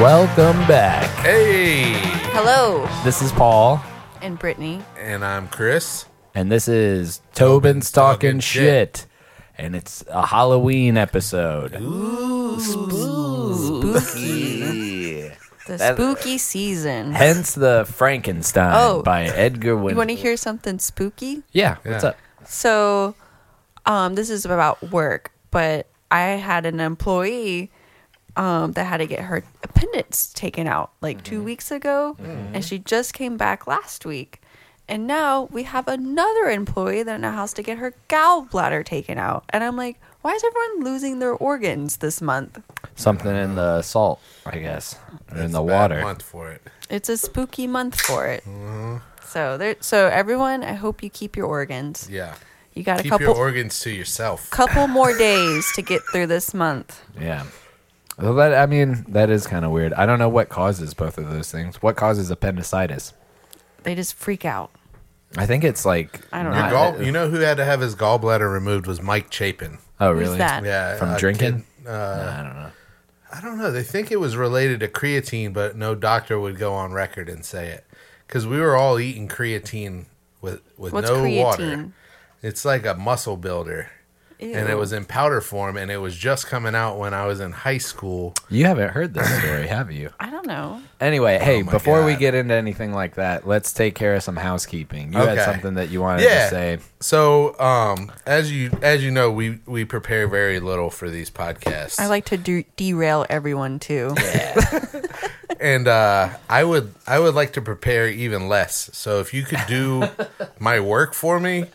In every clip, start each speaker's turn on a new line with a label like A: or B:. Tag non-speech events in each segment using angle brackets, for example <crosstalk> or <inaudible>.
A: Welcome back.
B: Hey,
C: Hello,
A: This is Paul,
C: and Brittany.
B: and I'm Chris.
A: and this is Tobin's Talking
B: Talkin' Shit.
A: Shit. And it's a Halloween episode.
C: Spooky. the spooky season.
A: Hence the Frankenstein
C: Oh.
A: by Edgar Win.
C: You want to hear something spooky?
A: yeah, what's
B: Yeah.
A: up?
C: So, um, this is about work, but I had an employee um, that had to get her appendix taken out like two weeks ago, and she just came back last week. And now we have another employee that now has to get her gallbladder taken out. And I'm like, why is everyone losing their organs this month?
A: Something in the salt, I guess, or in the
B: Bad
A: water.
B: month for it.
C: It's a spooky month for it.
A: Uh-huh.
C: So there, so everyone, I hope you keep your organs.
B: Yeah.
C: You got a
B: Keep
C: couple
B: your organs to
A: <laughs>
B: yourself.
C: couple more days to get through this month.
A: Yeah. Well, that I mean, that is kind of weird. I don't know what causes both of those things. What causes appendicitis?
C: They just freak out.
A: I think it's like
C: I don't
B: Your
C: know.
B: gall- you know who had to have his gallbladder removed was Mike Chapin.
A: Oh,
C: Who's
A: really?
C: that?
B: Yeah,
A: From
B: a
A: drinking?
B: kid, uh,
A: I don't know.
B: I don't know. They think it was related to creatine, but no doctor would go on record and say it because we were all eating creatine with with
C: What's
B: no
C: creatine?
B: water. It's like a muscle builder, and it
C: Ew.
B: was in powder form, and it was just coming out when I was in high school.
A: You haven't heard this story, have you?
C: I don't know.
A: Anyway, hey,
B: Oh my
A: before we
B: God.
A: get into anything like that, let's take care of some housekeeping. You had
B: Okay.
A: something that you wanted
B: Yeah.
A: to say.
B: So, um, as you as you know, we we prepare very little for these podcasts.
C: I like to de- derail everyone too.
B: and uh, I would I would like to prepare even less. So if you could do my work for me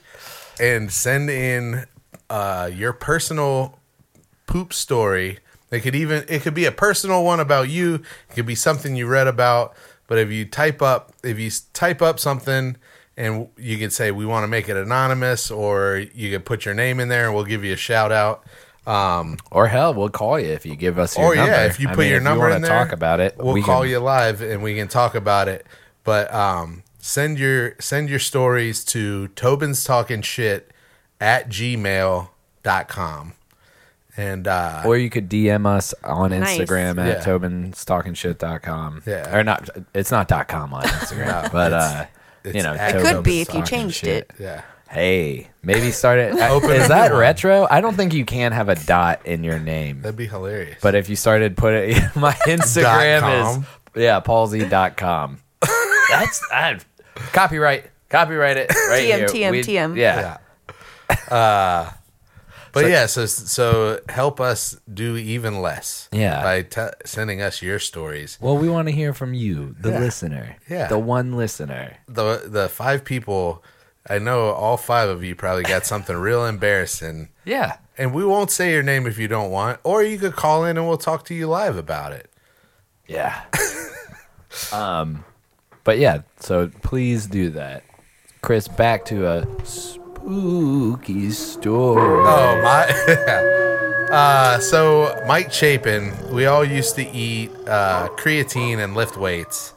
B: and send in uh, your personal poop story, it could even it could be a personal one about you. It could be something you read about. But if you type up if you s- type up something and you could say we want to make it anonymous, or you could put your name in there and we'll give you a shout out. Um,
A: Or hell, we'll call you if you give us your
B: or
A: number.
B: Oh, yeah, if you
A: I
B: put
A: mean,
B: your
A: if
B: number
A: you
B: in
A: to
B: there,
A: talk about it.
B: We'll
A: we
B: call
A: can-
B: you live and we can talk about it. But um, send your send your stories to Tobin's talking shit at gmail.com. and uh,
A: Or you could DM us on
C: Nice.
A: Instagram at
B: Yeah.
A: tobinstalkingshit.com.
B: Yeah.
A: Or not, it's not dot .com on
B: <laughs>
A: Instagram, but, uh, you
B: it's
A: know.
B: at
C: It could be if you
A: Tobin's Talking
C: changed
A: Shit.
C: it.
B: yeah,
A: Hey, maybe start it.
B: <laughs> Open
A: is
B: a
A: that
B: new one.
A: retro? I don't think you can have a dot in your name.
B: that'd be hilarious.
A: But if you started putting <laughs> my Instagram is
B: com.
A: yeah, palsy.com. That's I copyright. Copyright it right
C: TM,
A: here.
C: TM,
A: We-
C: TM.
A: Yeah.
B: yeah. Uh,
A: <laughs>
B: but yeah, so so help us do even less.
A: Yeah.
B: by t- sending us your stories.
A: Well, we want to hear from you, the listener.
B: Yeah.
A: The one listener.
B: the the five people I know all five of you probably got something real embarrassing.
A: Yeah.
B: And we won't say your name if you don't want, or you could call in and we'll talk to you live about it.
A: Yeah. um but yeah, so please do that. Chris, back to a spooky story.
B: <laughs> Oh my Uh so Mike Chapin, we all used to eat uh creatine and lift weights.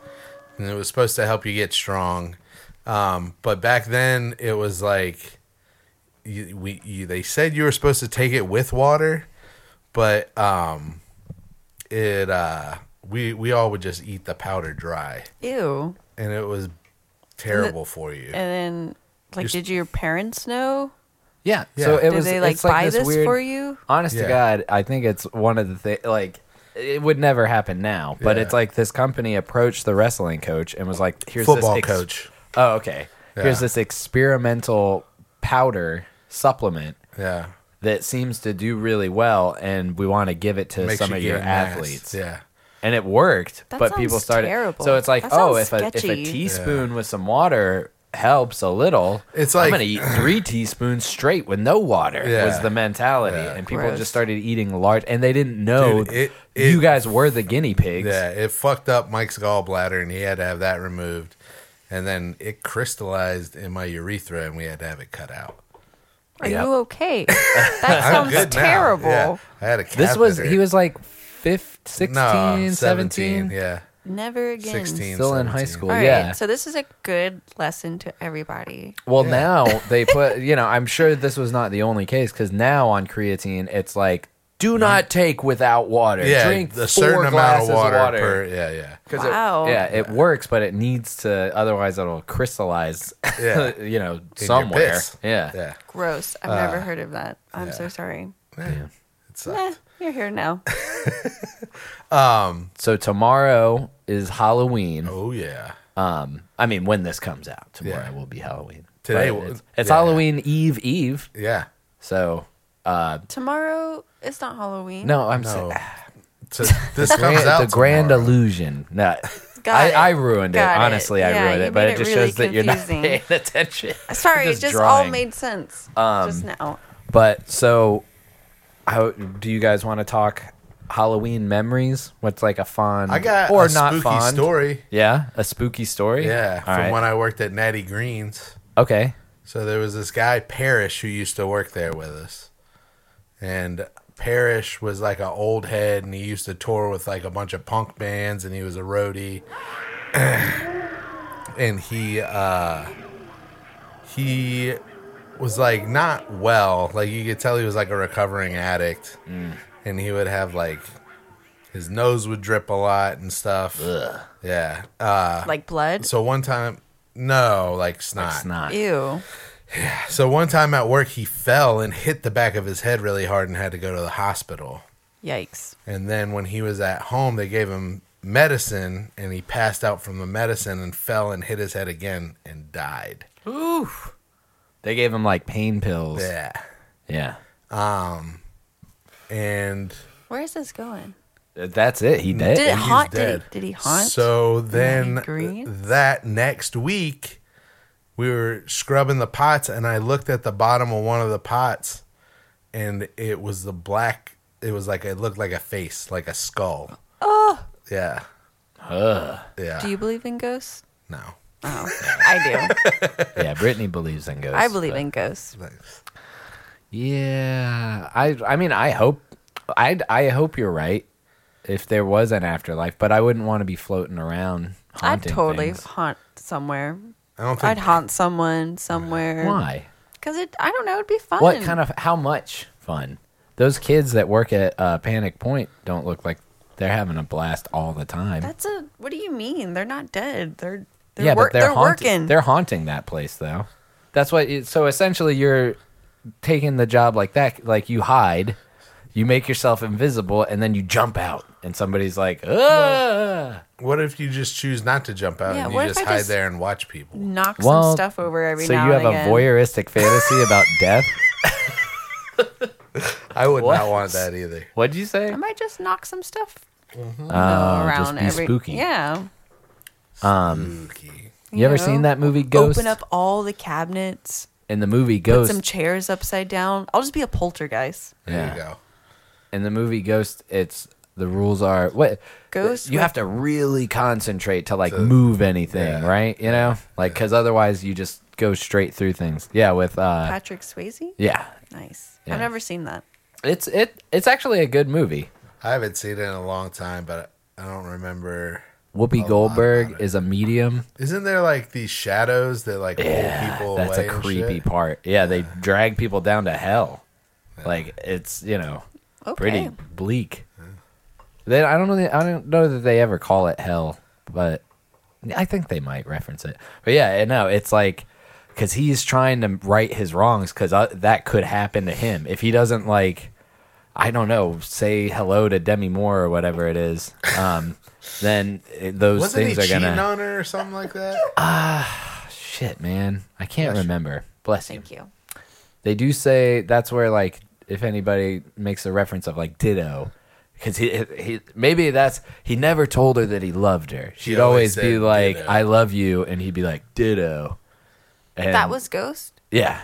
B: And it was supposed to help you get strong. Um but back then it was like you, we you, they said you were supposed to take it with water, but um it uh we we all would just eat the powder dry
C: Ew.
B: and it was terrible for you.
C: And then, like,
B: You're-
C: did your parents know?
A: Yeah.
B: Yeah.
A: So it
C: Did
A: was
C: they like
A: it's like
C: buy
A: this
C: this,
A: weird-
C: for you?
A: honest to
B: Yeah.
A: God, I think it's one of the things, like, it would never happen now, but
B: Yeah.
A: it's like this company approached the wrestling coach and was like, here's
B: Football
A: this ex-
B: coach.
A: Oh, okay. Here's
B: Yeah.
A: this experimental powder supplement
B: Yeah.
A: that seems to do really well, and we want to give it to
B: Makes
A: some
B: you
A: of
B: get
A: your
B: an ass.
A: athletes.
B: Yeah.
A: And it worked,
C: That
A: but people
C: sounds
A: started.
C: terrible.
A: So it's like,
C: That
A: oh, if
C: sounds
A: a, if a
C: sketchy.
A: teaspoon with some water helps a little,
B: It's
A: I'm
B: like-
A: gonna eat three teaspoons straight with no water.
B: Yeah.
A: Was the mentality,
B: Yeah.
A: and people
C: Gross.
A: just started eating large, and they didn't know
B: Dude, it-
A: you
B: it-
A: guys were the guinea pigs.
B: Yeah, it fucked up Mike's gallbladder, and he had to have that removed. And then it crystallized in my urethra, and we had to have it cut out.
C: Are
A: Yeah.
C: you
A: <laughs>
C: okay? That sounds
B: now.
C: terrible.
B: Yeah, I had a catheter.
A: This was he was like 15, 16,
B: no,
A: 17,
B: Yeah,
C: Never again.
B: 16.
A: still in high
B: 17.
A: school.
C: All right.
A: yeah.
C: So this is a good lesson to everybody.
A: Well,
B: <laughs>
A: now they put, you know, I'm sure this was not the only case because now on creatine, it's like do not take without water.
B: Mm-hmm. yeah,
A: Drink
B: a certain amount of water, per
A: water.
B: yeah, yeah.
A: 'Cause
C: Wow.
A: It, yeah, it works, but it needs to. Otherwise, it'll crystallize.
B: Yeah.
A: <laughs> you know,
B: In your
A: somewhere.
B: piss.
A: Yeah.
B: yeah.
C: Gross. I've never heard of that. I'm so sorry.
B: It sucked.
C: Eh, you're here now. <laughs>
A: So tomorrow is Halloween.
B: Oh yeah.
A: Um, I mean, when this comes out, tomorrow
B: Yeah.
A: will be Halloween.
B: Today
A: But
B: will-
A: it's, it's
B: yeah.
A: Halloween Eve Eve.
B: Yeah.
A: So uh,
C: Tomorrow it's not Halloween.
A: no, I'm
B: No.
A: saying
B: So this comes
A: grand,
B: out
A: ah. <laughs> the grand
B: tomorrow.
A: illusion. No,
C: Got
A: I,
C: it.
A: I ruined
C: Got
A: it.
C: it.
A: Honestly,
C: Yeah,
A: I ruined
C: you
A: it. But
C: made
A: it
C: it
A: just
C: really
A: shows that you're not
C: confusing.
A: paying <laughs> attention.
C: <laughs> Uh, Sorry,
A: I'm
C: it just all
A: drawing. Um,
C: made sense just now.
A: But so, how do you guys want to talk Halloween memories? What's like a fond
B: I got
A: or
B: a
A: not
B: spooky
A: fond?
B: story.
A: Yeah, a spooky story.
B: Yeah,
A: All
B: from
A: right.
B: when I worked at Natty Greens.
A: okay.
B: So there was this guy Parrish who used to work there with us, and Parrish was like an old head, and he used to tour with like a bunch of punk bands, and he was a roadie, <clears throat> and he uh, he was like not well, like you could tell he was like a recovering addict,
A: Mm.
B: and he would have like his nose would drip a lot and stuff. Yeah. Uh,
C: Like blood.
B: so one time, no, like snot.
A: It's not.
C: Ew.
B: So one time at work, he fell and hit the back of his head really hard and had to go to the hospital.
C: Yikes.
B: And then when he was at home, they gave him medicine and he passed out from the medicine and fell and hit his head again and died.
A: They gave him like pain pills.
B: Yeah.
A: Yeah.
B: And
C: Where is this going?
A: That's it. He did.
C: Did <laughs> it
B: he's
C: haunt?
B: dead.
C: Did he, did he haunt?
B: So then
C: Natty Greens?
B: that next week, we were scrubbing the pots, and I looked at the bottom of one of the pots, and it was the black. It was like it looked like a face, like a skull. Oh. Yeah. Yeah.
A: Uh,
C: Do you believe in ghosts?
B: no.
C: Oh,
A: <laughs>
C: I do.
A: yeah, Brittany believes in ghosts.
C: I believe
A: but-
C: in ghosts.
B: Thanks.
A: Yeah. I I mean, I hope I I hope you're right if there was an afterlife, but I wouldn't want to be floating around
C: I'd
A: haunting
C: totally
A: things.
C: haunt somewhere.
B: I don't
C: I'd
B: think.
C: haunt someone somewhere.
A: Why?
C: Because it, I don't know, it'd be fun.
A: What kind of how much fun? Those kids that work at uh, Panic Point don't look like they're having a blast all the time.
C: That's a. What do you mean? They're not dead. They're they're,
A: yeah,
C: wor-
A: but they're,
C: they're
A: haunting,
C: working.
A: They're haunting that place though. That's what. It, so essentially, you're taking the job like that. Like you hide, you make yourself invisible, and then you jump out, and somebody's like, "Ah!"
B: What if you just choose not to jump out
C: Yeah,
B: and
C: what
B: you
C: if
B: just
C: I
B: hide
C: just-
B: there and watch
C: <laughs>
B: people?
C: knock
A: Well,
C: some stuff over every
A: so
C: now
A: you have
C: and again.
A: a voyeuristic fantasy
C: <laughs>
A: about death.
B: I would
A: What?
B: not want that either.
A: What'd you say?
C: I might just knock some stuff you know,
A: Oh,
C: around
A: just be
C: every.
A: spooky.
C: Yeah.
B: Spooky.
A: You, ever
C: know?
A: seen that movie Ghost?
C: Open up all the cabinets.
A: In the movie
C: Put
A: Ghost,
C: some chairs upside down. I'll just be a poltergeist.
B: There
A: Yeah.
B: you go.
A: in the movie Ghost, it's the rules are what
C: Ghost
A: You have to really concentrate to like move anything,
B: yeah.
A: right? You know, like because otherwise you just go straight through things. Yeah, with uh,
C: Patrick Swayze.
A: yeah,
C: Nice.
A: Yeah.
C: I've never seen that.
A: it's it it's actually a good movie.
B: I haven't seen it in a long time, but I don't remember.
A: Whoopi Goldberg is a medium.
B: Isn't there like these shadows that like
A: Yeah,
B: hold people
A: that's
B: away?
A: a
B: and
A: creepy
B: shit?
A: part. Yeah, they drag people down to hell. Like it's you know pretty
C: Okay.
A: bleak. Then I don't know. I don't know that they ever call it hell, but I think they might reference it. But yeah, no, it's like because he's trying to right his wrongs because that could happen to him if he doesn't like. I don't know. Say hello to Demi Moore or whatever it is. Um, then eh, those
B: Wasn't he
A: things are
B: cheating
A: gonna.
B: on her or something like that?
A: <laughs> Shit, man, I can't remember. Bless you.
C: Thank you.
A: They do say that's where like if anybody makes a reference of like Ditto, because he, he maybe that's he never told her that he loved her. She'd always,
B: always
A: be
B: said
A: like,
B: Ditto.
A: "I love you," and he'd be like, "Ditto." And,
C: That was Ghost.
A: yeah.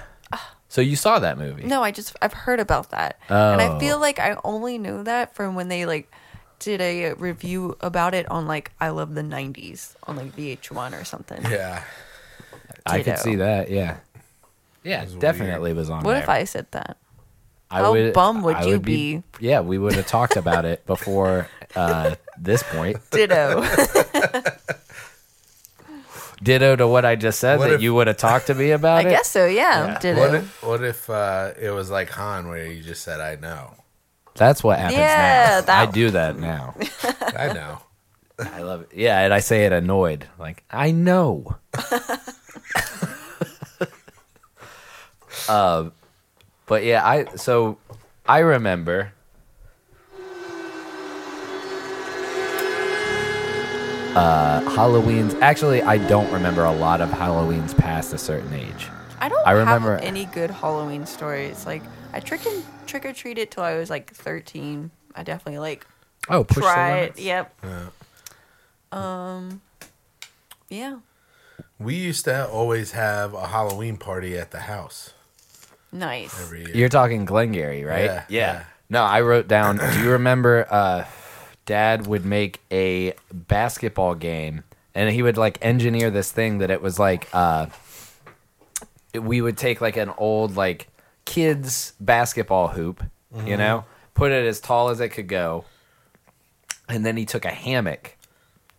A: So you saw that movie?
C: No, I just I've heard about that, and I
A: Oh.
C: feel like I only know that from when they like did a review about it on like I love the '90s on like VH1 or something.
B: Yeah.
A: I could
C: Ditto.
A: see that. Yeah. Yeah,
B: was
A: definitely was on.
C: What
A: there.
C: if I said that?
A: I
C: how bum would you be?
A: Yeah, we would have talked about it before uh, this point. <laughs>
C: Ditto.
A: Ditto to what I just said
B: What
A: that
B: if-
A: you would have talked to me about
C: I
A: it.
C: guess so. Yeah. Ditto.
B: What if, what if uh, it was like Han, where he just said, "I know"?
A: That's what happens
C: Yeah,
A: now.
C: that-
A: I do that
C: <laughs>
A: now.
B: I know.
A: I love it. Yeah, and I say it annoyed. Like, I
C: <laughs>
A: know. uh, Uh, but yeah, I so I remember uh Halloween's actually I don't remember a lot of Halloween's past a certain age.
C: I don't
A: I remember-
C: have any good Halloween stories. Like I trick and trick or treated till I was like thirteen. I definitely like
A: Oh, push
C: tried. Yep. Um. Yeah.
B: We used to always have a Halloween party at the house
C: Nice.
B: every year.
A: You're talking Glengarry, right?
B: Yeah, yeah.
A: No, I wrote down. do you remember? Uh, Dad would make a basketball game, and he would like engineer this thing that it was like. Uh, we would take like an old like kids basketball hoop, you know, put it as tall as it could go, and then he took a hammock.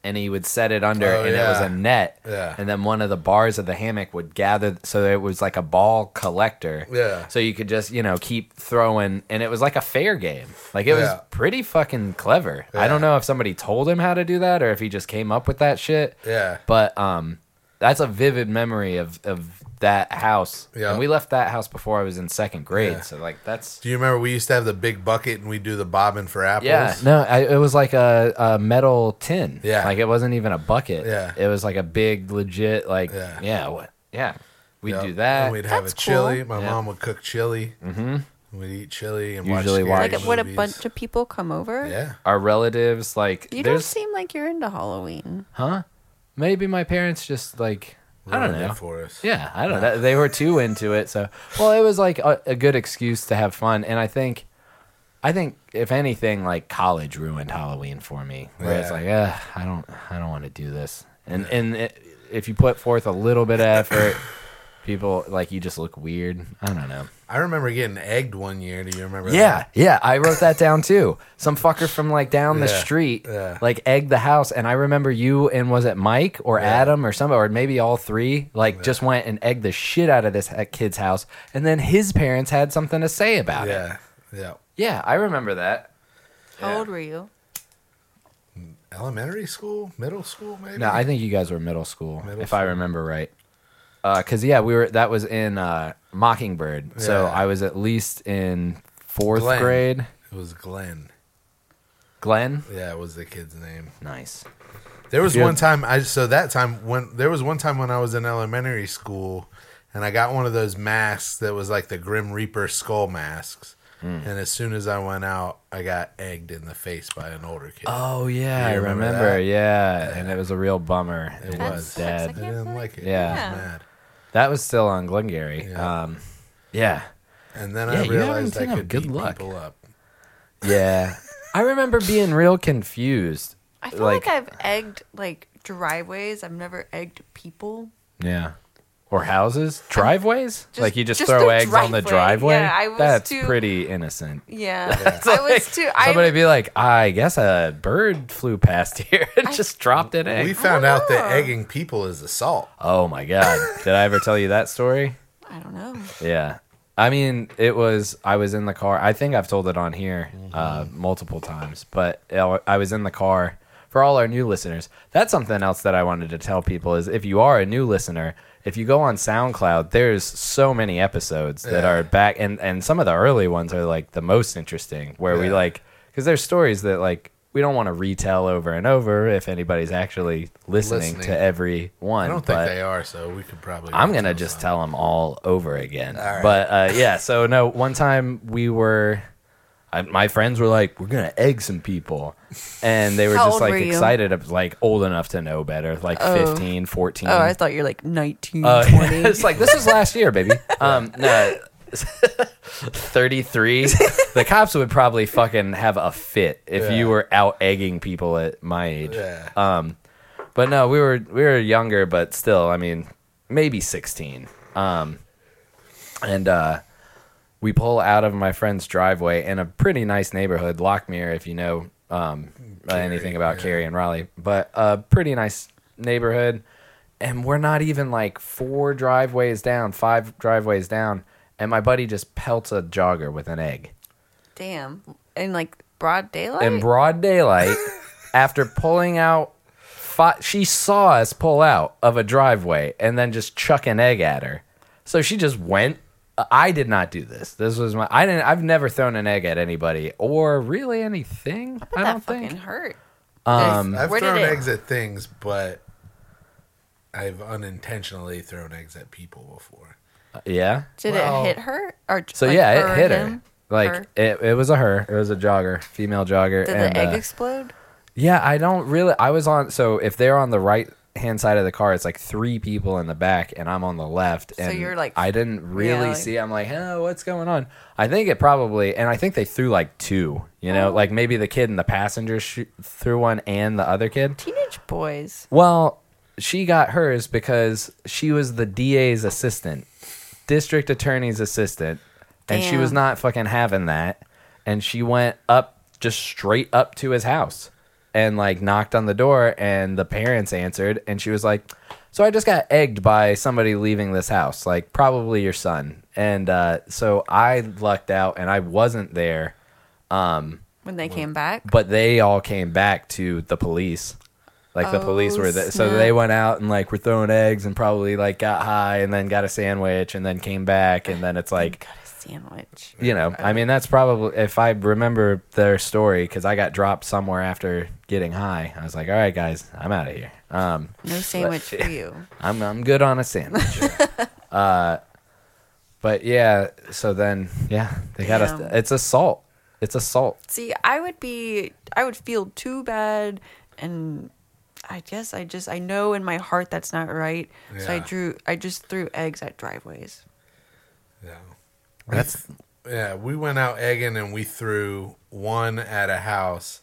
A: And he would set it under,
B: Oh,
A: and it was
B: yeah.
A: a net.
B: Yeah.
A: And then one of the bars of the hammock would gather, so it was like a ball collector.
B: Yeah.
A: So you could just, you know, keep throwing and it was like a fair game. Like it was
B: Yeah.
A: pretty fucking clever. I don't
B: Yeah.
A: know if somebody told him how to do that or if he just came up with that shit.
B: Yeah.
A: But um that's a vivid memory of of that house.
B: Yeah.
A: And we left that house before I was in second grade.
B: Yeah.
A: So like that's
B: Do you remember we used to have the big bucket and we do the bobbing for apples?
A: yeah, no, I, it was like a, a metal tin.
B: Yeah.
A: like it wasn't even a bucket.
B: Yeah.
A: it was like a big, legit, like
B: Yeah.
A: yeah, what? Yeah, we
B: Yep.
A: do that.
B: And we'd have
C: That's
B: a chili.
C: cool.
B: My
A: Yeah.
B: mom would cook chili. Mm-hmm. We'd eat chili and
A: Usually
B: watch
A: watch-
B: scary
C: Like when a
B: movies.
C: bunch of people come over.
B: Yeah.
A: Our relatives, like
C: You don't
A: there's
C: seem like you're into Halloween.
A: huh? Maybe my parents just like I don't
B: Ruined it
A: know.
B: For us.
A: Yeah, I don't know. They were too into it, so well, it was like a, a good excuse to have fun. And I think, I think if anything, like college ruined Halloween for me, where it's
B: Yeah.
A: like, Ugh, I don't, I don't want to do this. And and it, if you put forth a little bit of effort, people like you just look weird. I don't know.
B: I remember getting egged one year. Do you remember?
A: Yeah, yeah, I wrote that down too. Some fucker from like down the
B: Yeah,
A: street,
B: yeah.
A: like egged the house, and I remember you and was it Mike or
B: Yeah.
A: Adam or somebody or maybe all three, like just went and egged the shit out of this he- kid's house, and then his parents had something to say
B: that?
A: about it.
B: Yeah. Yeah.
A: Yeah, I remember that.
C: How old were you?
B: Elementary school? Middle school, maybe?
A: No, I think you guys were middle school,
B: Middle
A: if I remember right. Because yeah, we were. That was in uh, Mockingbird, so
B: Yeah.
A: I was at least in fourth
B: Glenn.
A: grade.
B: It was Glenn.
A: Glenn,
B: Yeah, was the kid's name.
A: nice.
B: There was
A: Yeah.
B: one time I so that time when there was one time when I was in elementary school and I got one of those masks that was like the Grim Reaper skull masks.
A: Hmm.
B: And as soon as I went out, I got egged in the face by an older kid.
A: Oh yeah, I
B: You
A: remember.
B: remember that?
A: Yeah, and it was a real bummer.
B: It
A: It was
B: That was.
C: sucks.
A: dead.
B: I didn't like it.
A: Yeah.
B: I was mad.
A: That was still on Glengarry. Yeah.
B: Yeah.
A: Um, yeah,
B: And then
A: Yeah,
B: I
A: you haven't
B: realized I
A: seen 'em.
B: could
A: Good
B: beat
A: luck.
B: people up.
A: yeah. I remember being real confused.
C: I feel like, I've egged like driveways. I've never egged people.
A: yeah, or houses, driveways.
C: Just-
A: like you just,
C: just
A: throw
C: the
A: eggs on the driveway.
C: driveway. Yeah, I was
A: That's
C: too-
A: pretty innocent.
C: Yeah, <laughs>
A: <laughs>
C: I was too. I
A: Somebody be like, I guess a bird flew past <laughs> here and just dropped an egg.
B: We found out that
C: know.
B: egging people is assault.
A: oh my god! Did I ever tell you that story?
C: I don't know.
A: Yeah. I mean, it was, I was in the car. I think I've told it on here uh,
B: Mm-hmm.
A: multiple times, but uh, I I was in the car for all our new listeners. That's something else that I wanted to tell people is if you are a new listener, if you go on SoundCloud, there's so many episodes that
B: Yeah.
A: are back. And, and some of the early ones are like the most interesting where we
B: Yeah.
A: like, because there's stories that like, we don't want to retell over and over if anybody's actually listening,
B: Listening.
A: to every one.
B: I don't
A: but-
B: think they are, so we could probably.
A: I'm gonna just tell them all over again. But uh, yeah, so no, one time we were, I, my friends were like, "We're gonna egg some people," and they were
C: How
A: just
C: old
A: like
C: were you?
A: excited, of, like old enough to know better, like
C: Oh.
A: 15, 14.
C: Oh, I thought you're like 19,
A: Uh, <laughs>
C: 20.
A: it's like this is last year,
C: <laughs>
A: baby. Um, no, <laughs> thirty-three. The cops would probably fucking have a fit if
B: Yeah.
A: you were out egging people at my age.
B: Yeah.
A: um, But no, we were we were younger, but still, I mean, maybe sixteen. Um, and uh, we pull out of my friend's driveway in a pretty nice neighborhood, Lockmere, if you know um, anything about Cary and Raleigh, but a pretty nice neighborhood. And we're not even like four driveways down, five driveways down, and my buddy just pelts a jogger with an egg.
C: Damn. in like broad daylight.
A: in broad
C: <laughs>
A: daylight after pulling out. Fi- she saw us pull out of a driveway and then just chuck an egg at her. So she just went. I did not do this. This was my. I didn't. I've never thrown an egg at anybody or really anything. I
C: that
A: don't
C: fucking
A: think.
C: hurt.
A: Um,
B: I've
C: Where did
B: thrown
C: it-
B: eggs at things, but I've unintentionally thrown eggs at people before.
A: Yeah.
C: Did
B: well-
C: it hit her? Or
A: So
C: like,
A: yeah,
C: or
A: it hit her.
C: him?
A: Like
C: Her?
A: it, it was a her. It was a jogger, female jogger.
C: Did
A: and,
C: the egg
A: uh,
C: explode?
A: yeah, I don't really. I was on. So if they're on the right hand side of the car, it's like three people in the back, and I'm on the left.
C: So
A: and
C: you're, like,
A: I didn't really
C: like-
A: see. I'm like, oh, what's going on? I think it probably, and I think they threw like two. You
C: Oh.
A: know, like maybe the kid in the passenger sh- threw one, and the other kid.
C: Teenage boys.
A: Well, she got hers because she was the DA's assistant, district attorney's assistant, and she was
C: Damn.
A: not fucking having that. And she went up, just straight up to his house and like knocked on the door, and the parents answered, and she was like, so I just got egged by somebody leaving this house, like probably your son. And uh, so I lucked out and I wasn't there,
C: When they came back,
A: but they all came back to the police. Like the
C: Oh,
A: police were there. So
C: snap.
A: they went out and like were throwing eggs and probably like got high and then got a sandwich and then came back and then it's like
C: got a sandwich.
A: you know, I mean that's probably if I remember their story cuz I got dropped somewhere after getting high. I was like, "All right guys, I'm out of here." Um
C: No sandwich for you.
A: I'm I'm good on a
C: <laughs>
A: sandwich. uh, but yeah, so then yeah, they got us.
C: Damn.
A: It's assault. It's assault.
C: See, I would be, I would feel too bad, and I guess I just, I know in my heart that's not right. So I
B: Yeah.
C: drew, I just threw eggs at driveways.
B: Yeah. That's <laughs> yeah, we went out egging and we threw one at a house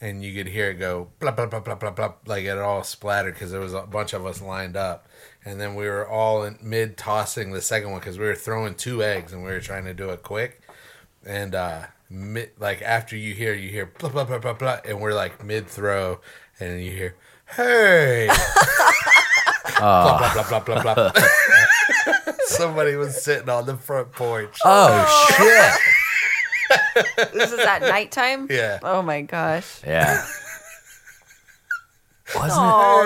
B: and you could hear it go blah blah blah blah blah blah like it all splattered because there was a bunch of us lined up and then we were all in mid tossing the second one because we were throwing two eggs and we were trying to do it quick and uh mid, like after you hear you hear blah blah blah blah blah and we're like mid throw and you hear <laughs> hey blah blah blah blah blah blah <laughs> somebody was sitting on the front porch
A: Oh shit.
C: This is
B: <laughs>
C: at nighttime.
B: Yeah.
C: Oh my gosh.
A: Yeah. <laughs> Wasn't it?
C: Oh,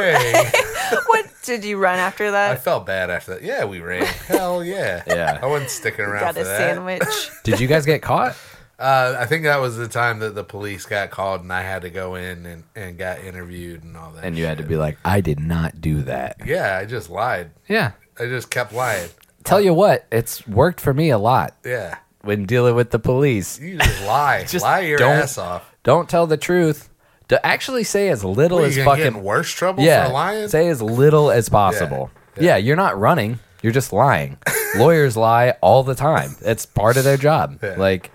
C: <laughs>
B: Hey.
C: what did you run after
B: I
C: that?
B: felt bad after that. Yeah, we ran. Hell yeah.
A: Yeah.
B: I wasn't sticking around
C: Got
B: for
C: a
B: that.
C: sandwich.
A: Did you guys get caught?
B: Uh, I think that was the time that the police got called and I had to go in and, and got interviewed and all that.
A: And you had to be like, I did not do that.
B: Yeah, I just lied.
A: Yeah.
B: I just kept lying.
A: Tell you what, it's worked for me a lot
B: Yeah.
A: when dealing with the police.
B: You just lie.
A: <laughs> Just
B: lie your
A: don't-
B: ass off.
A: Don't tell the truth. To actually say as little
B: What,
A: as
B: you gonna get in
A: fucking
B: worse trouble
A: yeah,
B: for lying?
A: say as little as possible. Yeah.
B: Yeah.
A: you're not running. You're just
B: <laughs>
A: lying. Lawyers lie all the time. It's part of their job.
B: Yeah.
A: Like,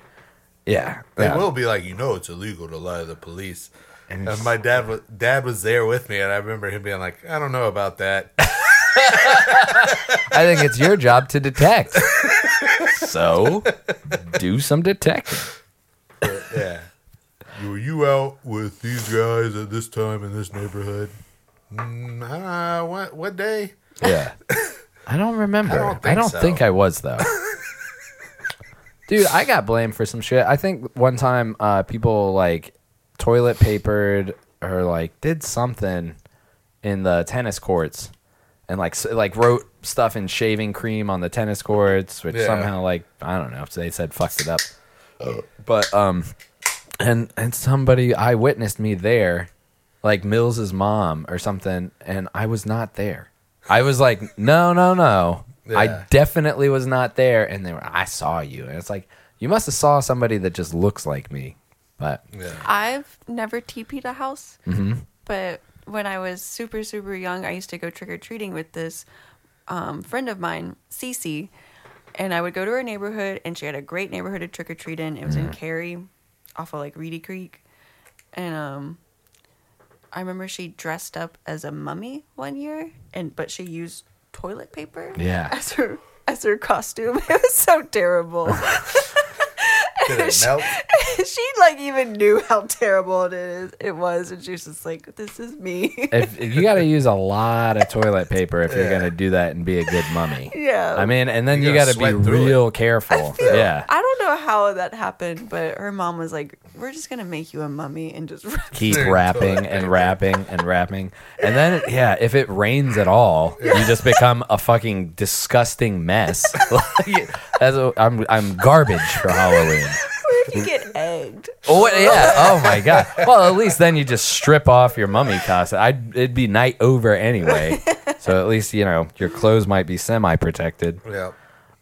A: yeah,
B: They
A: yeah.
B: will be like, you know, it's illegal to lie to the police. And, my dad was dad was there with me, and I remember him being like, I don't know about that.
A: I think it's your job to
B: <laughs>
A: detect. so, do some detecting.
B: But, yeah. Were you out with these guys at this time in this neighborhood? Mm, I don't know. What, what day?
A: Yeah. <laughs> I don't remember. I
B: don't
A: don't think, I
B: think so.
A: was though. Dude, I got blamed for some shit. I think one time uh, people like toilet papered or like did something in the tennis courts and like s- like wrote stuff in shaving cream on the tennis courts, which
B: Yeah.
A: somehow like I don't know if they said fucked it up. But um and and somebody I witnessed me there, like Mills's mom or something, and I was not there. I was like, <laughs> no, no, no,
B: Yeah.
A: I definitely was not there. And they were, I saw you, and it's like you must have saw somebody that just looks like me,
B: <laughs>
A: but
B: Yeah.
C: I've never TP'd a house, but when I was super, super young, I used to go trick or treating with this um, friend of mine, Cece, and I would go to her neighborhood, and she had a great neighborhood to trick or treat in. It was in Cary, off of like Reedy Creek, and um, I remember she dressed up as a mummy one year, and but she used toilet paper
A: Yeah.
C: <laughs> as her as her costume. It was so terrible.
B: Did it melt?
C: <laughs> she like even knew how terrible it is. It was, and she was just like, "This is <laughs> me."
A: If you got to use a lot of toilet paper if you're
B: Yeah.
A: gonna do that and be a good mummy.
C: <laughs> Yeah.
A: I mean, and then
B: You
A: you got
B: gotta
A: to be
B: sweat through
A: real careful. Yeah.
C: <laughs> I don't know how that happened, but her mom was like, "We're just gonna make you a mummy and just." <laughs> wrap
A: Keep
B: Dude,
A: rapping and rapping and rapping. And then, yeah, if it rains at all, you just become a fucking disgusting mess. <laughs> Like, that's a, I'm, I'm garbage for Halloween.
C: What if
A: <laughs>
C: you get egged?
A: Oh, what- yeah. Oh, my God. Well, at least then you just strip off your mummy costume. I'd, it'd be night over anyway. So at least, you know, your clothes might be semi protected.
B: Yeah.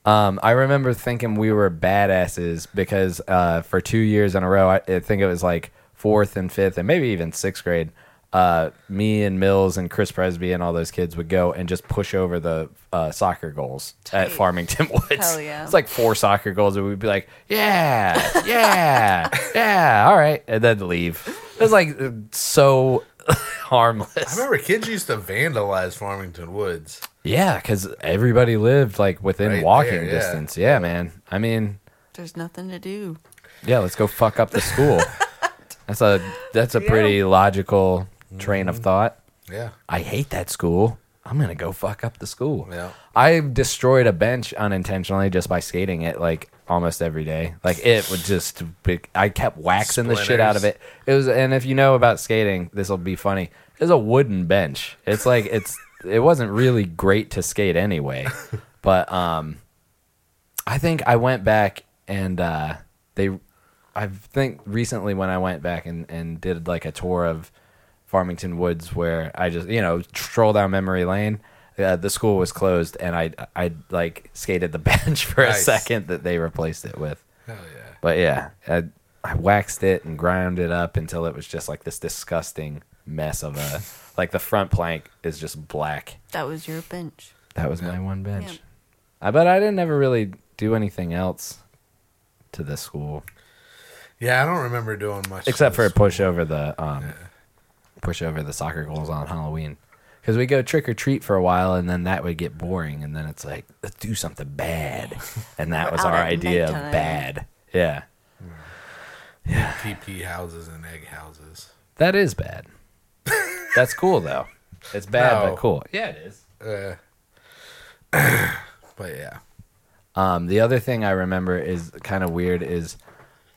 A: Um, I remember thinking we were badasses because uh, for two years in a row, I, I think it was like fourth and fifth, and maybe even sixth grade. Uh, me and Mills and Chris Presby and all those kids would go and just push over the uh, soccer goals at
C: Tight.
A: Farmington <laughs> Woods.
C: Hell yeah.
A: It's like four soccer goals, and we'd be like, "Yeah, yeah, yeah, all right," and then leave. It was like so <laughs>
B: I
A: harmless.
B: remember kids used to vandalize Farmington Woods.
A: Yeah, because everybody lived like within
B: Right
A: walking
B: there, yeah.
A: distance. Yeah, man. I mean,
C: There's nothing to do.
A: Yeah, let's go fuck up the school. that's a that's a pretty logical train of thought.
B: Yeah.
A: I hate that school. I'm gonna go fuck up the school.
B: Yeah.
A: I destroyed a bench unintentionally just by skating it like almost every day. Like it would just be, I kept waxing the shit out of it. It was and if you know about skating, this will be funny. It was a wooden bench. It's like it's it wasn't really great to skate anyway. But um I think I went back and uh they I think recently when I went back and and did like a tour of Farmington Woods where I just you know stroll down memory lane. Uh, the school was closed, and I I like skated the <laughs> bench for a
B: Nice.
A: second that they replaced it with.
B: Hell yeah.
A: But yeah, I, I waxed it and ground it up until it was just like this disgusting mess of a like the front plank is just black.
C: That was your bench.
A: That was my one bench. I bet I didn't ever really do anything else to this school
B: Yeah, I don't remember doing much.
A: except for
B: this.
A: push over the um, push over the soccer goals on Halloween because we go trick or treat for a while and then that would get boring and then it's like let's do something <laughs> bad and that was
C: out
A: our
C: at
A: idea of
C: nighttime.
A: bad yeah
B: PP houses and egg houses.
A: that is bad that's cool though it's bad
B: No.
A: but cool yeah it is
B: Uh, but yeah.
A: Um, the other thing I remember is kind of weird is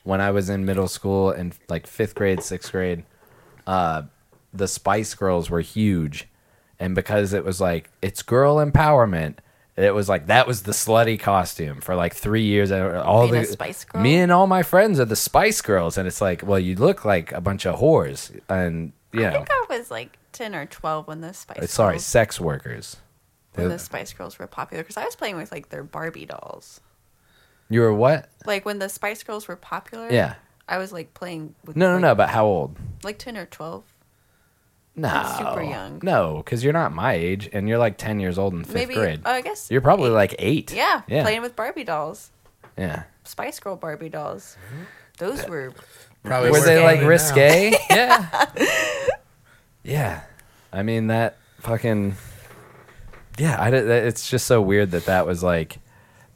A: when I was in middle school and like fifth grade, sixth grade, uh, the Spice Girls were huge, and because it was like it's girl empowerment, it was like that was the slutty costume for like three years. and All
C: Being a
A: the
C: Spice Girl?
A: me and all my friends are the Spice Girls, and it's like, well, you look like a bunch of whores, and you
C: I
A: know,
C: think I was like ten or twelve when the Spice
A: sorry,
C: Girls,
A: sex workers.
C: when the Spice Girls were popular because I was playing with like their Barbie dolls.
A: You were what?
C: Like when the Spice Girls were popular.
A: Yeah.
C: I was like playing with
A: No, no,
C: like,
A: no. But how old?
C: like ten or twelve,
A: No,
C: super young.
A: No, because you're not my age, and you're like ten years old in fifth
C: maybe.
A: grade.
C: Oh, I guess
A: you're probably like eight.
C: yeah,
A: yeah,
C: playing with Barbie dolls,
A: yeah.
C: Spice Girl Barbie dolls.
A: Mm-hmm.
C: Those were
B: Probably
A: Were
B: worth
A: they
B: it
A: like
B: now.
C: <laughs>
A: risque? yeah, yeah. I mean that fucking yeah. I did, it's just so weird that that was like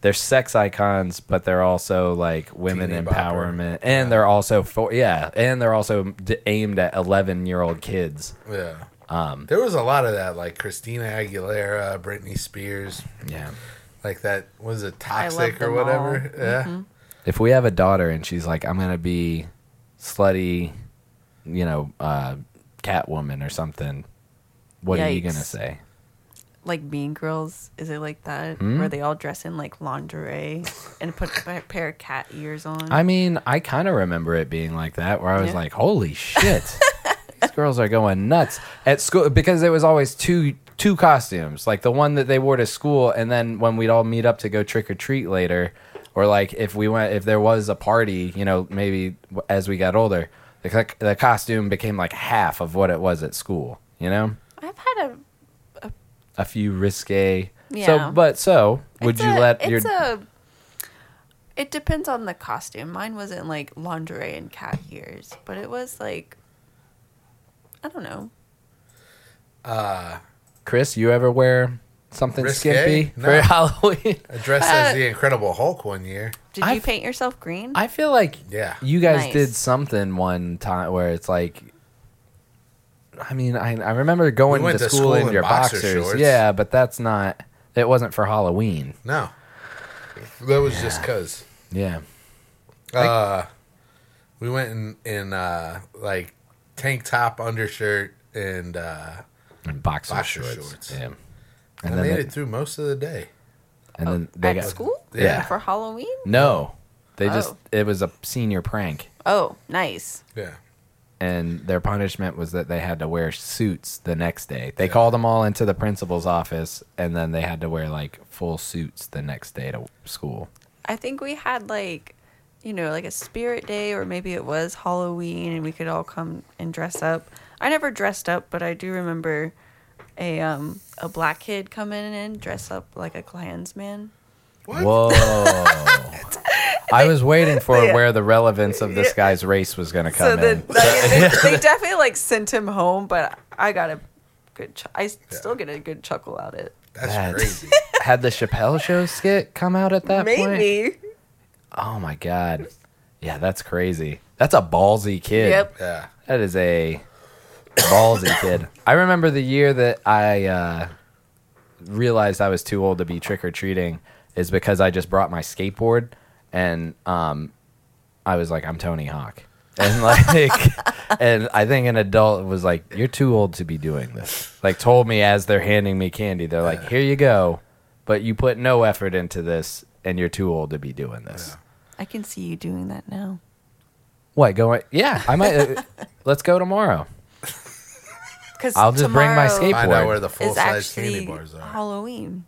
A: they're sex icons, but they're also like women
B: Teeny bopper.
A: empowerment, and they're also for yeah, and they're also d- aimed at eleven year old kids.
B: Yeah. Um, there was a lot of that, like Christina Aguilera, Britney Spears,
A: Yeah.
B: like that was it
C: I love
B: toxic or
C: them all. Mm-hmm.
B: whatever. Yeah.
A: if we have a daughter and she's like, I'm gonna be slutty, you know, uh, Catwoman or something, what are you
C: Yikes.
A: gonna say?
C: like Mean Girls. Is it like that
A: Hmm?
C: where they all dress in like lingerie and put a pair of cat ears on?
A: I mean, I kind of remember it being like that, where I was
C: Yeah.
A: like, holy shit, these girls are going nuts at school because it was always two two costumes, like the one that they wore to school, and then when we'd all meet up to go trick or treat later, or like if we went if there was a party, you know, maybe w- as we got older, the, co- the costume became like half of what it was at school, you know.
C: I've had a
A: a few risque.
C: Yeah.
A: So, but so would
C: It's
A: you
C: a-
A: let your?
C: it's a it depends on the costume mine wasn't like lingerie and cat ears but it was like i don't know
B: Uh,
A: Chris, you ever wear something
B: Risque?
A: skimpy
B: No.
A: for <laughs> Halloween.
B: Dressed as the Incredible Hulk one year.
C: Did you
A: I've-
C: paint yourself green?
A: I feel like
B: Yeah.
A: you guys
C: Nice.
A: did something one time where it's like. I mean, I I remember going
B: went
A: to,
B: to
A: school,
B: school
A: in
B: in
A: your
B: boxer
A: boxers.
B: shorts.
A: Yeah, but that's not. It wasn't for Halloween.
B: No, that was just because
A: Yeah.
B: uh, we went in in uh, like tank top, undershirt, and uh,
A: And boxer,
B: Boxer
A: shorts.
B: shorts.
A: Yeah.
B: I
A: And then,
B: made
A: they,
B: it through most of the day.
A: and then they
C: At
A: got
C: school?
A: Yeah.
C: For Halloween?
A: No, they just
C: Oh.
A: it was a senior prank,
C: Oh, nice.
B: Yeah,
A: and their punishment was that they had to wear suits the next day. They called them all into the principal's office, and then they had to wear like full suits the next day to school.
C: I think we had like, you know, like a spirit day or maybe it was Halloween and we could all come and dress up. I never dressed up, but I do remember a um a black kid coming in and dress up like a Klansman.
B: What?
A: Whoa.
C: <laughs>
A: I was waiting for
C: Yeah.
A: where the relevance of this guy's race was going to come
C: so then
A: in.
C: I mean, <laughs>
A: <laughs>
C: they, they definitely like sent him home, but I got a good ch- I still get a good chuckle out it.
B: that's
A: That's- <laughs>
B: crazy.
A: Had the Chappelle show skit come out at that point?
C: Maybe.
A: Oh my god. Yeah, that's crazy. That's a ballsy kid.
C: Yep.
B: Yeah,
A: That is a ballsy kid. I remember the year that I uh, realized I was too old to be trick or treating is because I just brought my skateboard and um, I was like, I'm Tony Hawk. And <laughs> like, and I think an adult was like, "You're too old to be doing this." Like, told me as they're handing me candy, they're like, "Here you go," but you put no effort into this, and you're too old to be doing this.
C: I can see you doing that now.
A: What going? Yeah, I might. uh, <laughs> let's go tomorrow.
C: Because
A: I'll just bring my skateboard.
B: find out where the full
C: Is
B: size candy
C: actually
B: bars are.
C: Halloween.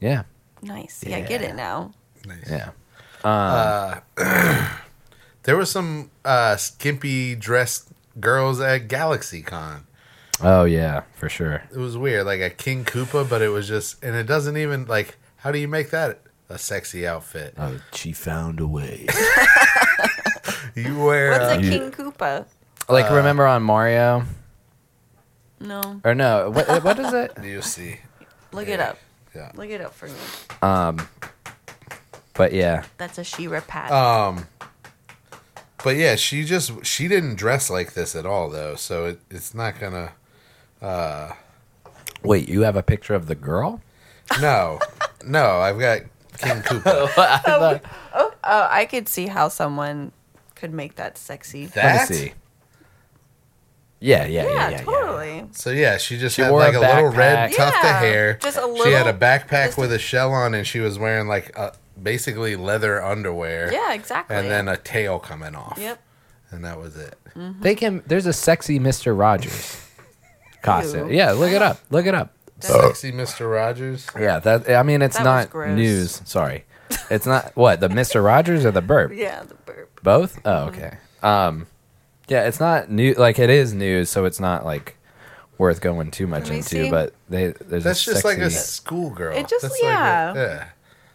A: Yeah,
C: Nice. Yeah, I get
A: Yeah.
C: it now.
B: Nice.
A: yeah.
B: Uh, <clears throat> There was some uh, skimpy dressed girls at Galaxy Con.
A: Oh yeah, for sure.
B: It was weird, like a King Koopa, but it was just, and it doesn't even like. How do you make that a sexy outfit?
A: Oh, she found a way.
B: You wear
C: What's
B: uh,
C: a King Koopa?
A: <laughs> like remember on Mario
C: No,
A: or no? What uh, what is it?
B: you see,
C: look it up.
B: yeah.
C: Look it up for me.
A: <laughs> But yeah,
C: That's a She-Ra pad.
B: Uh, Um, But yeah, she just she didn't dress like this at all though, so it, it's not gonna.
A: wait, you have a picture of the <laughs> girl?
C: <laughs>
B: No, no, I've got King Koopa.
C: oh, I could see how someone could make that sexy.
A: Let
B: That?
A: me see. Yeah, yeah, yeah, yeah,
C: yeah,
A: yeah.
C: totally.
B: So yeah, she just
A: She
B: had
A: wore
B: like
A: a
B: a, little
A: backpack.
B: red tuft of
C: Yeah,
B: hair.
C: just a
B: she had a
C: little-
B: backpack
C: just-
B: with a shell on, and she was wearing like a, basically leather underwear.
C: Yeah, exactly.
B: and then uh, a tail coming off.
C: Yep.
B: and that was it.
A: They can. There's a sexy Mister Rogers
C: <laughs>
A: costume.
C: Ew.
A: Yeah, look it up. Look it up.
B: Sexy Mister Rogers.
A: Yeah, that. I mean, it's
C: That was
A: not
C: gross.
A: news. Sorry, it's not what the Mister Rogers or the burp.
C: Yeah,
B: <laughs>
C: the burp.
A: Both?
C: Mm-hmm.
A: Oh, okay. Um, yeah, it's not new. Like it is news, so it's not like worth going too much
C: Let me
A: into.
C: see.
A: But they there's
B: That's
A: a
B: just
A: sexy,
B: like a schoolgirl.
C: It just-
B: That's
C: yeah.
B: Like a,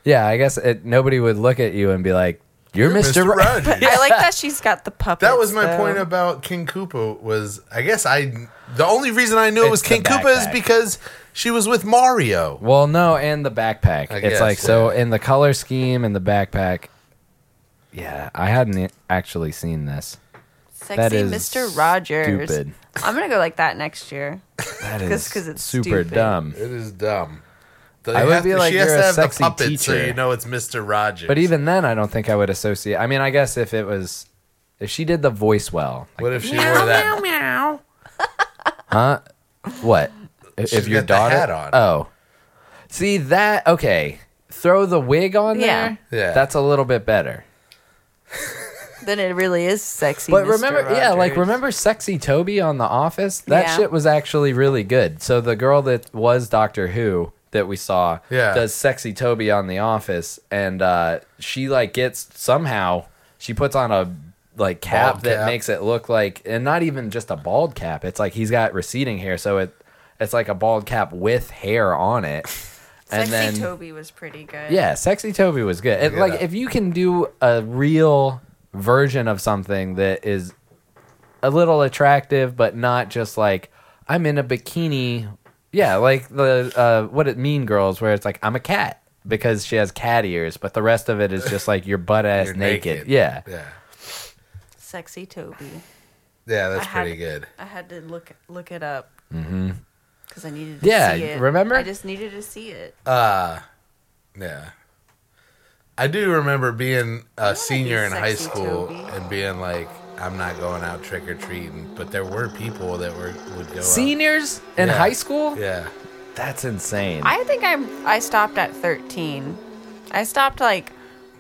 B: yeah.
A: yeah. I guess it, nobody would look at you and be like, "You're, Mr.
B: Mr.
A: Ro-
C: <laughs>
B: Rogers.
C: I like that she's got the puppet.
B: That was my point about King Koopa. Was I guess I the only reason I knew it was
A: It's the
B: King Koopa is
A: backpack.
B: because she was with Mario.
A: <laughs> Well, no, and the backpack.
B: I
A: it's
B: guess,
A: like so in the color scheme and the backpack. Yeah, I hadn't e, actually seen this.
C: sexy
A: that is
C: Mr. Rogers.
A: stupid.
C: I'm gonna go like that next year.
A: That is
C: 'Cause- 'cause it's
A: super
C: stupid.
A: dumb.
B: It is dumb. The-
A: I
B: you
A: would
B: have
A: be
B: to-
A: like,
B: she has
A: you're
B: to
A: a
B: have the
A: sexy
B: puppet so
A: teacher.
B: you know it's Mr. Rogers.
A: But even then, I don't think I would associate. I mean, I guess if it was, if she did the voice well, like,
B: what if she wore that?
C: meow.
A: What? If
B: She's
A: your
B: got the
A: daughter?
B: hat on.
A: Oh, see that? Okay, throw the wig on
C: Yeah.
A: there.
B: Yeah.
A: that's a little bit better.
C: Then it really is sexy.
A: But
C: Mr.
A: remember, yeah, like
C: Rogers.
A: remember sexy Toby on The Office? That
C: Yeah.
A: shit was actually really good. So the girl that was Doctor Who that we saw
B: Yeah.
A: does sexy Toby on The Office, and uh, she like gets somehow she puts on a like cap
B: Bald
A: that
B: cap.
A: makes it look like, and not even just a bald cap. It's like he's got receding hair, so it it's like a bald cap with hair on it.
C: <laughs> sexy
A: and then
C: Toby was pretty good.
A: yeah, Sexy Toby was good. It, Like,
B: Yeah.
A: if you can do a real version of something that is a little attractive, but not just like, I'm in a bikini Yeah, like the uh, what it mean girls, where it's like I'm a cat because she has cat ears, but the rest of it is just like your butt ass
B: <laughs> You're
A: naked. Yeah,
B: Yeah.
C: Sexy Toby.
B: Yeah, that's
C: I had-
B: pretty good.
C: I had to look look it up because I needed to
A: Mm-hmm. Yeah,
C: see it.
A: remember? Um,
C: I just needed to see it.
B: Yeah. I do remember being a
C: be
B: senior in high
C: sexy,
B: school
C: Toby.
B: and being like, I'm not going out trick or treating, but there were people that were would go
A: seniors in
B: Yeah.
A: high school.
B: out. Yeah.
A: That's insane.
C: I think I'm. I stopped at 13. I stopped like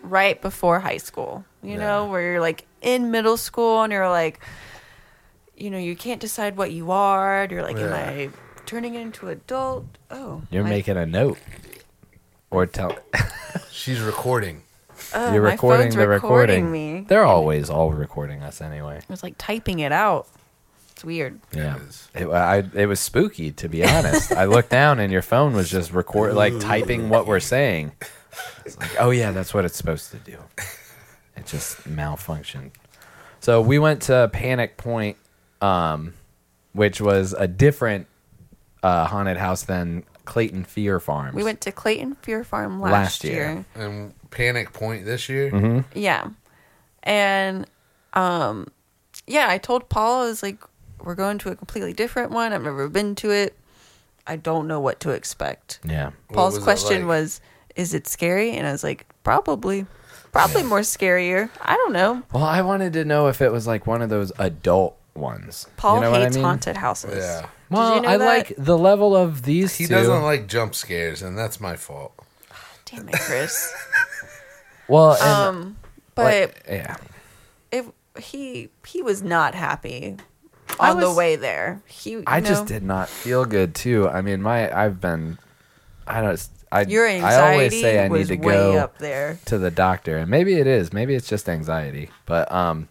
C: right before high school. You know, where you're like in middle school and you're like, you know, you can't decide what you are. And you're like, am
B: Yeah.
C: I turning into adult? Oh,
A: You're
C: my-
A: making a note or tell.
B: She's recording.
C: oh,
A: You're
C: my
A: recording
C: phone's
A: the recording.
C: me.
A: They're always all recording us anyway.
C: It was like typing it out. It's weird.
A: Yeah,
B: It is.
A: it, I, it was spooky to be honest. I looked down and your phone was just record like typing what we're saying. It's like, oh yeah, that's what it's supposed to do. It just malfunctioned. So we went to Panic Point, um, which was a different uh, haunted house than Clayton Fear Farms.
C: We went to Clayton Fear Farm last,
A: Last year.
C: year.
B: And Panic Point this year.
A: Mm-hmm.
C: Yeah. And um yeah, I told Paul I was like we're going to a completely different one. I've never been to it. I don't know what to expect.
A: Yeah,
C: Paul's
B: was it
C: question
B: like?
C: was is it scary? And I was like probably probably more scarier. I don't know.
A: Well, I wanted to know if it was like one of those adult ones.
C: Paul
A: you know what
C: hates
A: I mean?
C: haunted houses.
B: Yeah.
C: Did
A: Well,
C: you know
A: I
C: that?
A: like the level of these
B: He
A: 2
B: doesn't like jump scares, and that's my fault.
C: Damn it,
A: <laughs>
C: Chris. Um,
A: well, and,
C: but
A: like, yeah,
C: if he he was not happy
A: I
C: on the
A: was-
C: way there. He you
A: I just
C: know,
A: did not feel good too. I mean, my I've been, I don't, I
C: Your
A: I always
C: anxiety
A: say I need
C: was
A: to
C: way
A: go
C: up there.
A: to the doctor, and maybe it is, maybe it's just anxiety, but um,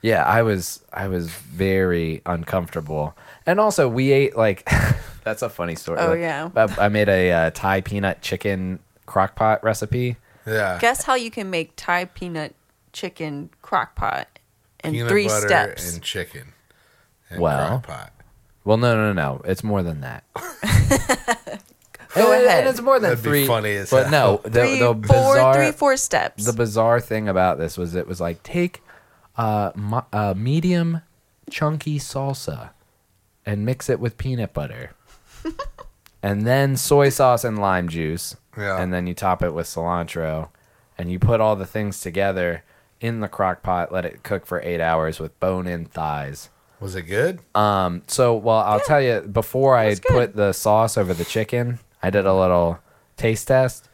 A: yeah, I was I was very uncomfortable, and also we ate like <laughs> that's a funny story.
C: Oh,
A: Like,
C: yeah.
A: I, I made a uh, Thai peanut chicken crock pot recipe.
B: Yeah.
C: Guess how you can make Thai peanut chicken crock pot in
B: Peanut
C: three
B: butter
C: steps.
B: and chicken. And
A: Well.
B: crock pot.
A: Well, no, no, no. It's more than
C: <laughs>
A: that.
C: Go
A: And-
C: ahead.
A: And it's more than
B: That'd be
A: three.
B: funny as
A: but no,
B: hell.
A: the,
C: three,
A: the
C: four,
A: bizarre,
C: three, four steps.
A: the bizarre thing about this was it was like take uh, mo- uh, medium chunky salsa and mix it with peanut butter, and then soy sauce and lime juice,
B: Yeah.
A: and then you top it with cilantro, and you put all the things together in the crock pot, let it cook for eight hours with bone-in thighs.
B: Was it good?
A: Um, so, well, I'll tell you, before I
C: was good.
A: put the sauce over the chicken, I did a little taste test,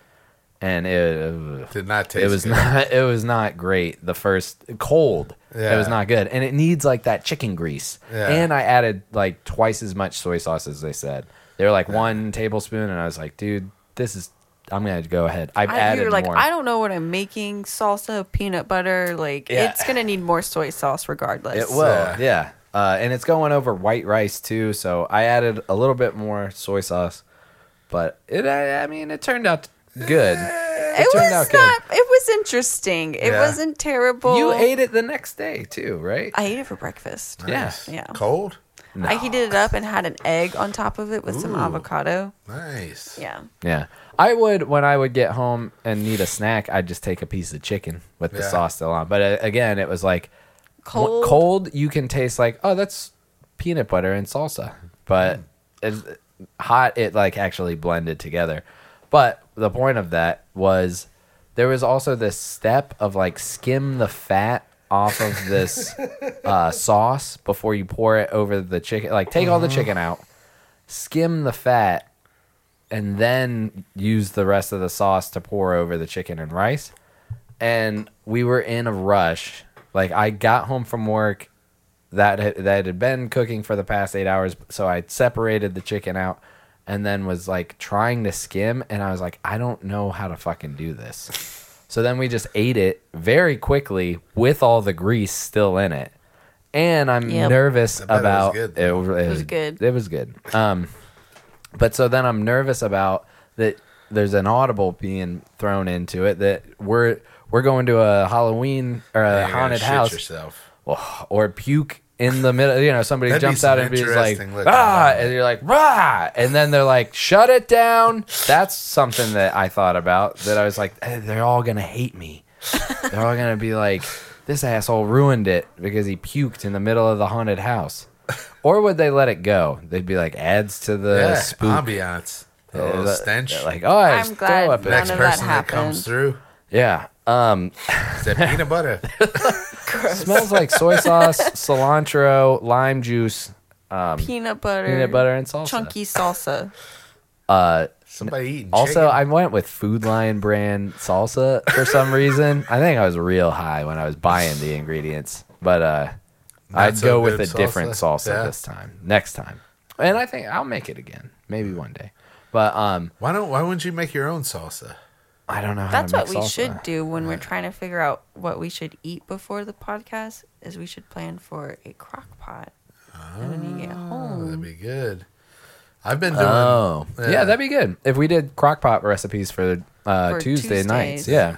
A: and it
B: Did not taste
A: it was
B: good.
A: not <laughs> it was not great. The first cold, it was
B: Yeah.
A: not good, and it needs like that chicken grease.
B: Yeah.
A: And I added like twice as much soy sauce as they said. They were like one tablespoon, and I was like, dude, this is. I'm gonna go ahead. I've
C: I,
A: added
C: you're like,
A: more.
C: I don't know what I'm making. Salsa, peanut butter, like
A: Yeah.
C: it's gonna need more soy sauce regardless.
A: It will,
B: Yeah.
A: yeah. Uh, and it's going over white rice too, so I added a little bit more soy sauce, but it, I, I mean, it turned out good. It,
C: Eh, It
A: turned
C: was not. It was interesting. It
B: Yeah.
C: wasn't terrible.
A: You ate it the next day too, right?
C: I ate it for breakfast.
A: Yeah.
B: Nice.
C: Yeah.
B: Cold?
C: I heated it up and had an egg on top of it with some avocado.
B: Nice.
C: Yeah.
A: Yeah, I would when I would get home and need a snack. I'd just take a piece of chicken with the
B: Yeah.
A: sauce still on. But uh, again, it was like w-
C: Cold.
A: cold. You can taste like oh, that's peanut butter and salsa, but it's hot. It like actually blended together. But the point of that was there was also this step of like skim the fat off of this uh, sauce before you pour it over the chicken. Like take all the chicken out, skim the fat, and then use the rest of the sauce to pour over the chicken and rice. And we were in a rush. Like I got home from work that had, that had been cooking for the past 8 hours, so I separated the chicken out and then was like trying to skim and I was like I don't know how to fucking do this. So then we just ate it very quickly with all the grease still in it. And I'm
C: Yep.
A: nervous
B: bet it was
A: about
B: good,
A: it, was- it
C: was good.
A: It was good. Um but so then I'm nervous about that. There's an audible being thrown into it that we're we're going to a Halloween or a
B: You're gonna
A: haunted
B: shit
A: house
B: yourself.
A: Oh, or puke in the middle, you know, somebody
B: That'd be
A: jumps
B: some
A: out and be like,
B: interesting looking
A: ah,
B: environment.
A: and you're like, rah, and then they're like, shut it down. That's something that I thought about that I was like, eh, they're all going to hate
B: <laughs>
A: me. They're all going to be like, this asshole ruined it because he puked in the middle of the haunted house. Or would they let it go? They'd be like, adds to the
B: yeah,
A: spook.
B: ambiance, a
A: Uh,
B: little
A: the-
B: stench.
A: Like, oh, I
C: I'm
A: was
C: glad
A: throw up in
C: none
A: it.
B: Next
C: of that
B: person that, comes
C: happened.
B: through,
A: Yeah. Um,
B: is that peanut butter?
A: smells like
C: <laughs>
A: soy sauce, cilantro, lime juice,
C: peanut butter,
A: peanut butter, and salsa. Uh,
C: chunky salsa.
B: Somebody eating.
A: Also,
B: chicken.
A: I went with Food Lion brand salsa for some reason. I think I was real high when I was buying the ingredients, but uh, I'd
B: so
A: go with a
B: good
A: different
B: salsa.
A: salsa
B: Yeah.
A: this time, next time, and I think I'll make it again, maybe one day. But um,
B: why don't why wouldn't you make your own salsa?
A: I don't know how
C: That's
A: to make
C: what we
A: salsa.
C: should do when we're trying to figure out what we should eat before the podcast. Is we should plan for a crock pot. And when you
A: Ah.
C: get
B: Oh, that'd
C: home,
B: be good. I've been doing. uh,
A: Oh, yeah.
B: Yeah.
A: that'd be good if we did crock pot recipes for, uh,
C: For
A: Tuesday nights.
C: Tuesdays.
A: Yeah,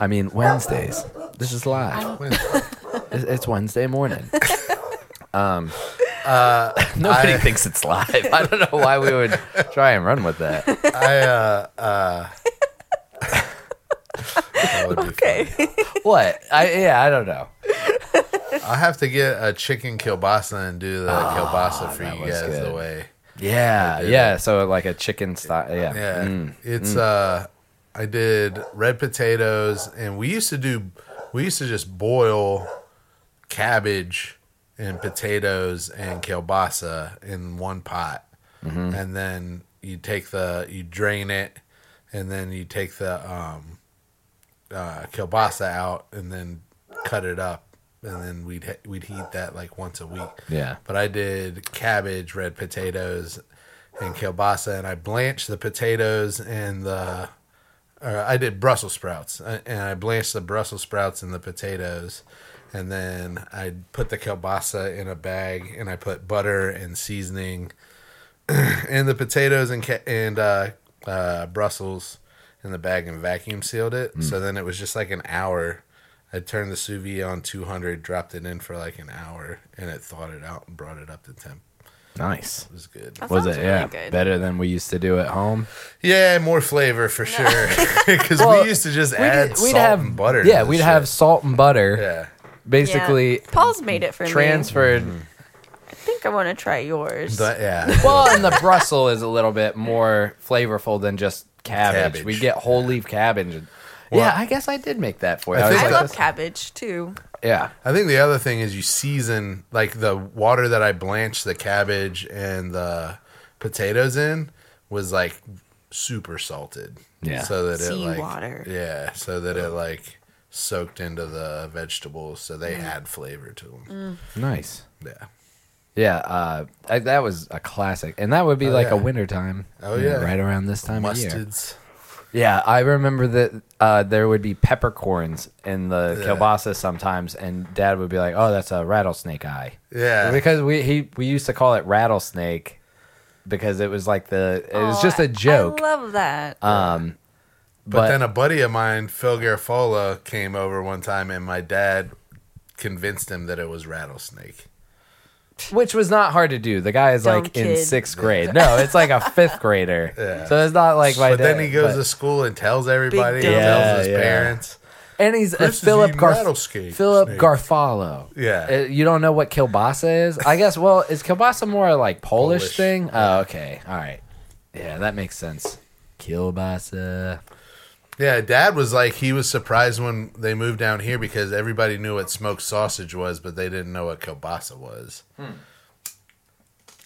A: I mean Wednesdays. This is live. It's- It's Wednesday
C: <laughs>
A: morning. um,
B: Uh,
A: <laughs> nobody thinks it's live. I don't know why we would try and run with that.
C: <laughs>
B: I uh uh. that would be okay.
A: What? I yeah, I don't know.
B: I'll have to get a chicken kielbasa and do the kielbasa for you
A: was
B: guys
A: good.
B: the way.
A: Yeah, yeah. So like a chicken style. Yeah.
B: Yeah,
A: Mm.
B: it's uh, I did red potatoes, and we used to do, we used to just boil cabbage and potatoes and kielbasa in one pot,
A: Mm-hmm.
B: and then you take the, you drain it, and then you take the um, uh, kielbasa out, and then cut it up. And then we'd he- we'd heat that like once a week.
A: Yeah.
B: But I did cabbage, red potatoes, and kielbasa, and I blanched the potatoes and the. Or I did Brussels sprouts, uh, and I blanched the Brussels sprouts and the potatoes, and then I put the kielbasa in a bag, and I put butter and seasoning, and the potatoes and ca- and uh, uh, Brussels in the bag and vacuum sealed it. So then it was just like an hour. I turned the sous vide on 200, dropped it in for like an hour, and it thawed it out and brought it up to temp.
A: Nice.
B: It was good.
C: That
A: Was
C: sounds
A: it?
C: really
A: yeah.
C: good.
A: Better than we used to do at home.
B: Yeah, more flavor
A: <laughs>
B: for sure. <laughs> Because
A: Well,
B: we used to just
A: We'd-
B: add salt and butter. to
A: Yeah,
B: this
A: we'd
B: shit.
A: have salt and butter.
B: Yeah.
A: Basically,
C: Yeah. Paul's made it for me.
A: transferred.
B: Mm-hmm.
C: I think I want to try yours.
B: The- yeah.
A: Well, and the Brussels is a little bit more flavorful than just cabbage.
B: Cabbage.
A: We get whole leaf cabbage. and- yeah, I guess I did make that for you.
B: I
A: I was
B: think
C: I
A: like,
B: that-
C: love cabbage too.
A: yeah,
B: I think the other thing is you season like the water that I blanched the cabbage and the potatoes in was like super salted.
A: Yeah.
B: So that it like
C: Seawater.
B: Yeah, so that it like soaked into the vegetables so they add flavor to them.
A: nice.
B: Yeah.
A: Yeah, uh, I, that was a classic, and that would be like
B: yeah.
A: a winter time.
B: Oh,
A: you know,
B: yeah.
A: right around this time of year.
B: Mustards.
A: Yeah, I remember that uh, there would be peppercorns in the
B: Yeah.
A: kielbasa sometimes, and Dad would be like, "Oh, that's a rattlesnake eye,"
B: Yeah.
A: because we he we used to call it rattlesnake because it was like the it was
C: Oh,
A: just
C: I-
A: a joke. Uh,
C: I love that.
B: But,
A: but-
B: then a buddy of mine, Phil Garofalo, came over one time, and my dad convinced him that it was rattlesnake.
A: Which was not hard to do. The guy is
C: Dumb
A: like in
C: kid.
A: sixth grade. No, it's like a fifth grader.
B: <laughs> Yeah.
A: So it's not like my
B: but
A: dad.
B: then he goes
A: but-
B: to school and tells everybody,
C: dumb.
B: and tells his
A: Yeah, yeah.
B: parents.
A: and he's a
B: Chris is
A: Philip
B: eating
A: Gar-
B: rattlesnake
A: Philip
B: snake.
A: Garfalo.
B: Yeah.
A: Uh, you don't know what kielbasa is? I guess. Well, is kielbasa more like Polish,
B: Polish.
A: thing? Oh, okay. All right. Yeah, that makes sense. Kielbasa.
B: Yeah, dad was like, he was surprised when they moved down here because everybody knew what smoked sausage was, but they didn't know what kielbasa was.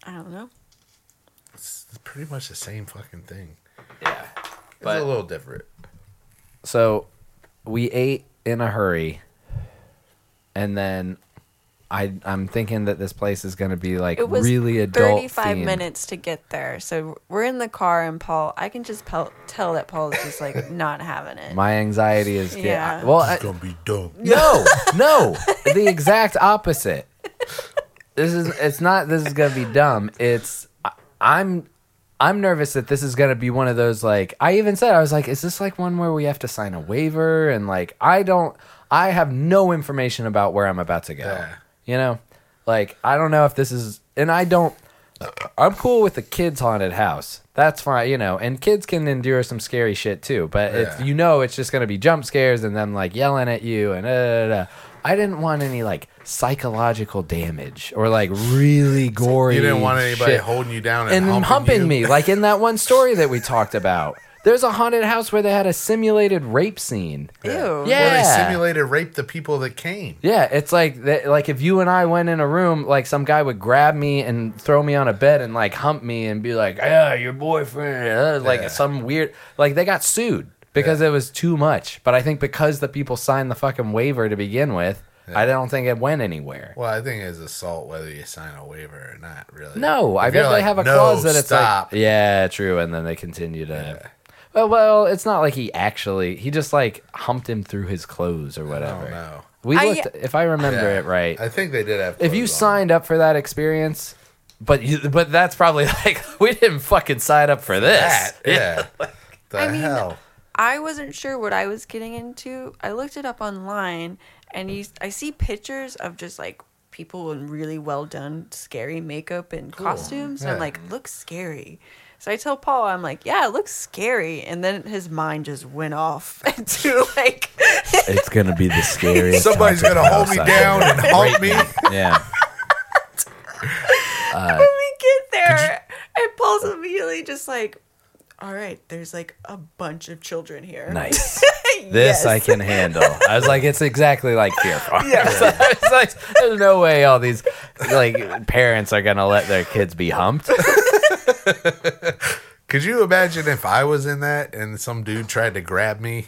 C: I don't know.
B: It's pretty much the same fucking thing.
A: Yeah.
B: It's
A: But-
B: a little different.
A: So we ate in a hurry, and then I I'm thinking that this place is going to be like
C: It was
A: really adult.
C: 35
A: themed.
C: minutes to get there. So we're in the car, and Paul, I can just pel- tell that Paul's just like <laughs> not having it.
A: My anxiety is get-
C: Yeah.
A: well, I-
B: It's going to be dumb.
A: no, no, the exact opposite. This is it's not. This is gonna be dumb. It's I, I'm I'm nervous that this is gonna be one of those like I even said I was like, is this like one where we have to sign a waiver and like I don't I have no information about where I'm about to go.
B: Yeah.
A: You know, Like, I don't know if this is, and I don't. I'm cool with the kids' haunted house. That's fine, you know. And kids can endure some scary shit too, but it's
B: Yeah.
A: you know it's just gonna be jump scares and them like yelling at you and uh, da, da, da. I didn't want any like psychological damage or like really gory.
B: You didn't want anybody
A: shit
B: holding you down and,
A: and humping,
B: you.
A: me, like in that one story that we talked about. There's a haunted house where they had a simulated rape scene.
C: Ew.
A: Yeah.
B: Well, they simulated rape the people that came.
A: Yeah, it's like that, like if you and I went in a room, like some guy would grab me and throw me on a bed and like hump me and be like, "Yeah, your boyfriend," uh, like
B: Yeah.
A: some weird. Like they got sued because it was too much. But I think because the people signed the fucking waiver to begin with, I don't think it went anywhere.
B: Well, I think it's assault whether you sign a waiver or not, really.
A: No, I
B: If you're
A: bet
B: like,
A: they have a
B: "No,
A: clause that it's
B: stop.
A: like, yeah, true, and then they continue to. Well, well, it's not like he actually. He just like humped him through his clothes or whatever.
B: know.
A: We
C: I-
A: looked, if I remember
B: Yeah.
A: it right.
B: I think they did have.
A: if you
B: clothes on.
A: signed up for that experience, but you, but that's probably <laughs> like we didn't fucking sign up for this.
B: that,
A: <laughs>
B: yeah. the
C: I mean,
B: hell?
C: I wasn't sure what I was getting into. I looked it up online, and you, I see pictures of just like people in really well done, scary makeup and costumes. And I'm
B: Yeah.
C: like, looks scary. So I tell Paul, I'm like, yeah, it looks scary. And then his mind just went off <laughs> into like, <laughs>
A: It's gonna be the scariest.
B: Somebody's gonna hold me down and <laughs> hump me.
A: Yeah.
C: when we get there, and Paul's immediately just like, all right, there's like a bunch of children here.
A: <laughs> Nice. This
C: <laughs> Yes.
A: I can handle. I was like, it's exactly like Fear Farm. <laughs> Yeah. I was like, there's no way all these like parents are gonna let their kids be <laughs> humped.
B: Could you imagine if I was in that and some dude tried to grab me?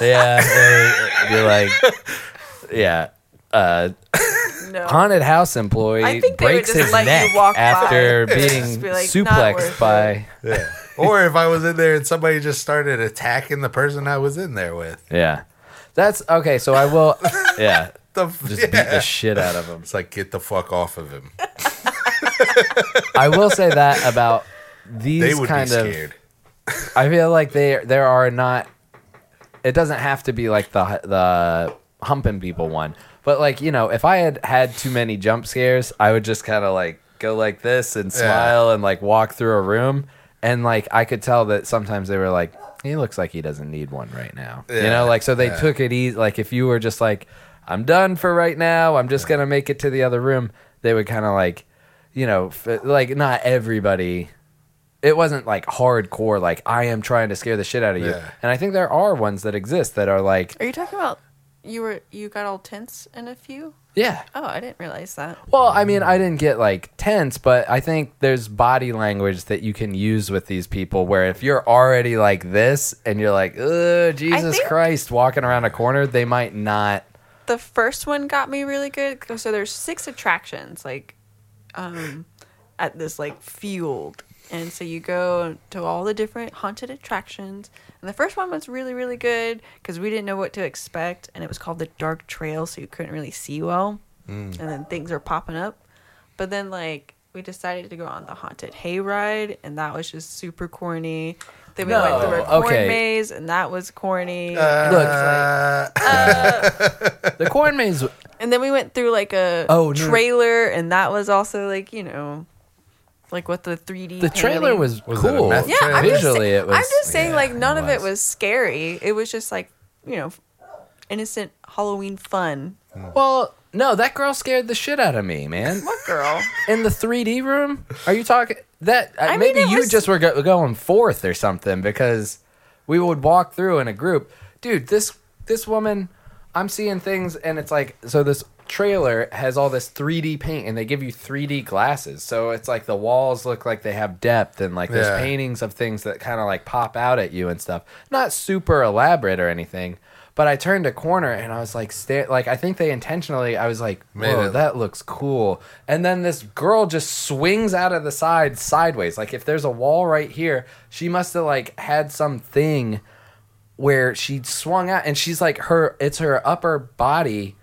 A: Yeah. they- You're like, yeah. Uh,
C: No.
A: haunted house employee
C: I think they would
A: breaks
C: just
A: his
C: let you
A: neck
C: walk by.
A: after
C: They would
A: being
C: just be like, "Not worth
A: suplexed
C: it."
A: by.
B: Yeah. or if I was in there and somebody just started attacking the person I was in there with.
A: Yeah. That's okay. So I
B: <laughs>
A: will. Yeah.
B: The f-
A: Just
B: yeah.
A: beat the shit out of him.
B: It's like get the fuck off of him.
A: I will say that about these
B: They would be
A: kind of.
B: scared.
A: I feel like they there are not. It doesn't have to be like the the humping people one, but like you know, if I had had too many jump scares, I would just kind of like go like this and smile and like walk through a room, and like I could tell that sometimes they were like, he looks like he doesn't need one right now, you
B: Yeah,
A: know, like so they
B: yeah.
A: took it easy. Like if you were just like, I'm done for right now, I'm just gonna make it to the other room, they would kind of like, you know, f- like not everybody it wasn't like hardcore like i am trying to scare the shit out of you
B: Yeah.
A: and i think there are ones that exist that are like
C: Are you talking about you were you got all tense in a few?
A: yeah
C: Oh, I didn't realize that.
A: well i mean i didn't get like tense but i think there's body language that you can use with these people where if you're already like this and you're like Ugh, jesus
C: think-
A: christ walking around a corner they might not
C: The first one got me really good. Oh, So there's six attractions like um at this like field. And so you go to all the different haunted attractions. And the first one was really really good cuz we didn't know what to expect and it was called the dark trail so you couldn't really see well.
A: Mm.
C: And then things are popping up. But then like we decided to go on the haunted hayride and that was just super corny. Then we went through a
A: No,
C: corn
A: okay.
C: maze and that was corny.
B: Uh, <laughs>
A: the corn maze
C: And then we went through like a
A: Oh, no.
C: trailer, and that was also like you know, like what the three D.
A: the trailer was,
B: Was it a
A: cool
B: meth
C: yeah. I'm just
A: visually
C: sa-
A: it was
C: I'm just saying,
A: yeah,
C: like none of it
A: was.
C: was scary. It was just like you know, innocent Halloween fun.
A: well no that girl scared the shit out of me man
C: What girl?
A: in the 3D room? Are you talking that? uh,
C: I mean,
A: maybe
C: it
A: you
C: was-
A: just were go- going fourth or something because we would walk through in a group. Dude, this this woman, I'm seeing things, and it's like so. This trailer has all this 3D paint, and they give you 3D glasses, so it's like the walls look like they have depth, and like there's
B: Yeah.
A: paintings of things that kind of like pop out at you and stuff. Not super elaborate or anything. But I turned a corner and I was like, sta- like I think they intentionally. I was like,
B: Made
A: whoa,
B: it-
A: that looks cool. And then this girl just swings out of the side sideways. Like if there's a wall right here, she must have like had some thing where she swung out and she's like her it's her upper body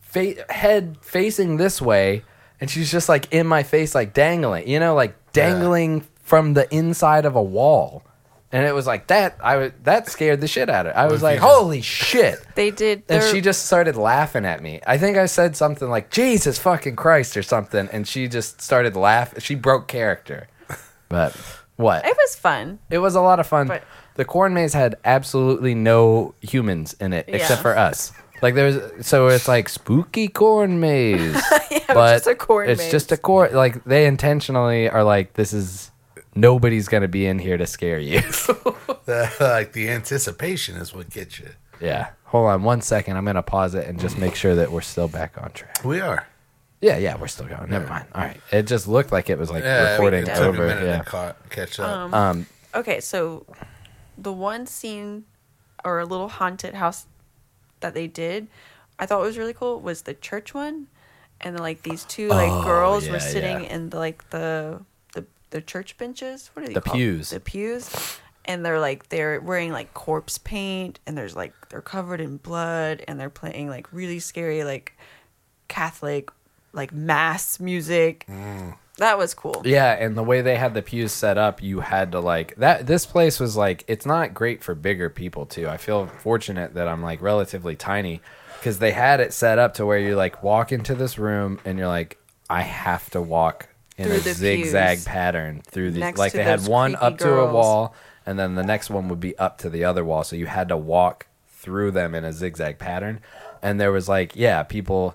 A: fa- head facing this way and she's just like in my face like dangling, you know, like dangling from the inside of a wall. and it was like that. I was that scared the shit out of. Her. I was
B: Luffy
A: like,
B: just-
A: holy shit!
C: They did.
A: And
C: their-
A: she just started laughing at me. I think I said something like "Jesus fucking Christ" or something, and she just started laugh. She broke character. But what?
C: It was fun.
A: It was a lot of fun.
C: But-
A: the corn maze had absolutely no humans in it except
C: Yeah.
A: for us. Like there was, so it's like spooky corn
C: <laughs>
A: maze, but
C: just a corn
A: it's
C: maze.
A: just a corn. Like they intentionally are like, this is nobody's gonna be in here to scare you. <laughs>
B: The, like the anticipation is what gets you.
A: yeah. Hold on one second. I'm gonna pause it and just make sure that we're still back on track.
B: We are.
A: Yeah, yeah, we're still going. Never mind. All right. It just looked like it was like
B: Yeah,
A: recording
B: it took
A: over.
B: a minute
A: Yeah. Um.
B: to ca- catch up.
C: Okay, so the one scene or a little haunted house that they did, I thought was really cool was the church one, and then, like these two like
A: Oh,
C: girls
A: yeah,
C: were sitting
A: yeah.
C: in the, like the the the church benches. What are they
A: The
C: called?
A: pews.
C: The pews. And they're like they're wearing like corpse paint, and there's like they're covered in blood, and they're playing like really scary like Catholic like mass music. That was cool.
A: Mm. Yeah, and the way they had the pews set up, you had to like that. This place was like it's not great for bigger people too. I feel fortunate that I'm like relatively tiny because they had it set up to where you like walk into this room and you're like, I have to walk in
C: Through
A: a
C: the
A: zigzag
C: pews.
A: pattern through these.
C: Next
A: Like
C: to
A: they had
C: those
A: one
C: creepy
A: up to a
C: girls.
A: wall, and then the next one would be up to the other wall. So you had to walk through them in a zigzag pattern. And there was like, yeah, people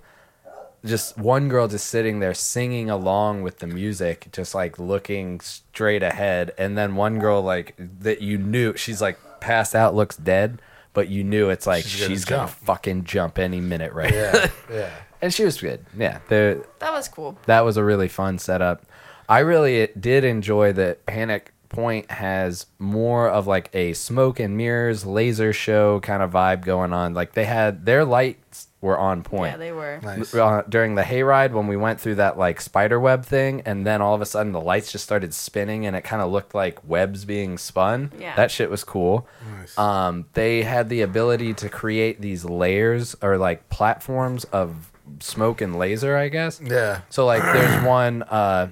A: just one girl just sitting there singing along with the music, just like looking straight ahead. And then one girl, like that you knew, she's like passed out, looks dead, but you knew it's like she's
B: She's
A: gonna,
B: gonna jump.
A: fucking jump any minute, right? <laughs>
B: yeah, yeah.
A: and she was good. Yeah, there,
C: That was cool.
A: that was a really fun setup. I really did enjoy that Panic Point has more of like a smoke and mirrors laser show kind of vibe going on. Like they had their lights were on point
C: Yeah, they were.
B: Nice.
A: uh, during the hayride when we went through that like spider web thing, and then all of a sudden the lights just started spinning, and it kind of looked like webs being spun.
C: Yeah.
A: that shit was cool.
B: Nice.
A: Um, they had the ability to create these layers or like platforms of smoke and laser, I guess.
B: Yeah.
A: So like,
B: <clears throat>
A: there's one. Uh,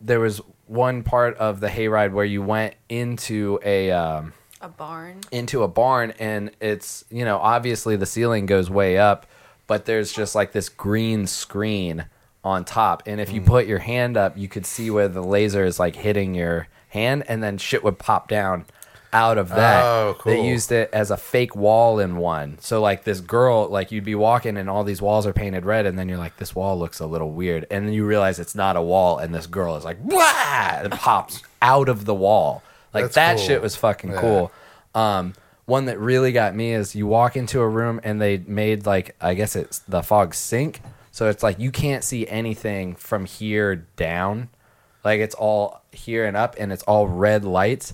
A: there was one part of the hayride where you went into a. Um,
C: A barn.
A: into a barn and it's you know obviously the ceiling goes way up but there's just like this green screen on top and
B: Mm.
A: if you put your hand up you could see where the laser is like hitting your hand and then shit would pop down out of that
B: Oh, cool.
A: they used it as a fake wall in one so like this girl like you'd be walking and all these walls are painted red and then you're like this wall looks a little weird and then you realize it's not a wall and this girl is like Wah! and pops out of the wall like
B: That's
A: that
B: cool.
A: shit was fucking
B: Yeah.
A: cool um, one that really got me is you walk into a room and they made like I guess it's the fog sink, so it's like you can't see anything from here down, like it's all here and up, and it's all red lights.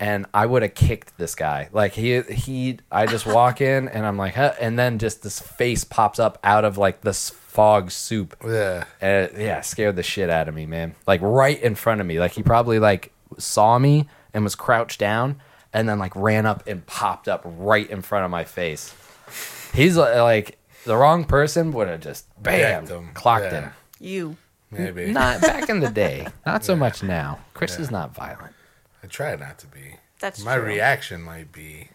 A: And I would have kicked this guy. Like he he, I just walk in and I'm like, huh? and then just this face pops up out of like this fog soup.
B: Yeah.
A: Uh, yeah, scared the shit out of me, man. Like right in front of me. Like he probably like saw me and was crouched down, and then like ran up and popped up right in front of my face. He's li- like the wrong person would have just bam
B: Clocked him.
A: clocked
B: Yeah.
A: him.
C: You.
B: Maybe.
A: Not back in the
C: <laughs>
A: day. Not so much now. Chris is not violent.
B: I try not to be.
C: That's
B: my
C: true.
B: reaction might be.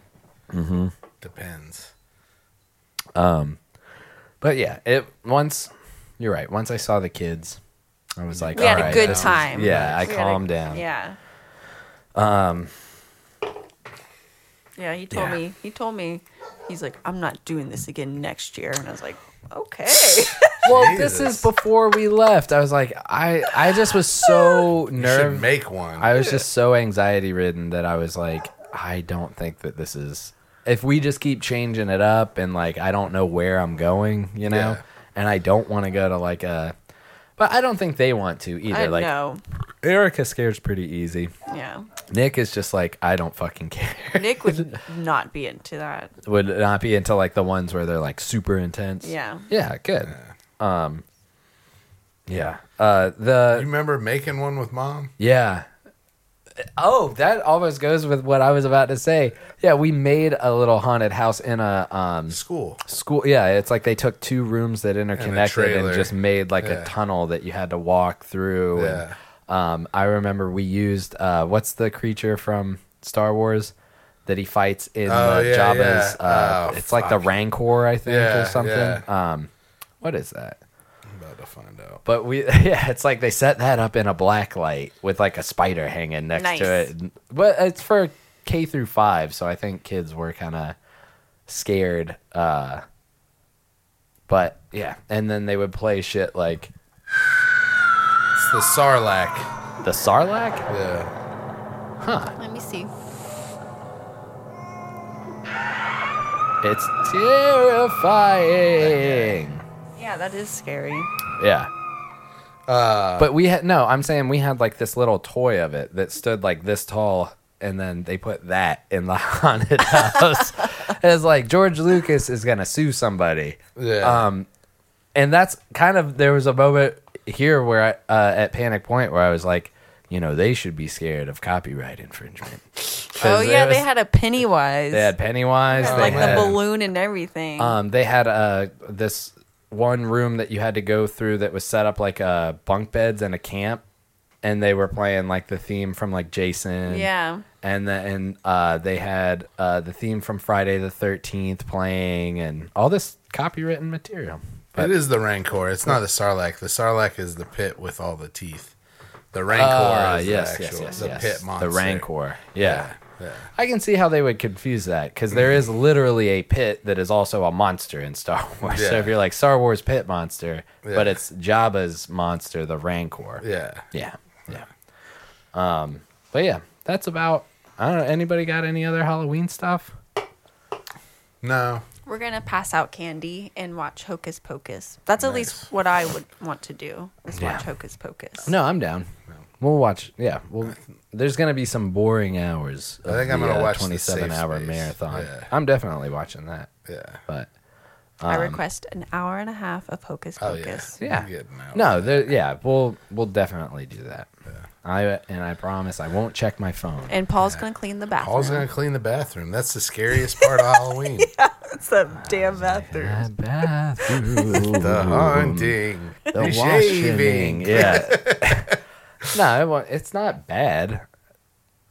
B: Depends.
A: But yeah, it once you're right. Once I saw the kids, I was like,
C: We had
A: all
C: a
A: right,
C: good
A: this is-
C: time.
A: yeah, I
C: We had a-
A: calmed down. Um,
C: Yeah. Um. Yeah, he told
A: yeah.
C: me. He told me. He's like, I'm not doing this again next year, and I was like,
A: <laughs>
C: okay.
A: Well,
B: Jesus.
A: this is before we left. I was like, I, I just was <laughs> so
B: You should
A: nerve.
B: make one.
A: I was just so anxiety ridden that I was like, I don't think that this is. If we just keep changing it up and like, I don't know where I'm going, you know,
B: Yeah.
A: and I don't want to go to like a. But I don't think they want to either.
C: I
A: like
C: know.
A: Erica scares pretty easy.
C: Yeah.
A: Nick is just like I don't fucking <laughs> care.
C: Nick would not be into that.
A: Would not be into like the ones where they're like super intense.
C: Yeah.
A: Yeah. Good. Um. Yeah. Uh. The
B: you remember making one with mom?
A: Yeah. Oh, that almost goes with what I was about to say. Yeah, we made a little haunted house in a um,
B: School.
A: school. Yeah, it's like they took two rooms that interconnected and,
B: trailer.
A: just made like
B: Yeah.
A: a tunnel that you had to walk through.
B: Yeah.
A: And, Um, I remember we used uh, what's the creature from Star Wars that he fights in
B: Oh,
A: the
B: yeah,
A: Jabba's?
B: yeah.
A: Uh,
B: Oh,
A: it's like the
B: fuck.
A: Rancor, I think,
B: Yeah,
A: or something. Um, what is that?
B: I'm about to find out.
A: But we, <laughs> yeah, it's like they set that up in a black light with like a spider hanging next
C: Nice.
A: to it. But it's for K through five, so I think kids were kind of scared. Uh, but yeah, and then they would play shit like
B: It's the Sarlacc.
A: the Sarlacc.
B: Yeah.
C: Let me see.
A: It's terrifying.
C: Yeah, that is scary.
A: Yeah.
B: Uh,
A: But we had no, I'm saying we had like this little toy of it that stood like this tall and then they put that in the <laughs> haunted house. it's like George Lucas is gonna sue somebody.
B: yeah.
A: Um and that's kind of there was a moment here where I uh, at Panic Point where I was like, you know, they should be scared of copyright infringement. 'Cause
C: Oh
A: it
C: yeah, they
A: was-
C: had a Pennywise.
A: they had Pennywise,
C: And,
A: they
C: like
A: had,
C: the balloon and everything.
A: um, they had uh, this one room that you had to go through that was set up like uh, bunk beds and a camp, and they were playing like the theme from like Jason.
C: yeah.
A: And then uh, they had uh, the theme from Friday the Thirteenth playing, and all this copywritten material.
B: it is the Rancor. It's not the Sarlacc. The Sarlacc is the pit with all the teeth. The Rancor
A: Ah,
B: is
A: yes,
B: the
A: yes,
B: actual
A: yes,
B: the
A: yes.
B: pit monster.
A: The Rancor. Yeah.
B: Yeah.
A: I can see how they would confuse that because there is
B: Mm-hmm.
A: literally a pit that is also a monster in Star <laughs> Wars. So
B: Yeah.
A: if you're like Star Wars pit monster,
B: Yeah.
A: but it's Jabba's monster, the Rancor.
B: Yeah.
A: Yeah. Yeah. Um, but yeah, that's about I don't know, anybody got any other Halloween stuff?
B: No.
C: We're gonna pass out candy and watch Hocus Pocus. That's at
B: Nice.
C: least what I would want to do is
A: Yeah.
C: watch Hocus Pocus.
A: No, I'm down. We'll watch yeah, well there's gonna be some boring hours. Of
B: I think I'm
A: the,
B: gonna
A: uh,
B: watch the
A: twenty seven
B: Safe
A: hour
B: Space.
A: marathon.
B: Yeah.
A: I'm definitely watching that.
B: Yeah.
A: But
C: I request an hour and a half of Hocus
B: Oh, yeah.
C: Pocus.
A: yeah.
B: You're getting out
A: No, there yeah, we'll we'll definitely do that. I and I promise I won't check my phone.
C: And Paul's gonna clean the bathroom.
B: Paul's gonna clean the bathroom. That's the scariest part of Halloween.
C: <laughs> It's the damn bathroom. <laughs>
A: That bathroom.
B: <laughs> The haunting. The,
A: the
B: shaving.
A: washing.
B: <laughs>
A: Yeah. <laughs> no, it, wa- it's not bad.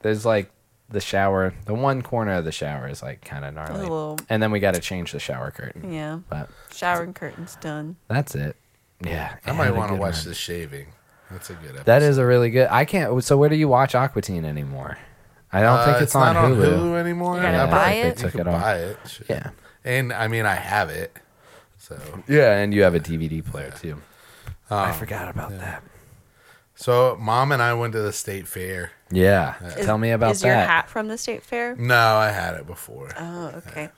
A: There's like the shower. The one corner of the shower is like kind of gnarly,
C: little- Mm.
A: and then we got to change the shower curtain.
C: Yeah.
A: But
C: Shower curtain's done.
A: that's it. Yeah,
B: I
A: it
B: might
A: had a
B: want to
A: good
B: watch
A: run.
B: the shaving. That's a good episode.
A: That is a really good. I can't. So where do you watch Aquatine anymore? I don't think
B: Uh,
A: it's, on,
B: not
A: Hulu.
B: on Hulu anymore.
C: You gotta
B: I
A: Yeah,
B: bet
C: buy
A: I think
C: it?
A: They
B: You
A: took
B: can
A: it off.
B: buy it. Shit.
A: Yeah.
B: And I mean, I have it. So,
A: Yeah, and you have a DVD player too.
B: Oh,
A: I forgot about that.
B: so mom and I went to the state fair.
A: Yeah,
C: Is-
A: tell me about
C: Is
A: that.
C: your hat from the state fair?
B: No, I had it before.
C: Oh, okay.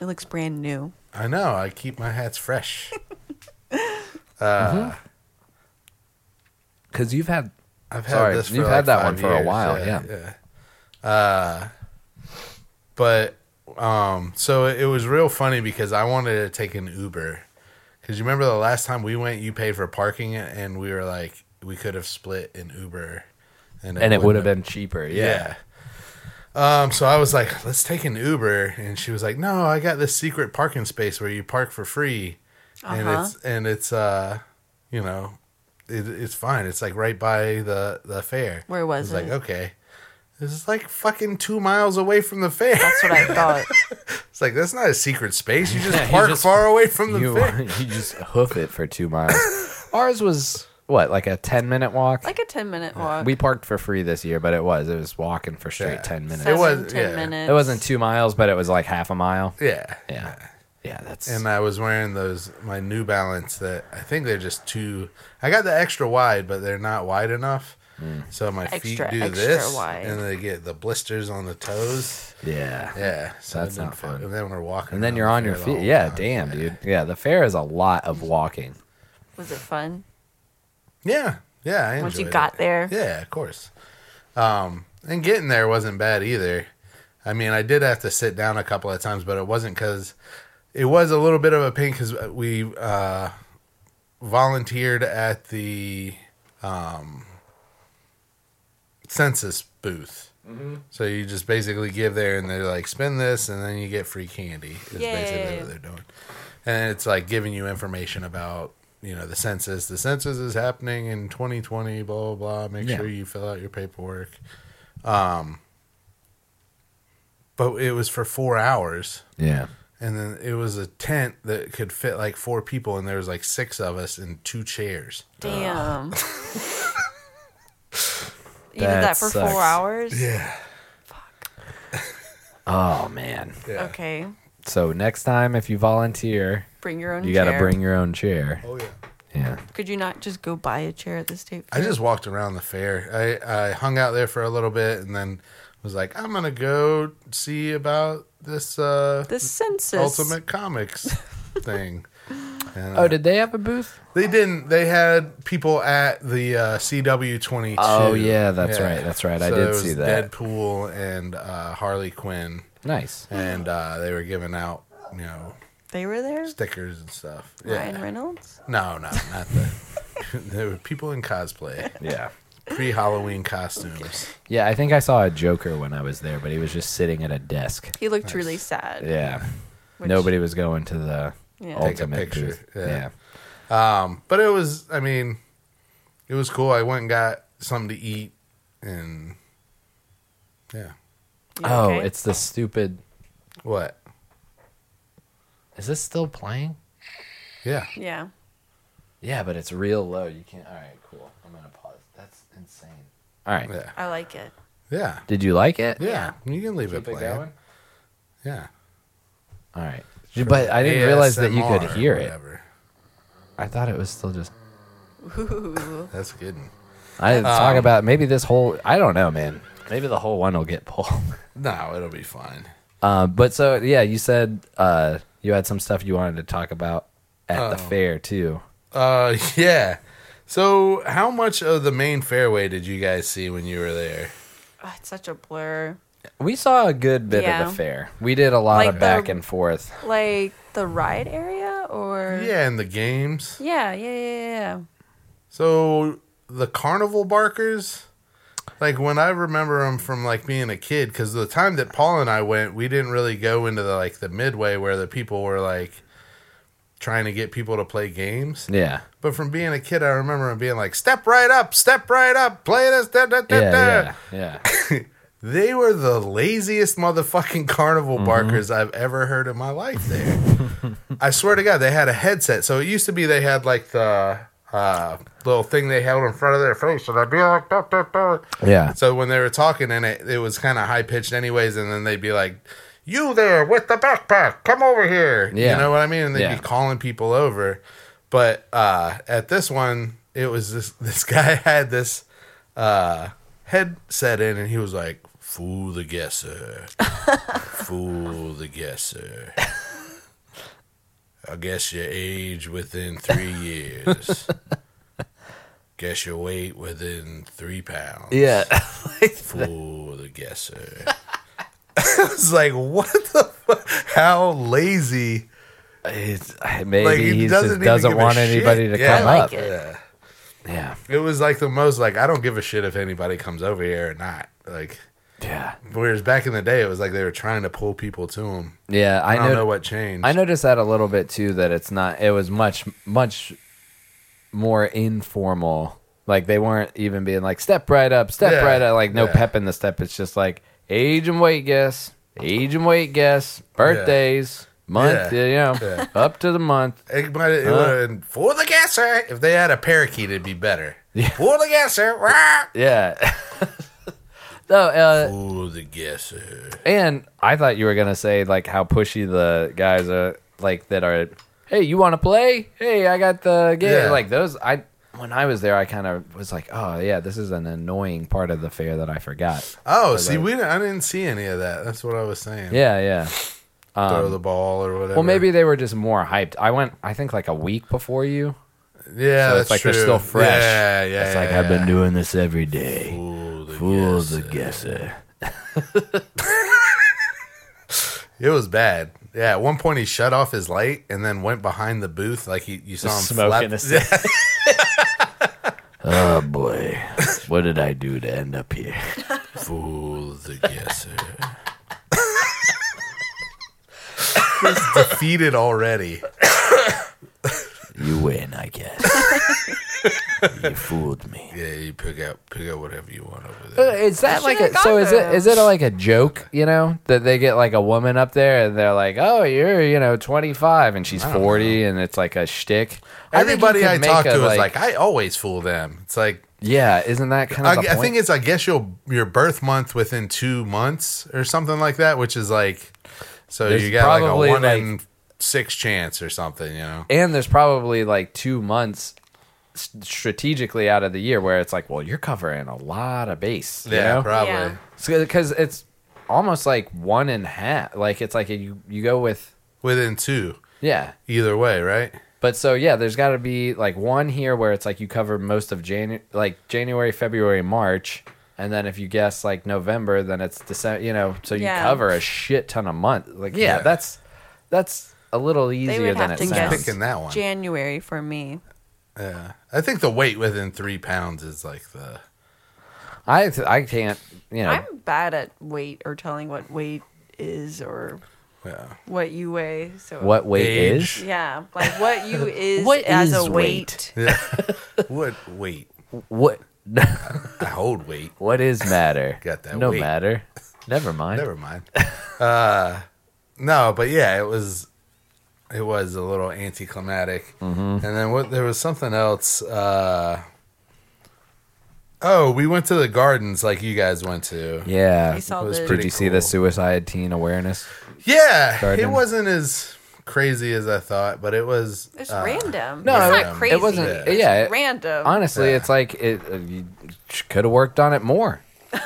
C: It looks brand new.
B: I know. I keep my hats fresh.
A: Because you've had
B: I've had
A: Sorry,
B: this. For
A: you've
B: like
A: had that
B: five
A: one for a
B: years.
A: while,
B: yeah. Uh, but um, so it was real funny because I wanted to take an Uber because you remember the last time we went, you paid for parking, and we were like, we could have split an Uber,
A: and it would have
B: wouldn't
A: been cheaper. Yeah.
B: Yeah. Um, so I was like, let's take an Uber, and she was like, no, I got this secret parking space where you park for free, and
C: Uh-huh.
B: it's and it's uh, you know, it, it's fine. It's like right by the the fair.
C: Where was
B: I was
C: it?
B: like, okay, this is like fucking two miles away from the fair. <laughs>
C: That's what I thought.
B: it's like that's not a secret space. You
A: Yeah,
B: just
A: you
B: park
A: just-
B: far away from the
A: You <laughs>
B: fair.
A: you just hoof it for two miles.
B: <laughs>
A: Ours was what like a ten minute walk.
C: like a 10 minute walk.
A: we parked for free this year, but it was it was walking for straight
B: Yeah.
A: ten minutes.
C: Seven,
B: It was-
C: 10
B: yeah.
C: minutes.
A: It wasn't two miles, but it was like half a mile.
B: Yeah,
A: Yeah, yeah, that's
B: And I was wearing those my New Balance that I think they're just too. I got the extra wide, but they're not wide enough.
A: Mm.
B: So my feet
C: Extra,
B: do
C: extra
B: this,
C: wide.
B: and they get the blisters on the toes.
A: yeah.
B: Yeah, so
A: That's
B: it didn't
A: not
B: fit.
A: fun.
B: And then we're walking,
A: And then
B: around
A: you're on your
B: the fair the
A: feet.
B: whole
A: Yeah,
B: time.
A: damn, dude. Yeah, the fair is a lot of walking.
C: Was it fun?
B: Yeah, yeah. I
C: Once you
B: enjoyed
C: got
B: it.
C: there.
B: yeah, of course. Um, and getting there wasn't bad either. I mean, I did have to sit down a couple of times, but it wasn't because it was a little bit of a pain because we uh, volunteered at the um, census booth. So you just basically give there, and they're like, spend this, and then you get free candy. Is basically
C: Yay.
B: what they're doing, and it's like giving you information about you know, the census. The census is happening in 2020, blah, blah, blah. Make
A: Yeah.
B: sure you fill out your paperwork. Um, but it was for four hours.
A: Yeah.
B: And then it was a tent that could fit like four people, and there was like six of us in two chairs.
C: Damn. <laughs> you did
A: That
C: that for
A: sucks.
C: four hours?
B: Yeah.
A: Oh man.
B: Yeah.
C: Okay.
A: So next time if you volunteer,
C: Bring your own
A: you
C: chair.
A: got to bring your own chair.
B: Oh, yeah.
A: Yeah.
C: Could you not just go buy a chair at the state
B: I
C: fair?
B: just walked around the fair. I, I hung out there for a little bit and then was like, I'm going to go see about this uh,
C: the census.
B: Ultimate Comics thing. And, uh,
A: Oh, did they have a booth?
B: they didn't. They had people at the uh, CW 22.
A: Oh, yeah, that's right, that's right. I did
B: it was
A: see that.
B: Deadpool and uh, Harley Quinn.
A: Nice.
B: And uh, they were giving out, you know,
C: They were there?
B: stickers and stuff.
C: Ryan
B: Yeah.
C: Reynolds?
B: No, no, not that. <laughs> there were people in cosplay,
A: Yeah.
B: pre Halloween costumes.
A: Yeah, I think I saw a Joker when I was there, but he was just sitting at a desk.
C: He looked really sad.
A: Yeah.
C: which-
A: Nobody was going to the
C: Yeah. Take a
A: ultimate
B: picture,
A: booth.
B: yeah.
A: yeah.
B: Um, But it was, I mean, it was cool. I went and got something to eat, and yeah,
C: You
A: Oh,
C: okay?
A: it's the stupid.
B: what?
A: Is this still playing?
B: Yeah,
C: Yeah.
A: Yeah, but it's real low. You can't. All right, cool. I'm gonna pause. That's insane. All right.
B: yeah,
C: I like it.
B: yeah,
A: Did you like it?
B: yeah. You can leave
A: Keep
B: it
A: it
B: playing.
A: going.
B: Yeah,
A: All right. But I didn't realize that you
B: ASMR
A: could hear
B: or
A: it.
B: whatever.
A: I thought it was still just.
C: Ooh.
B: That's good.
A: I
B: Um,
A: didn't talk about maybe this whole. I don't know, man. Maybe the whole one will get pulled. <laughs>
B: No, it'll be fine.
A: Uh, but so yeah, you said uh, you had some stuff you wanted to talk about at the
B: Oh.
A: fair too.
B: Uh, <laughs> yeah. So, how much of the main fairway did you guys see when you were there?
C: Ah, it's such a blur.
A: We saw a good bit of
C: Yeah.
A: the fair. We did a lot
C: Like
A: of back
C: the-
A: and forth.
C: Like the ride area or
B: Yeah, and the games.
C: Yeah, yeah, yeah, yeah.
B: So the carnival barkers, like when I remember them from like being a kid, because the time that Paul and I went, we didn't really go into the like the midway where the people were like trying to get people to play games.
A: Yeah,
B: But from being a kid, I remember him being like, "Step right up, step right up, play this." Da, da, da,
A: yeah,
B: da.
A: yeah, yeah.
B: They were the laziest motherfucking <laughs> carnival
A: Mm-hmm.
B: barkers I've ever heard in my life there. I swear to God, they had a headset. So it used to be they had like the uh, little thing they held in front of their face. And I'd be like, "Da, da, da."
A: Yeah.
B: So when they were talking in it, it was kind of high pitched, anyways. And then they'd be like, You there with the backpack, come over here.
A: Yeah.
B: You know what I mean? And they'd
A: Yeah.
B: be calling people over. But uh, at this one, it was this, <laughs> this guy had this uh, headset in and he was like, Fool the
A: <laughs>
B: guesser. Fool the guesser. I guess your age within three
A: <laughs>
B: years. guess your weight within three pounds.
A: Yeah.
B: Fool the guesser. <laughs> I was like, what the fuck? How lazy.
A: <laughs> It's, maybe
B: Like, he
A: he
B: doesn't
A: just
B: even
A: doesn't
B: give a
A: want
B: shit.
A: anybody to
B: Yeah.
A: come
B: I
C: like
A: up.
C: it.
B: Yeah.
A: Yeah.
B: It was like the most, like, I don't give a shit if anybody comes over here or not. Like,
A: Yeah.
B: whereas back in the day, it was like they were trying to pull people to them.
A: Yeah. I,
B: I, don't
A: know,
B: know what changed.
A: I noticed that a little bit too, that it's not, it was much, much more informal. Like they weren't even being like, step right up, step
B: Yeah.
A: right up. Like no
B: Yeah.
A: pep in the step. It's just like age and weight guess, age and weight guess, birthdays, month,
B: Yeah.
A: you know,
B: Yeah.
A: up to the month.
B: It might it would've been, for the guesser. If they had a parakeet, it'd
A: <laughs>
B: be better. For the guesser. Rah! <laughs>
A: Yeah. <laughs> no, uh,
B: For the guesser.
A: And I thought you were gonna say like how pushy the guys are, like that are. Hey, you want to play? Hey, I got the game.
B: Yeah.
A: Like those, I when I was there, I kind of was like, oh yeah, this is an annoying part of the fair that I forgot.
B: Oh, see, we didn't, I didn't see any of that. That's what I was saying.
A: Yeah, yeah.
B: Throw the ball or whatever.
A: Well, maybe they were just more hyped. I went, I think, like a week before you.
B: Yeah,
A: So
B: that's
A: it's like
B: true.
A: they're still fresh.
B: Yeah, yeah.
A: it's
B: yeah,
A: like
B: yeah.
A: I've been doing this every day.
B: Fool the
A: Fool
B: guess.
A: the guesser.
B: It was bad. Yeah, at one point he shut off his light and then went behind the booth like he you saw him flap. <laughs>
A: Smoking this. oh
B: <laughs>
A: boy, what did I do to end up here?
B: Fool the guesser. He's defeated already.
A: You win, I guess.
B: <laughs>
A: you fooled me.
B: Yeah, you pick out pick out whatever you want over
A: Uh,
B: there.
A: Is that
C: I
A: like
C: should've
A: a so?
C: gone
A: Is
C: there.
A: it is it a, like a joke? You know that they get like a woman up there and they're like, "Oh, you're you know 25 and she's 40 and it's like a shtick." I think you
B: Everybody
A: could
B: I
A: make
B: talk
A: a,
B: to is like, I always fool them. It's like
A: "Yeah, isn't that kind
B: I,
A: of the
B: I
A: point?"
B: think it's I guess your your birth month within two months or something like that, which is like so
A: There's
B: you got like a
A: probably,
B: one
A: like-
B: in six chance or something, you know.
A: and there's probably like two months s- strategically out of the year where it's like, well, you're covering a lot of base. you
B: Yeah,
A: know?
B: probably.
C: Yeah.
A: because it's almost like one and half. Like it's like you you go with
B: Within two.
A: yeah.
B: Either way, right?
A: But so yeah, there's got to be like one here where it's like you cover most of January, like January, February, March, and then if you guess like November, then it's December. You know, so you
C: Yeah.
A: cover a shit ton of month. Like yeah,
B: Yeah.
A: that's that's a little easier
C: would
A: than it
C: have to
A: sounds.
C: guess.
B: Picking that one.
C: January for me.
B: Yeah. I think the weight within three pounds is like the
A: I th- I can't. You know,
C: I'm bad at weight or telling what weight is or
B: yeah.
A: <laughs>
C: what you weigh. So
A: what weight
B: Age.
A: is.
C: Yeah, like what you
A: <laughs>
C: is
A: What
C: as
A: is
C: a
A: weight?
C: weight.
B: what weight?
A: What <laughs>
B: I hold weight.
A: what is matter?
B: <laughs> Got that
A: No
B: weight.
A: matter. Never mind.
B: <laughs> Never mind. <laughs> Uh no, but yeah, it was it was a little anticlimactic.
A: Mm-hmm.
B: And then what there was something else uh Oh, we went to the gardens like you guys went to.
A: Yeah.
C: We saw
B: It was
C: the
A: Did
B: pretty
A: you see the
B: cool.
A: suicide teen awareness?
B: Yeah, it
A: Garden.
B: wasn't as crazy as I thought, but it was
C: It's
B: uh,
C: random.
A: No,
C: it's
A: it-
C: not crazy.
A: it wasn't.
B: Yeah.
A: Yeah, it-
C: random.
A: honestly,
B: Yeah.
A: it's like it, uh, you could have worked on it more.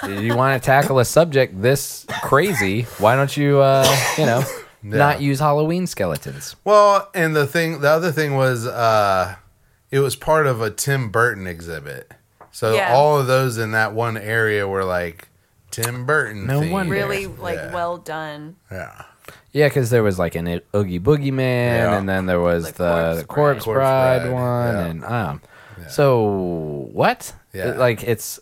A: you want to tackle a subject this crazy? Why don't you, uh, you
B: <laughs>
A: know, not use Halloween skeletons?
B: Well, and the thing, the other thing was, uh, it was part of a Tim Burton exhibit. So
C: Yeah.
B: all of those in that one area were like Tim Burton.
A: No
B: themed.
A: wonder.
C: really like
B: Yeah.
C: well done.
B: Yeah.
A: Yeah, because there was like an it- Oogie Boogie Man,
B: Yeah.
A: and then there was
C: The
A: the,
C: Corpse
A: the Corpse,
B: Bride.
A: Bride,
B: Corpse Bride,
A: one,
B: yeah.
A: and um, so what?
B: Yeah.
A: It- like it's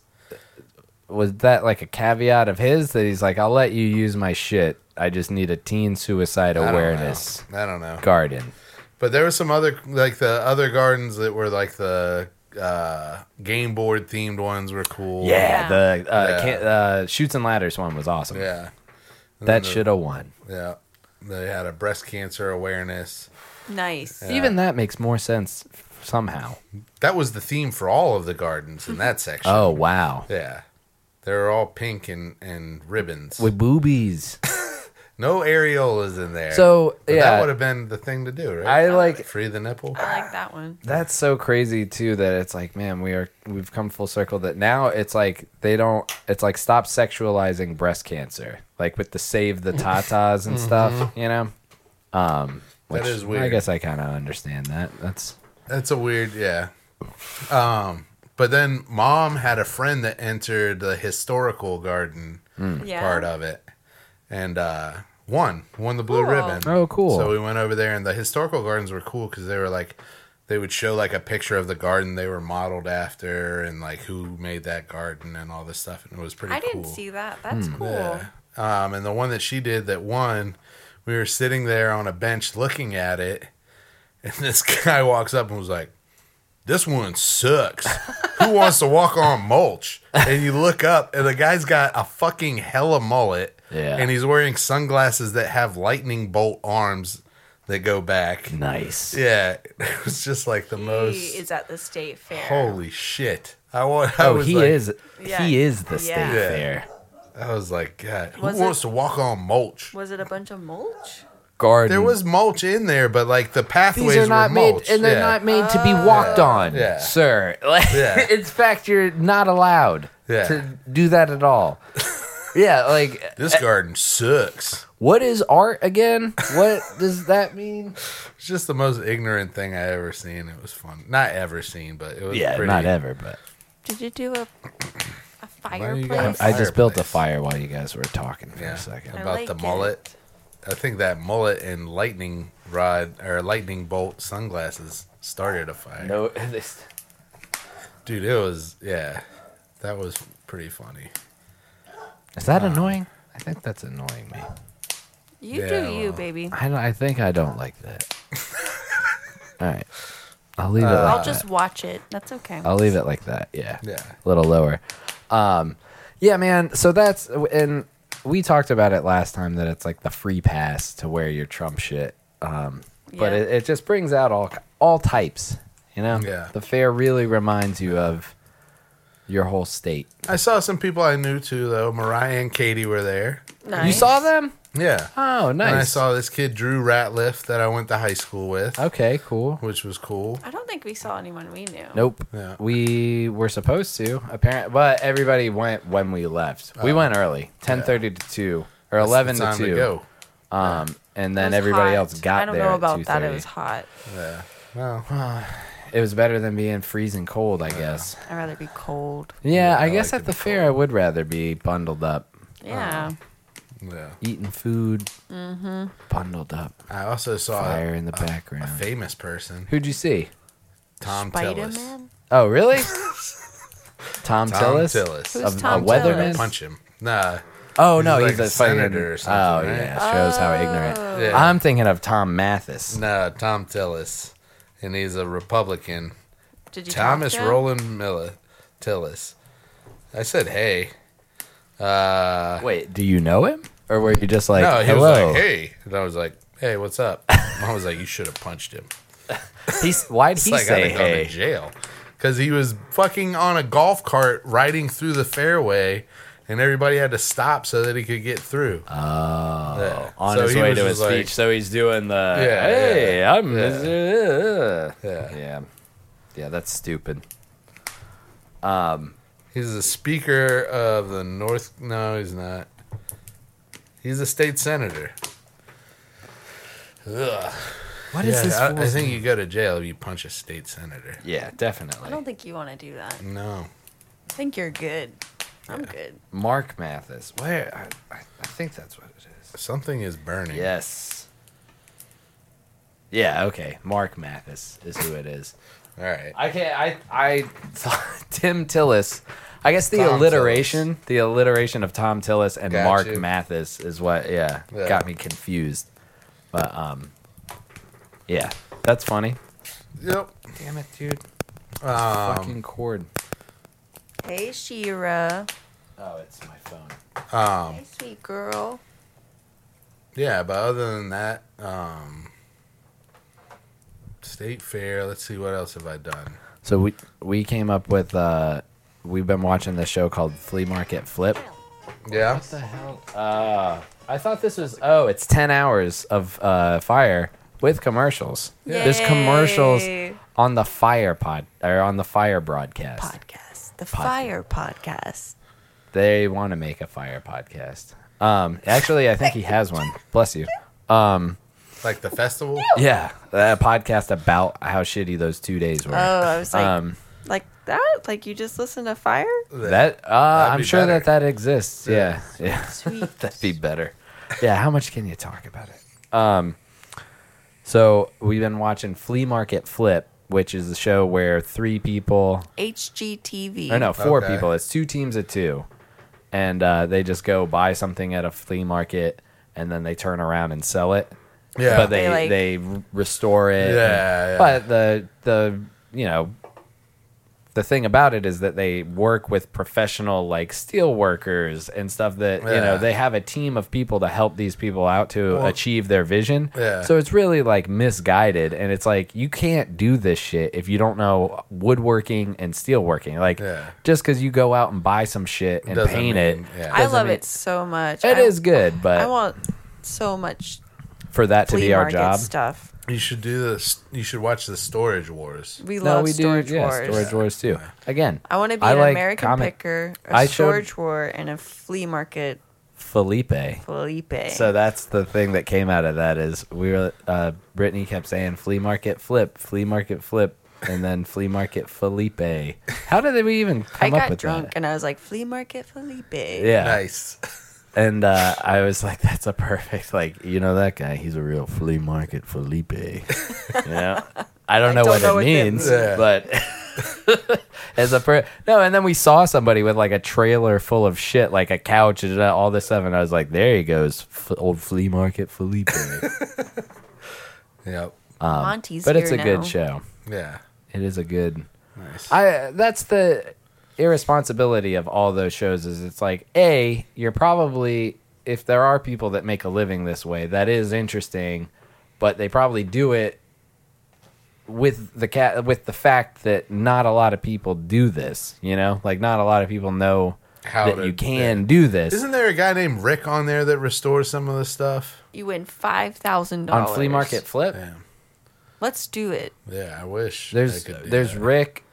A: was that like a caveat of his that he's like, I'll let you use my shit. I just need a teen suicide
B: I don't know.
A: awareness
B: I don't know.
A: garden.
B: But there were some other, like the other gardens that were like the uh, game board themed ones were cool.
A: Yeah,
C: Yeah.
A: the uh,
B: Yeah.
A: Can, uh, shoots and ladders one was awesome.
B: Yeah.
A: that should have won.
B: Yeah. They had a breast cancer awareness.
C: Nice.
A: Even that makes more sense somehow.
B: That was the theme for all of the gardens in that section.
A: Oh wow,
B: Yeah. They were all pink and, and ribbons.
A: with boobies.
B: No areolas in there.
A: So
B: But
A: yeah,
B: that would have been the thing to do, right?
A: I like
B: Free the nipple.
C: I like that one.
A: that's so crazy too that it's like man we are we've come full circle that now it's like they don't it's like stop sexualizing breast cancer like with the save the tatas
B: <laughs>
A: and stuff you know um
B: Mm-hmm. That is
A: i
B: weird.
A: guess i kind of understand that that's
B: That's a weird, yeah. Um, but then mom had a friend that entered the historical garden
A: Hmm.
C: Yeah.
B: part of it, and uh, won won the blue
C: Cool.
B: ribbon.
A: Oh, cool.
B: So we went over there, and the historical gardens were cool because they were like. They would show like a picture of the garden they were modeled after, and like who made that garden and all this stuff, and it was pretty.
C: I didn't
B: cool.
C: see that. That's
A: Hmm,
C: cool.
B: Yeah. Um, and the one that she did that won, we were sitting there on a bench looking at it, and <laughs> this guy walks up and was like, "This one sucks. Who wants to walk on mulch?" And you look up, and the guy's got a fucking hella mullet,
A: Yeah.
B: and he's wearing sunglasses that have lightning bolt arms that go back.
A: nice
B: Yeah, <laughs> it was just like the
C: He
B: most.
C: is at the state fair.
B: Holy shit! I, wa- I
A: oh
B: was
A: he
B: like,
A: is
C: Yeah.
A: he is the state
C: Yeah.
B: Yeah.
A: fair
B: I was like, God, who
C: Was it-
B: wants to walk on mulch?
C: Was it a bunch of mulch?
A: garden
B: There was mulch in there, but like the pathways
A: these are not
B: were
A: made
B: mulch.
A: and they're
B: yeah. Ah.
A: not made to be walked on
B: Yeah.
A: sir <laughs> Like,
B: Yeah.
A: in fact you're not allowed
B: Yeah.
A: to do that at
B: <laughs>
A: all yeah like
B: This garden sucks.
A: what is art again? What does that
B: <laughs>
A: mean?
B: It's just the most ignorant thing I ever seen. It was fun. Not ever seen, but it was pretty.
A: ever, but
C: Did you do a a
B: don't you
C: fireplace?
B: guys-
A: I just built a
B: Fireplace.
A: fire while you guys were talking for
B: Yeah.
A: a second.
C: I
B: about the
C: like
B: mullet.
C: it.
B: I think that mullet and lightning rod or lightning bolt sunglasses started a fire. <laughs>
A: No, this,
B: Dude, it was yeah. That was pretty funny.
A: is
B: Uh,
A: that annoying? I think that's annoying me.
C: You
B: Yeah,
C: do you,
B: well.
C: baby.
B: <laughs>
A: I don't, I think I don't like that. All right, I'll
B: Uh,
A: leave it.
C: I'll
A: like,
C: just watch it. That's okay.
A: I'll leave it like that. Yeah.
B: Yeah.
A: A little lower. Um, yeah, man. So that's and we talked about it last time that it's like the free pass to wear your Trump shit. Um, but
C: Yeah.
A: it, it just brings out all all types. You know.
B: Yeah.
A: The fair really reminds you of your whole state.
B: I saw some people I knew too, though. Mariah and Katie were there.
C: nice.
A: You saw them?
B: Yeah.
A: Oh, nice.
B: And I saw this kid, Drew Ratliff, that I went to high school with,
A: Okay, cool.
B: which was cool.
C: I don't think we saw anyone we knew.
A: Nope.
B: Yeah.
A: We were supposed to, apparently, but everybody went when we left.
B: Oh.
A: we went early, 10:30 to 2 or 11
B: It's time
A: to 2.
B: to go.
A: Um, and
C: It
A: then
C: was
A: everybody
C: hot.
A: else got
C: I don't
A: there.
C: know
A: at
C: about that. It
A: 2:30.
C: was hot.
B: Yeah. Well,
A: It was better than being freezing cold, I guess.
C: I'd rather be cold.
A: Yeah, I
B: I
A: guess
B: like
A: at
B: to
A: the
B: be
A: fair, I would rather be bundled up,
C: Yeah.
B: <sighs> yeah.
A: eating food,
C: Mm-hmm.
A: bundled up,
B: I also saw
A: fire in the
B: Uh, a, a
A: background.
B: famous person,
A: Who'd you see?
B: Tom
C: Spider
B: Tillis.
C: Man?
A: Oh, really?
B: <laughs>
A: Tom,
B: Tom
A: Tillis.
B: Tillis.
A: A,
C: Who's Tom
A: a weatherman.
B: Punch him. Nah.
A: Oh
B: He's
A: no,
B: like
A: he's
B: a
A: a, fucking-
B: senator or something,
A: Oh
B: right?
A: yeah, shows how
C: Oh.
A: ignorant.
B: Yeah.
A: I'm thinking of Tom Mathis.
B: no, Tom Tillis. And he's a Republican.
C: Did you
B: Thomas
C: talk to him?
B: Roland Miller Tillis. I said, hey. Uh,
A: Wait, do you know him, or were you just like,
B: no, he was
A: hello?
B: like, hey. And I was like, hey,
A: <laughs>
B: what's up? I was like, you should have punched him.
A: He's why'd
B: It's
A: he
B: like
A: say
B: I'd have gone
A: hey?
B: to jail. Because he was fucking on a golf cart riding through the fairway, and everybody had to stop so that he could get through. Oh,
A: Oh, on his way to his speech. so he's doing the
B: Yeah,
A: hey,
B: yeah,
A: I'm yeah.
B: Yeah.
A: yeah, yeah. That's stupid.
B: He's the speaker of the North. No, he's not. He's a state senator. Ugh.
A: What
B: Yeah, I, I think you go to jail if you punch a state senator.
A: yeah,
C: I
A: definitely.
C: don't think you want to do
A: Mm.
C: that.
B: No.
C: I think you're good. I'm good.
A: Mark Mathis. Where I, I- I think that's what it is.
B: Something is burning.
A: Yes. Yeah. Okay. Mark Mathis is who it is.
B: All right.
A: I can't. I I <laughs> thought Tim Tillis. I guess the
B: Tom
A: alliteration, the alliteration of Tom Tillis and
B: Got
A: Mark
B: you.
A: Mathis is what, yeah,
B: Yeah.
A: got me confused. But um, yeah, that's funny.
B: Yep.
A: Damn it, dude!
B: Um,
A: Fucking cord.
C: Hey, Shira.
A: Oh, it's my phone.
B: um,
C: Hey, sweet girl.
B: Yeah, but other than that, um, state fair. Let's see what else have I done.
A: So we we came up with uh, we've been watching this show called Flea Market Flip.
B: Yeah,
A: What the hell? Uh, I thought this was. Oh, it's ten hours of uh, fire with commercials. There's commercials
C: Yay.
A: on the fire pod or on the fire broadcast.
C: Podcast. The Fire Podcast.
A: They want to make a fire podcast. Um, actually, I think he has one. Bless you. Um,
B: like the festival.
A: yeah, a podcast about how shitty those two days were.
C: Oh, I was like,
A: um,
C: like that? Like you just listen to Fire?
A: <laughs> that uh,
B: That'd
A: I'm
B: be
A: sure that
B: better.
A: that exists. Yeah, <laughs> yeah.
C: Sweet.
A: That'd be better. Yeah, how much can you talk about it? Um, so we've been watching Flea Market Flip, which is a show where three people,
C: HGTV.
A: or no, four
B: Okay.
A: people. It's two teams of two, and uh, they just go buy something at a flea market, and then they turn around and sell it.
B: Yeah,
A: but they
C: They, like-
A: they r- restore it.
B: Yeah, yeah.
A: But the the you know the thing about it is that they work with professional like steel workers and stuff that you know
B: Yeah.
A: they have a team of people to help these people out to
B: Well-
A: achieve their vision.
B: Yeah.
A: So it's really like misguided and it's like you can't do this shit if you don't know woodworking and steelworking. Like
B: Yeah.
A: just cuz you go out and buy some shit and
B: Doesn't
A: paint it.
B: mean- yeah.
C: I
A: doesn't
C: love
A: mean-
C: it so much.
A: It
C: I-
A: is good, but
C: I want so much
A: for that to
C: flea
A: be our
C: market
A: job.
C: stuff.
B: you should do this. You should watch the Storage Wars.
C: We love storage
A: yeah,
C: wars.
A: Storage Wars too. Again,
C: I want to be
A: I
C: an
A: like
C: American
A: comic-
C: picker, a
A: I showed-
C: storage war, and a flea market
A: Felipe.
C: Felipe.
A: So that's the thing that came out of that is we were uh, Brittany kept saying flea market flip, flea market flip, and then flea market Felipe. How did we even come
C: I
A: up
C: got
A: with
C: drunk
A: that?
C: and I was like, flea market Felipe.
A: Yeah,
B: <laughs> Nice.
A: and uh, I was like, that's a perfect like you know that guy. He's a real flea market Felipe. yeah. I don't know
C: don't
A: what
C: know
A: it
C: what that
A: means,
B: means. Yeah.
A: but <laughs> as a per- no, and then we saw somebody with like a trailer full of shit, like a couch and all this stuff, and I was like, "There he goes, f- old flea market Felipe."
B: Yep.
C: Monty's
A: but it's a
C: here now.
A: good show.
B: Yeah.
A: it is a good.
B: Nice.
A: I that's the irresponsibility of all those shows is it's like a you're probably if there are people that make a living this way that is interesting, but they probably do it with the cat with the fact that not a lot of people do this. You know, like not a lot of people know
B: How
A: that
B: to-
A: you can do this.
B: Isn't there a guy named Rick on there that restores some of the stuff?
C: You win five thousand
A: on
C: dollars
A: flea market flip.
B: Damn.
C: Let's do it.
B: Yeah, I wish.
A: There's
B: I could do
A: there's
B: that.
A: Rick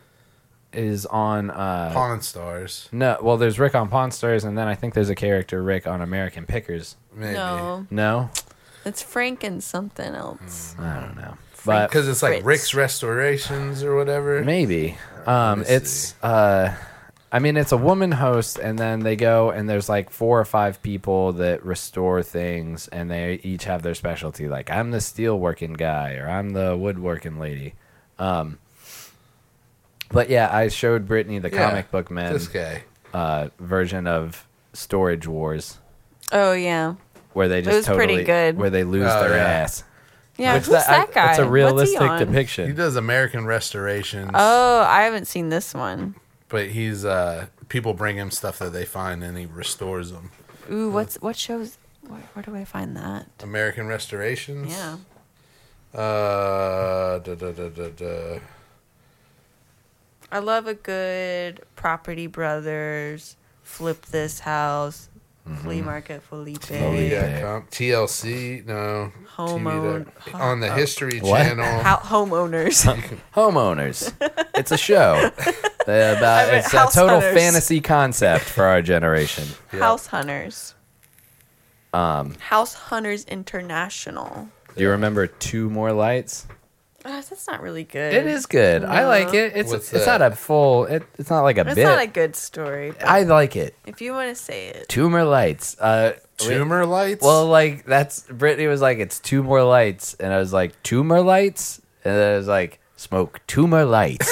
A: is on uh
B: Pawn Stars.
A: no well there's Rick on Pawn Stars and then I think there's a character Rick on American Pickers.
B: Maybe.
C: No,
A: No,
C: it's Frank and something else.
A: I don't know, but
B: Because it's like
C: Fritz.
B: Rick's Restorations or whatever.
A: maybe um
B: Let me
A: it's uh I mean it's a woman host and then they go and there's like four or five people that restore things and they each have their specialty like I'm the steel working guy or I'm the woodworking lady. Um but yeah, I showed Brittany the
B: Yeah,
A: comic book man.
B: This guy.
A: uh, version of Storage Wars,
C: Oh yeah,
A: where they just
C: was
A: totally
C: pretty good.
A: where they lose
B: Oh,
A: their
B: yeah.
A: ass.
C: yeah.
A: Which
C: who's that,
A: I-
C: guy?
A: It's a
C: What's he
A: realistic
C: on?
B: He
A: depiction.
B: does American Restorations,
C: Oh, I haven't seen this one.
B: but he's uh people bring him stuff that they find and he restores them.
C: Ooh, what's what shows? Where, where do I find that?
B: American Restorations.
C: Yeah.
B: Uh, da, da, da, da, da.
C: I love a good property brothers, flip this house, flea market Felipe,
B: Oh, we
A: Mm-hmm. yeah.
B: got comp- TLC. No.
C: Home
B: TV
C: own-
B: doc- on the History
A: What?
B: Channel.
C: Hou-
A: <laughs>
C: homeowners.
A: Homeowners. it's a
C: <laughs>
A: show that about
C: I meant
A: it's a total
C: house hunters.
A: fantasy concept for our generation.
C: House Hunters. Um, House Hunters International.
A: Do you remember Two More Lights?
C: Ah, that's not really good.
A: It is good. I like it. It's
B: What's
A: it's
B: that?
A: not a full. It, it's not like a
C: It's
A: bit.
C: not a good story. but
A: I like it.
C: if you want to say it,
A: Two More Lights. Uh, we-
B: Tumor lights.
A: Well, like that's Brittany was like, "It's two more lights," and I was like, two more lights," and then I was like, "Smoke two more
B: <laughs>
A: lights."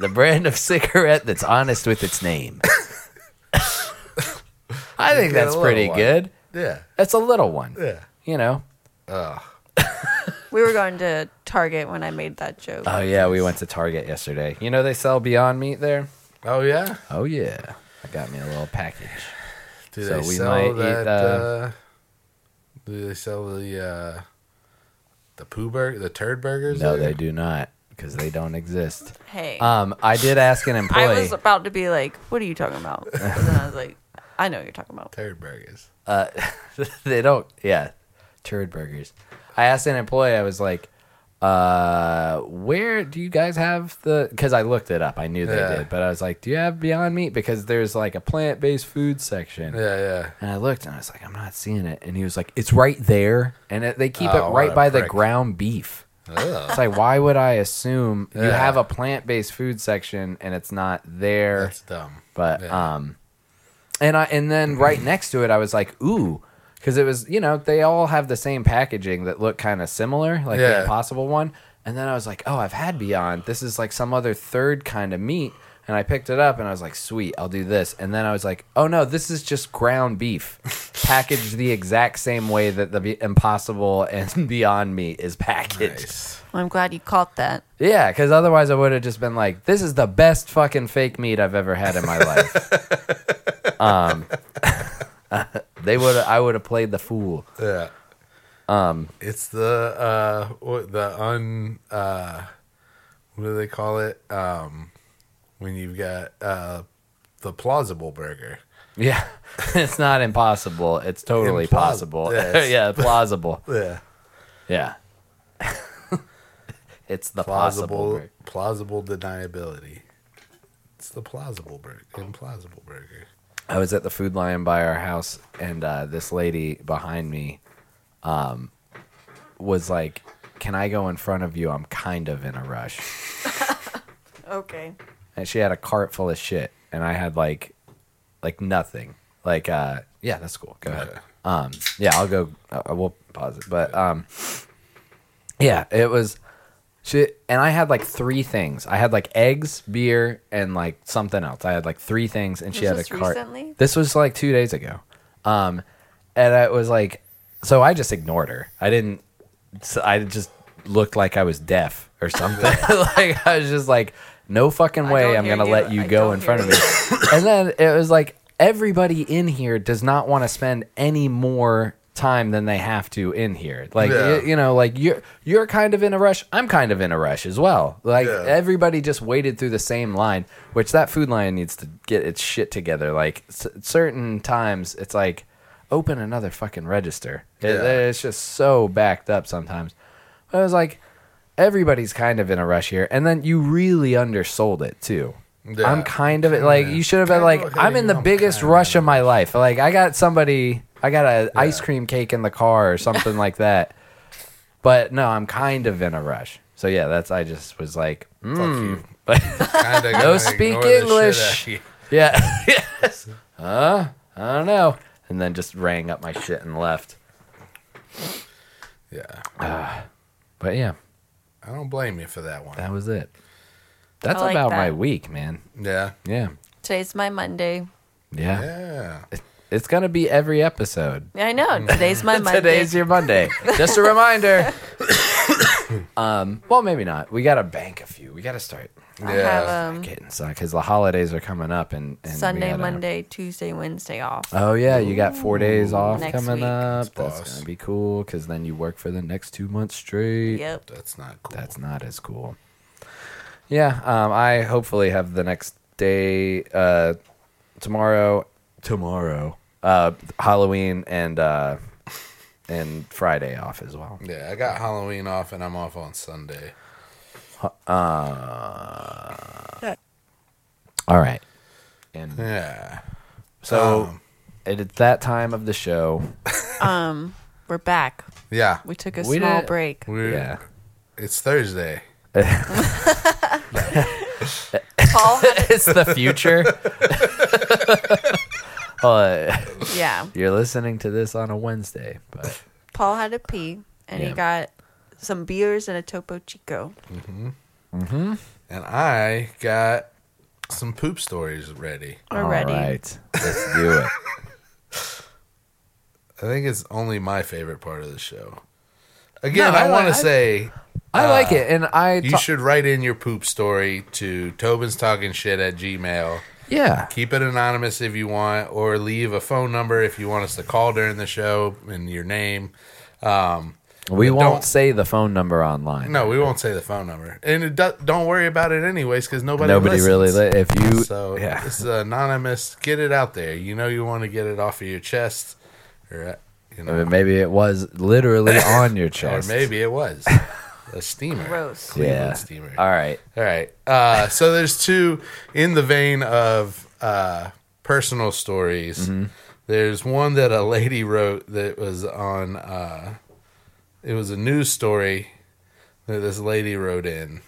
A: the brand of cigarette that's honest with its
B: <laughs>
A: name. I think
B: get a
A: that's
B: little
A: pretty
B: one.
A: good.
B: yeah,
A: It's a little one,
B: yeah. Oh.
A: you know.
C: we were going to Target when I made that joke.
A: Oh yeah, we went to Target yesterday. You know they sell Beyond Meat there.
B: Oh yeah.
A: Oh yeah, I got me a little package.
B: Do
A: So
B: they
A: we
B: sell
A: might eat,
B: that?
A: uh,
B: uh, do they sell the uh, the poo burger, the turd burgers?
A: No,
B: there?
A: they do not because they don't exist.
C: hey,
A: Um, I did ask an employee.
C: I was about to be like, "What are you
A: <laughs>
C: talking about?" And then I was like, "I know what you're talking about."
B: turd burgers.
A: Uh, <laughs> they don't. Yeah, turd burgers. I asked an employee. I was like, uh, "Where do you guys have the?" Because I looked it up. I knew they
B: Yeah.
A: did, but I was like, "Do you have Beyond Meat?" Because there's like a plant-based food section.
B: Yeah, yeah.
A: And I looked and I was like, "I'm not seeing it." And he was like, "It's right there." And it, they keep
B: Oh,
A: it
B: what
A: right
B: a
A: by the
B: prick.
A: ground beef.
B: Ugh,
A: It's like, why would I assume you
B: Yeah.
A: have a plant-based food section and it's not there?
B: that's dumb.
A: but
B: Yeah.
A: um and i and then right next to it i was like ooh because it was you know they all have the same packaging that look kind of similar like
B: Yeah.
A: the impossible one and then i was like oh i've had beyond this is like some other third kind of meat and i picked it up and i was like sweet i'll do this and then i was like oh no this is just ground beef packaged the exact same way that the Be- impossible and <laughs> beyond meat is packaged
B: Nice.
C: Well, I'm glad you caught that.
A: yeah, because otherwise I would have just been like, "This is the best fucking fake meat I've ever had in my life." um,
B: <laughs>
A: <laughs> they would. I would have played the fool.
B: Yeah. Um, it's the uh, what the un uh, what do they call it? Um, when you've got uh, the plausible burger.
A: Yeah, <laughs> it's not impossible. It's totally
B: Implausible.
A: possible. <laughs>
B: Yes.
A: yeah, plausible.
B: Yeah,
A: Yeah, <laughs> it's the possible.
B: plausible,
A: break.
B: plausible deniability. It's the plausible burger, implausible burger.
A: I was at the Food Lion by our house, and uh, this lady behind me um, was like, "Can I go in front of you? I'm kind of in a rush."
C: Okay.
A: and she had a cart full of shit and i had like like nothing like uh yeah that's cool go ahead um yeah i'll go i will pause it but um yeah it was she and i had like three things i had like eggs beer and like something else i had like three things and she
C: Was
A: had
C: this
A: a cart
C: recently?
A: this was like two days ago um and i was like so i just ignored her i didn't so i just looked like I was deaf or something. <laughs> like I was just like, no fucking way
C: don't
A: I'm
C: hear
A: gonna
C: you.
A: let you
C: I
A: go
C: don't
A: in front of me.
C: hear
A: <laughs> and then it was like everybody in here does not want to spend any more time than they have to in here. Like y-
B: Yeah.
A: you, know, like you're you're kind of in a rush. I'm kind of in a rush as well. Like
B: Yeah.
A: everybody just waited through the same line, which that food line needs to get its shit together. Like s- certain times, it's like open another fucking register. It- eh,
B: Yeah.
A: it's just so backed up sometimes. But I was like, everybody's kind of in a rush here, and then you really undersold it too.
B: Yeah.
A: I'm kind of like you should have been
B: Kinda
A: like
B: okay,
A: I'm in the
B: I'm
A: biggest
B: kinda
A: rush of my life. Like I got somebody, I got an ice cream cake in the car or
B: <laughs>
A: something like that. But no, I'm kind of in a rush. So yeah, that's I just was like, mm. but <laughs>
B: Kinda
A: no
B: gonna
A: speak
B: ignore the shit
A: English.
B: out of you.
A: yeah, <laughs> yes. Huh? I don't know. And then just rang up my shit and left.
B: Yeah,
A: But yeah,
B: I don't blame you for that one.
A: that was it. That's
C: I like
A: about
C: that.
A: my week, man.
B: Yeah,
A: Yeah.
C: Today's my Monday.
A: Yeah.
B: yeah.
A: It's going to be every episode.
C: I know.
A: <laughs>
C: Today's my Monday.
A: Today's your
C: <laughs>
A: Monday. Just a reminder. <coughs> um, well, maybe not. We got to bank a few. We got to start
C: I
B: Yeah.
C: have um,
A: getting some because the holidays are coming up and, and we
C: Sunday,
A: gotta-
C: Monday, Tuesday, Wednesday off.
A: Oh yeah, you got four days off
C: Next
A: coming
C: week.
A: up. That's
B: boss.
A: gonna be cool because then you work for the next two months straight.
C: Yep.
B: That's not cool.
A: That's not as cool. Yeah, um, I hopefully have the next day uh, tomorrow. Tomorrow, uh, Halloween and uh, and Friday off as well.
B: yeah, I got Halloween off and I'm off on Sunday.
A: All right, and
B: Yeah.
A: so
B: Um,
A: it it's that time of the show.
C: Um, we're back.
B: Yeah.
C: We took a
A: We
C: small
A: did- <laughs>
C: break.
B: We
A: Yeah,
B: It's Thursday.
C: Paul, had
A: it's the future. <laughs> uh,
C: to, <laughs> yeah.
A: you're listening to this on a Wednesday, but
C: Paul had to pee, and
A: Yeah.
C: he got some beers and a Topo Chico.
B: And I got some poop stories ready.
C: <sighs> We're
A: all
C: ready.
A: right, let's do
C: <laughs>
A: it.
B: I think it's only my favorite part of the show. Again,
A: No, I
B: I, want to
A: like- I-
B: say
A: I like it, and I
B: you
A: ta-
B: should write in your poop story to Tobin's Talking Shit at Gmail.
A: yeah.
B: Keep it anonymous if you want, or leave a phone number if you want us to call during the show and your name. Um,
A: We
B: But
A: won't
B: don't-
A: say the phone number online.
B: no, we won't say the phone number, and it do- don't worry about it anyways because nobody
A: Nobody
B: listens.
A: really. Li- if you,
B: So
A: yeah,
B: this is anonymous. Get it out there. You know you want to get it off of your chest, or uh, you
A: I
B: know,
A: mean, maybe it was
B: <laughs>
A: literally on your
B: or
A: chest.
B: maybe
A: <laughs>
B: it was a steamer.
C: Gross.
B: Cleveland
A: yeah.
B: steamer.
A: All right.
B: All right. Uh, so there's two in the vein of uh, personal stories.
A: Mm-hmm.
B: There's one that a lady wrote that was on. Uh, it was a news story that this lady wrote in,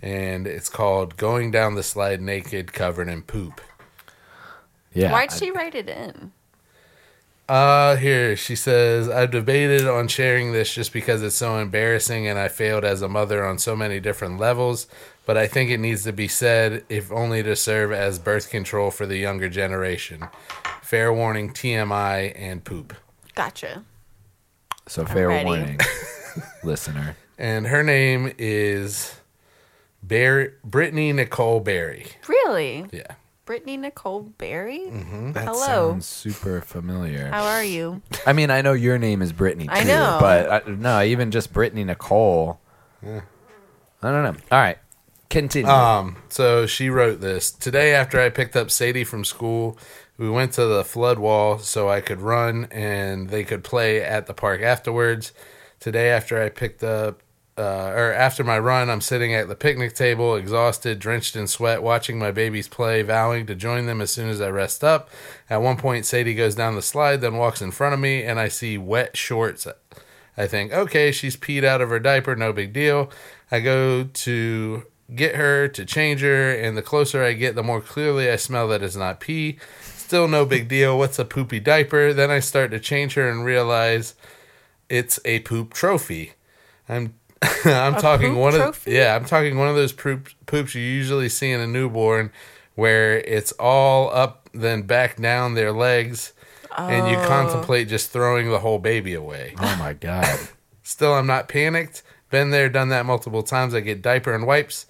B: and it's called "Going Down the Slide Naked, Covered in Poop."
A: Yeah.
C: Why'd she write it in?
B: Uh, here she says, I've debated on sharing this just because it's so embarrassing and I failed as a mother on so many different levels, but I think it needs to be said, if only to serve as birth control for the younger generation. Fair warning, TMI and poop.
C: Gotcha.
A: So fair
C: ready.
A: warning,
C: <laughs>
A: listener.
B: And her name is Bar- Brittany Nicole Berry.
C: Really?
B: Yeah.
C: Brittany Nicole Berry?
A: That
C: Hello.
A: sounds super familiar.
C: How are <laughs> you?
A: I mean, I know your name is Brittany. Too,
C: Oh. I know.
A: but I, no, even just Brittany Nicole. I don't know. All right, continue.
B: Um, so she wrote this today after I picked up Sadie from school. We went to the flood wall so I could run and they could play at the park afterwards. Today after I picked up. Uh, or after my run, I'm sitting at the picnic table, exhausted, drenched in sweat, watching my babies play, vowing to join them as soon as I rest up. At one point, Sadie goes down the slide, then walks in front of me, and I see wet shorts I think, okay, she's peed out of her diaper, no big deal. I go to get her to change her, and the closer I get, the more clearly I smell that it's not pee. Still no big deal. What's a poopy diaper? Then I start to change her and realize it's a poop trophy. I'm <laughs> I'm talking
C: poop
B: one
C: trophy?
B: of yeah, I'm talking one of those poop, poops you usually see in a newborn where it's all up then back down their legs and
C: Oh.
B: you contemplate just throwing the whole baby away.
A: oh my god.
B: Still, I'm not panicked. Been there, done that multiple times. I get diaper and wipes.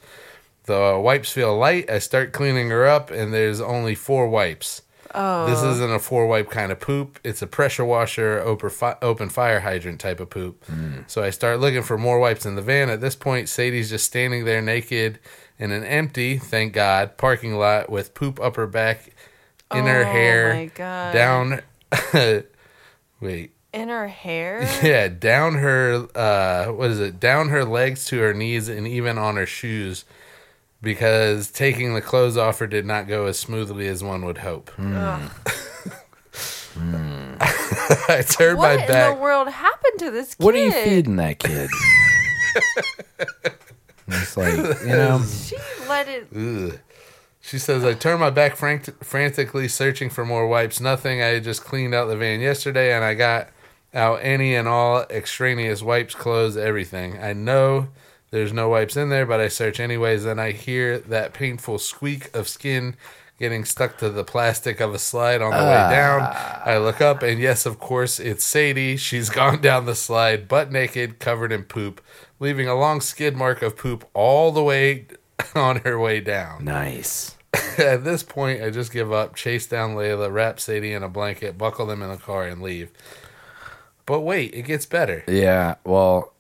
B: The wipes feel light. I start cleaning her up, and there's only four wipes. Oh. This
C: Uh-huh.
B: isn't a four wipe kind of poop. It's a pressure washer, open, fi- open fire hydrant type of poop.
C: Hmm.
B: So I start looking for more wipes in the van. At this point, Sadie's just standing there naked in an empty, thank God, parking lot with poop up her back, in her
C: Oh,
B: hair,
C: my God.
B: down. <laughs> wait,
C: in
A: <laughs>
C: her hair.
B: <laughs> yeah, down her uh what is it? Down her legs to her knees and even on her shoes because taking the clothes off her did not go as smoothly as one would hope.
C: Ugh.
B: <laughs> I turned
C: What
B: my
C: in
B: back.
C: the world happened to this kid?
A: What are you feeding that <laughs> kid? it's like you know,
C: She let it.
B: Ugh. She says, I turned my back frank- frantically searching for more wipes. Nothing. I had just cleaned out the van yesterday and I got out any and all extraneous wipes, clothes, everything. I know there's no wipes in there, but I search anyways. Then I hear that painful squeak of skin getting stuck to the plastic of a slide on the way down. I look up and yes, of course, it's Sadie. She's <laughs> gone down the slide, butt naked, covered in poop, leaving a long skid mark of poop all the way <laughs> on her way down.
A: nice.
B: <laughs> At this point, I just give up, chase down Layla, wrap Sadie in a blanket, buckle them in the car, and leave. But wait, it gets better.
A: Yeah. Well,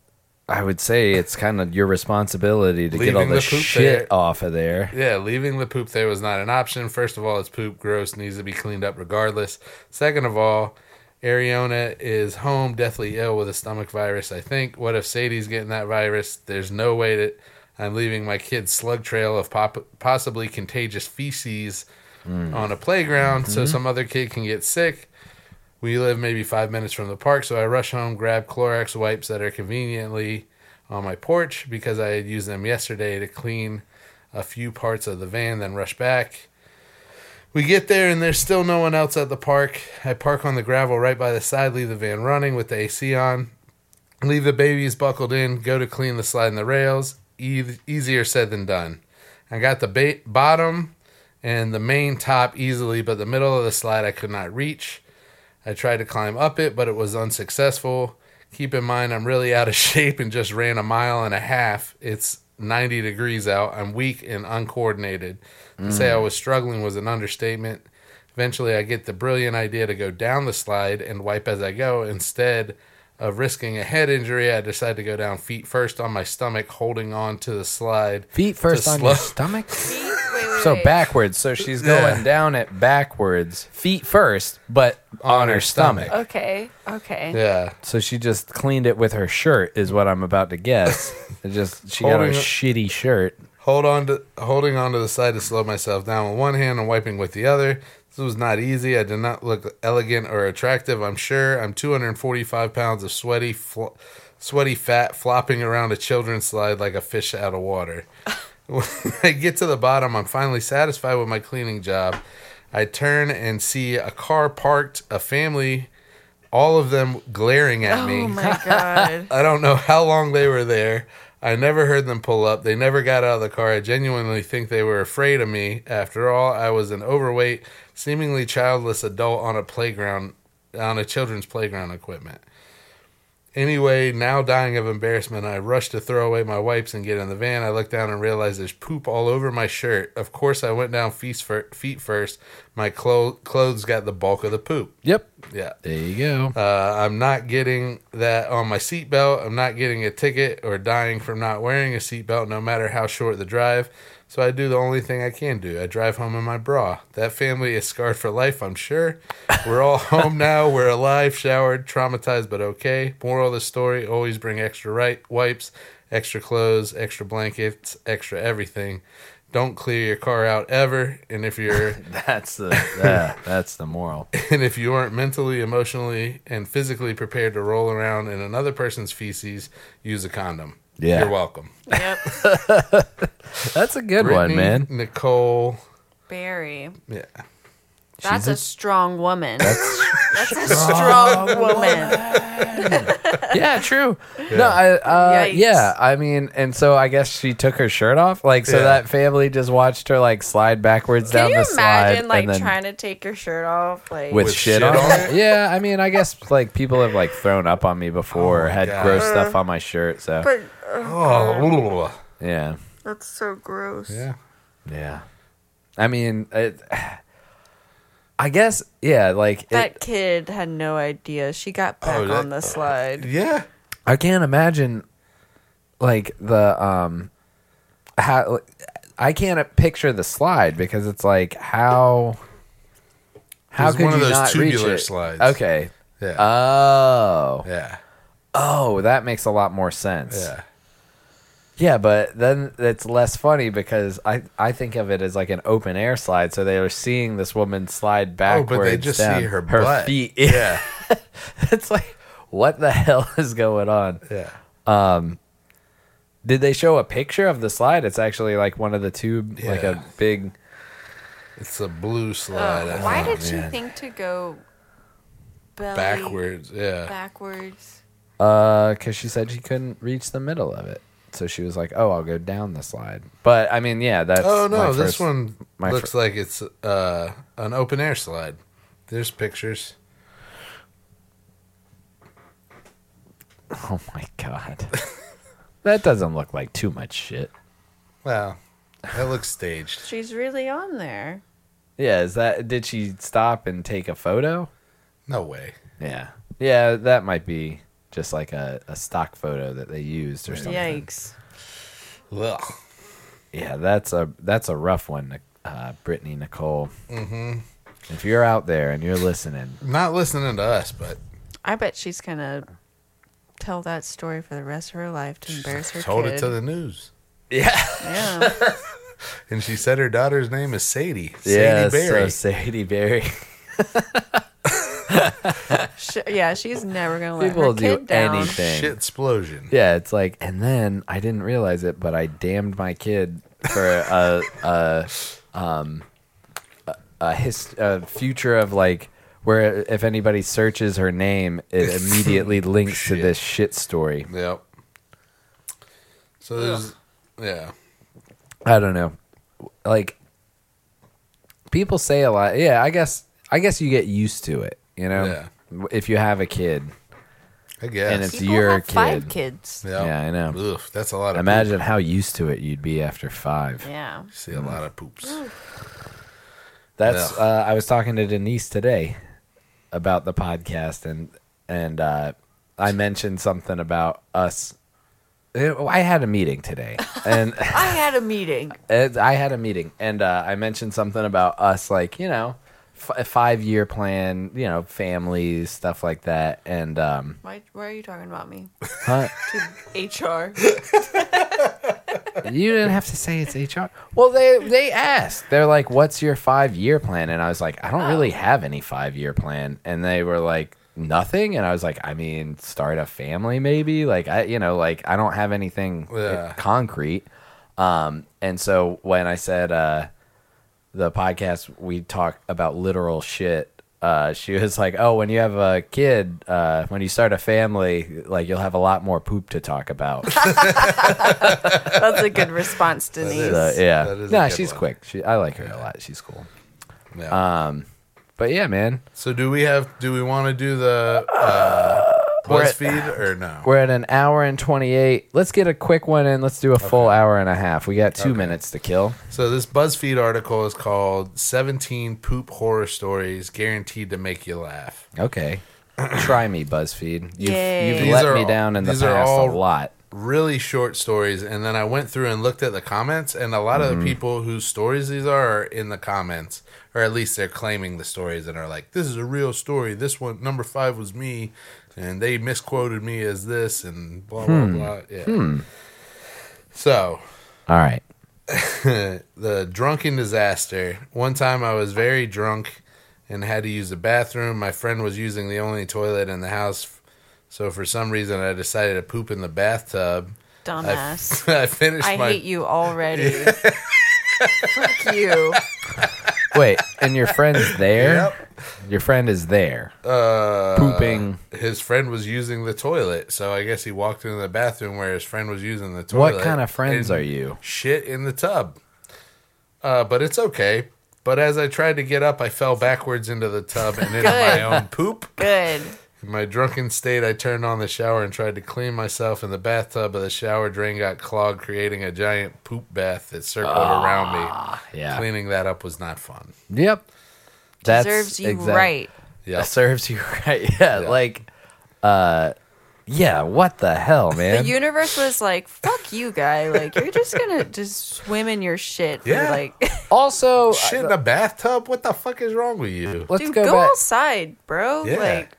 A: I would say it's kind of your responsibility to get all
B: Leaving
A: the,
B: the poop
A: shit
B: there.
A: off of there.
B: Yeah, leaving the poop there was not an option. First of all, it's poop, gross, needs to be cleaned up regardless. Second of all, Ariana is home, deathly ill with a stomach virus, I think. What if Sadie's getting that virus? There's no way that I'm leaving my kids' slug trail of pop- possibly contagious feces on a playground so some other kid can get sick. We live maybe five minutes from the park, so I rush home, grab Clorox wipes that are conveniently on my porch because I had used them yesterday to clean a few parts of the van, then rush back. We get there and there's still no one else at the park. I park on the gravel right by the side, leave the van running with the AC on, leave the babies buckled in, go to clean the slide and the rails. E- easier said than done. I got the ba- bottom and the main top easily, but the middle of the slide I could not reach. I tried to climb up it, but it was unsuccessful. Keep in mind, I'm really out of <laughs> shape and just ran a mile and a half. It's 90 degrees out. I'm weak and uncoordinated. To say I was struggling was an understatement. Eventually, I get the brilliant idea to go down the slide and wipe as I go. Instead of risking a head injury, I decide to go down feet first on my stomach, holding on to the slide.
A: Feet first
B: To
A: on
B: slow-
A: your stomach.
C: Wait, wait,
A: So
C: wait.
A: backwards. So she's going
B: Yeah.
A: down it backwards, feet first, but on, her stomach.
C: Okay. Okay.
B: Yeah.
A: So she just cleaned it with her shirt, is what I'm about to
B: <laughs>
A: guess. it just she got her
B: Holding it-
A: shitty shirt.
B: Hold on to holding on to the side to slow myself down with one hand and wiping with the other. This was not easy. I did not look elegant or attractive. I'm sure. I'm 245 pounds of sweaty, fl- sweaty fat flopping around a children's slide like a fish out of water. <laughs> when I get to the bottom, I'm finally satisfied with my cleaning job. I turn and see a car parked, a family, all of them glaring at me.
C: Oh my god.
B: I don't know how long they were there. I never heard them pull up. They never got out of the car. I genuinely think they were afraid of me. After all, I was an overweight, seemingly childless adult on a playground, on a children's playground equipment. Anyway, now dying of embarrassment, I rush to throw away my wipes and get in the van. I look down and realize there's poop all over my shirt. Of course, I went down feet fir- feet first. My clo- clothes got the bulk of the poop.
A: Yep.
B: Yeah.
A: There you
B: <laughs>
A: go.
B: Uh, I'm not getting that on my seatbelt. I'm not getting a ticket or dying from not wearing a seatbelt, no matter how short the drive. So I do the only thing I can do. I drive home in my bra. That family is scarred for life, I'm sure. We're all <laughs> home now. We're alive, showered, traumatized, but okay. Moral of the story always bring extra right- wipes, extra clothes, extra blankets, extra everything. Don't clear your car out ever. And if you're
A: That's the yeah, that's the moral.
B: and if you aren't mentally, emotionally, and physically prepared to roll around in another person's feces, use a condom.
A: Yeah.
B: You're welcome.
C: yep.
A: That's a good one,
B: Brittany, <laughs>
A: man.
B: Nicole.
C: Barry.
B: Yeah.
C: That's
A: a-
C: a, strong woman. That's, a strong woman.
A: yeah, true. No, I, uh,
C: Yikes.
A: yeah, I mean, and so I guess she took her shirt off, like, so
B: Yeah.
A: that family just watched her like slide backwards
C: Can
A: down
C: you
A: the
C: imagine
A: slide,
C: like
A: and then
C: trying to take your shirt off? Like
A: with,
B: With
A: shit,
B: shit
A: on.
B: on
A: it? yeah, I mean, I guess like people have like thrown up on me before, or
B: my
A: had
B: God.
A: gross stuff on my shirt, so
C: Uh-huh. but
B: Oh,
A: Yeah.
C: That's so gross.
B: yeah.
A: Yeah. I mean, it, <sighs> I guess, yeah, like,
C: That
A: it,
C: kid had no idea. She got back
B: Oh, that-
C: on the slide.
B: Yeah.
A: I can't imagine, like, the, um, how, I can't picture the slide because it's like, how, how
B: was
A: could
B: one of
A: you
B: those
A: not reach
B: tubular
A: it?
B: slides.
A: Okay.
B: Yeah.
A: Uh, Oh.
B: yeah.
A: Oh, that makes a lot more sense.
B: Yeah.
A: Yeah, but then it's less funny because I I think of it as like an open air slide, so they are seeing this woman slide
B: Oh,
A: backwards.
B: but they just
A: down.
B: see her butt.
A: feet.
B: Yeah.
A: <laughs> it's like what the <laughs> hell is going on?
B: Yeah.
A: Did they show a picture of the slide? It's actually like one of the tube, like
B: Yeah.
A: a big.
B: It's a blue slide. I
C: Oh, Why
B: think.
C: did she
A: man.
C: think to go belly
B: backwards? Yeah.
C: Backwards.
A: Uh, because she said she couldn't reach the middle of it, so she was like, "Oh, I'll go down the slide." But I mean, yeah, that's.
B: Oh no,
A: my
B: this
A: first-
B: one
A: my
B: looks like it's uh, an open air slide. There's pictures.
A: <laughs> Oh my god, <laughs> that doesn't look like too much shit.
B: Wow, that looks staged.
C: She's really on there.
A: Yeah, is that did she stop and take a photo?
B: No way.
A: Yeah. Yeah, that might be just like a, a stock photo that they used or something. Yeah,
C: Yikes.
B: Ugh.
A: that's a that's a rough one, uh, Brittany Nicole. Mm-hmm. If you're out there and you're
B: <laughs>
A: listening,
B: Not listening to us, but
C: I bet she's gonna tell that story for the rest of her life to embarrass her
B: told
C: kid.
B: it to the news.
A: yeah,
C: yeah. <laughs>
B: And she said her daughter's name is Sadie. Sadie
A: yeah, so
B: Berry.
A: Sadie Berry. <laughs>
C: She, yeah, she's never gonna let
A: People
C: her
A: do
C: kid down.
A: anything.
B: Shit explosion.
A: Yeah, it's like, and then I didn't realize it, but I damned my kid for a a <laughs> um a, a, his, a future of like where if anybody searches her name,
B: <laughs>
A: it immediately links to
B: Shit.
A: this shit story.
B: Yep. So there's yeah.
A: I don't know, like people say a lot. Yeah, I guess I guess you get used to it. You know, if you have a kid,
B: I guess.
A: And it's-
C: People
A: your
C: have five
A: kid.
C: kids.
B: Yep.
A: yeah, I know.
B: Ugh, that's a lot of
A: imagine how used to it you'd be after five.
C: Yeah.
B: poop. See a lot of poops.
A: That's
B: Yeah.
A: uh, I was talking to Denise today about the podcast and and uh, I mentioned something about us. Eh, I had a meeting today and
C: I had a meeting.
A: and I had a meeting and uh, I mentioned something about us like you know f- five year plan you know families stuff like that and um,
C: Why, why are you talking about me?
A: huh, <laughs>
C: HR.
A: you didn't have to say it's HR. Well, they they asked. They're like, "What's your five year plan?" And I was like, "I don't really have any five year plan." And they were like, "Nothing." And I was like, "I mean, start a family, maybe. Like, I you know, like I don't have anything
B: Yeah.
A: concrete." Um, and so when I said uh, the podcast, we talk about literal shit. Uh, she was like, "Oh, when you have a kid, uh, when you start a family, like you'll have a lot more poop to talk about."
C: That's a good response, Denise.
A: So, yeah.
B: That is a
A: nah,
B: good
A: she's
B: one.
A: quick. She, I like her a lot. She's cool.
B: Yeah.
A: Uh, But yeah, man,
B: So do we have? Do we want to do the uh, BuzzFeed or no?
A: we're at an hour and 28. Let's get a quick one in. Let's do a full hour and a half. We got two minutes to kill.
B: So this BuzzFeed article is called "17 Poop Horror Stories Guaranteed to Make You Laugh." <clears throat>
A: Okay. Try me, BuzzFeed. You've,
C: Yay.
A: you've
B: These
A: let
B: are
A: me
B: all-
A: down in the
B: these
A: past
B: are
A: a
B: all-
A: lot.
B: Really short stories, and then I went through and looked at the comments, and a lot of the people whose stories these are are in the comments, or at least they're claiming the stories and are like, "This is a real story. This one, number five, was me, and they misquoted me as this, and blah blah blah." Yeah. So <laughs>
A: All right.
B: the drunken disaster. One time I was very drunk and had to use the bathroom. My friend was using the only toilet in the house, so for some reason I decided to poop in the bathtub. I,
C: Dumbass.
B: <laughs> I finished
C: I
B: my
C: hate you
A: <laughs>
C: already. Fuck you.
A: Wait, and your
B: <laughs>
A: friend's there?
B: Yep.
A: Your friend is there.
B: uh,
A: Pooping.
B: His friend was using the toilet, so I guess he walked into the bathroom where his friend was using the toilet.
A: What kind of friends
B: and
A: are you?
B: Shit in the tub. Uh, but it's okay. But as I tried to get up, I fell backwards into the tub and into my
C: Good.
B: own poop.
C: Good.
B: In my drunken state, I turned on the shower and tried to clean myself in the bathtub, but the shower drain got clogged, creating a giant poop bath that circled around me.
A: Ah. yeah.
B: Cleaning that up was not fun.
A: Yep. That's
C: Serves you
A: exact-
C: right.
B: Yeah.
A: That serves you <laughs> right. Yeah,
B: Yeah.
A: like, uh, yeah. What the hell, man?
C: The universe was like, "Fuck you, guy! Like you're just gonna just swim in your shit." for,
B: Yeah.
C: like, <laughs>
A: also,
B: Shit
A: uh,
B: in a bathtub? What the fuck is wrong with you?
A: let's
C: dude,
A: go,
C: go,
A: back.
C: outside, bro.
B: Yeah.
C: Like,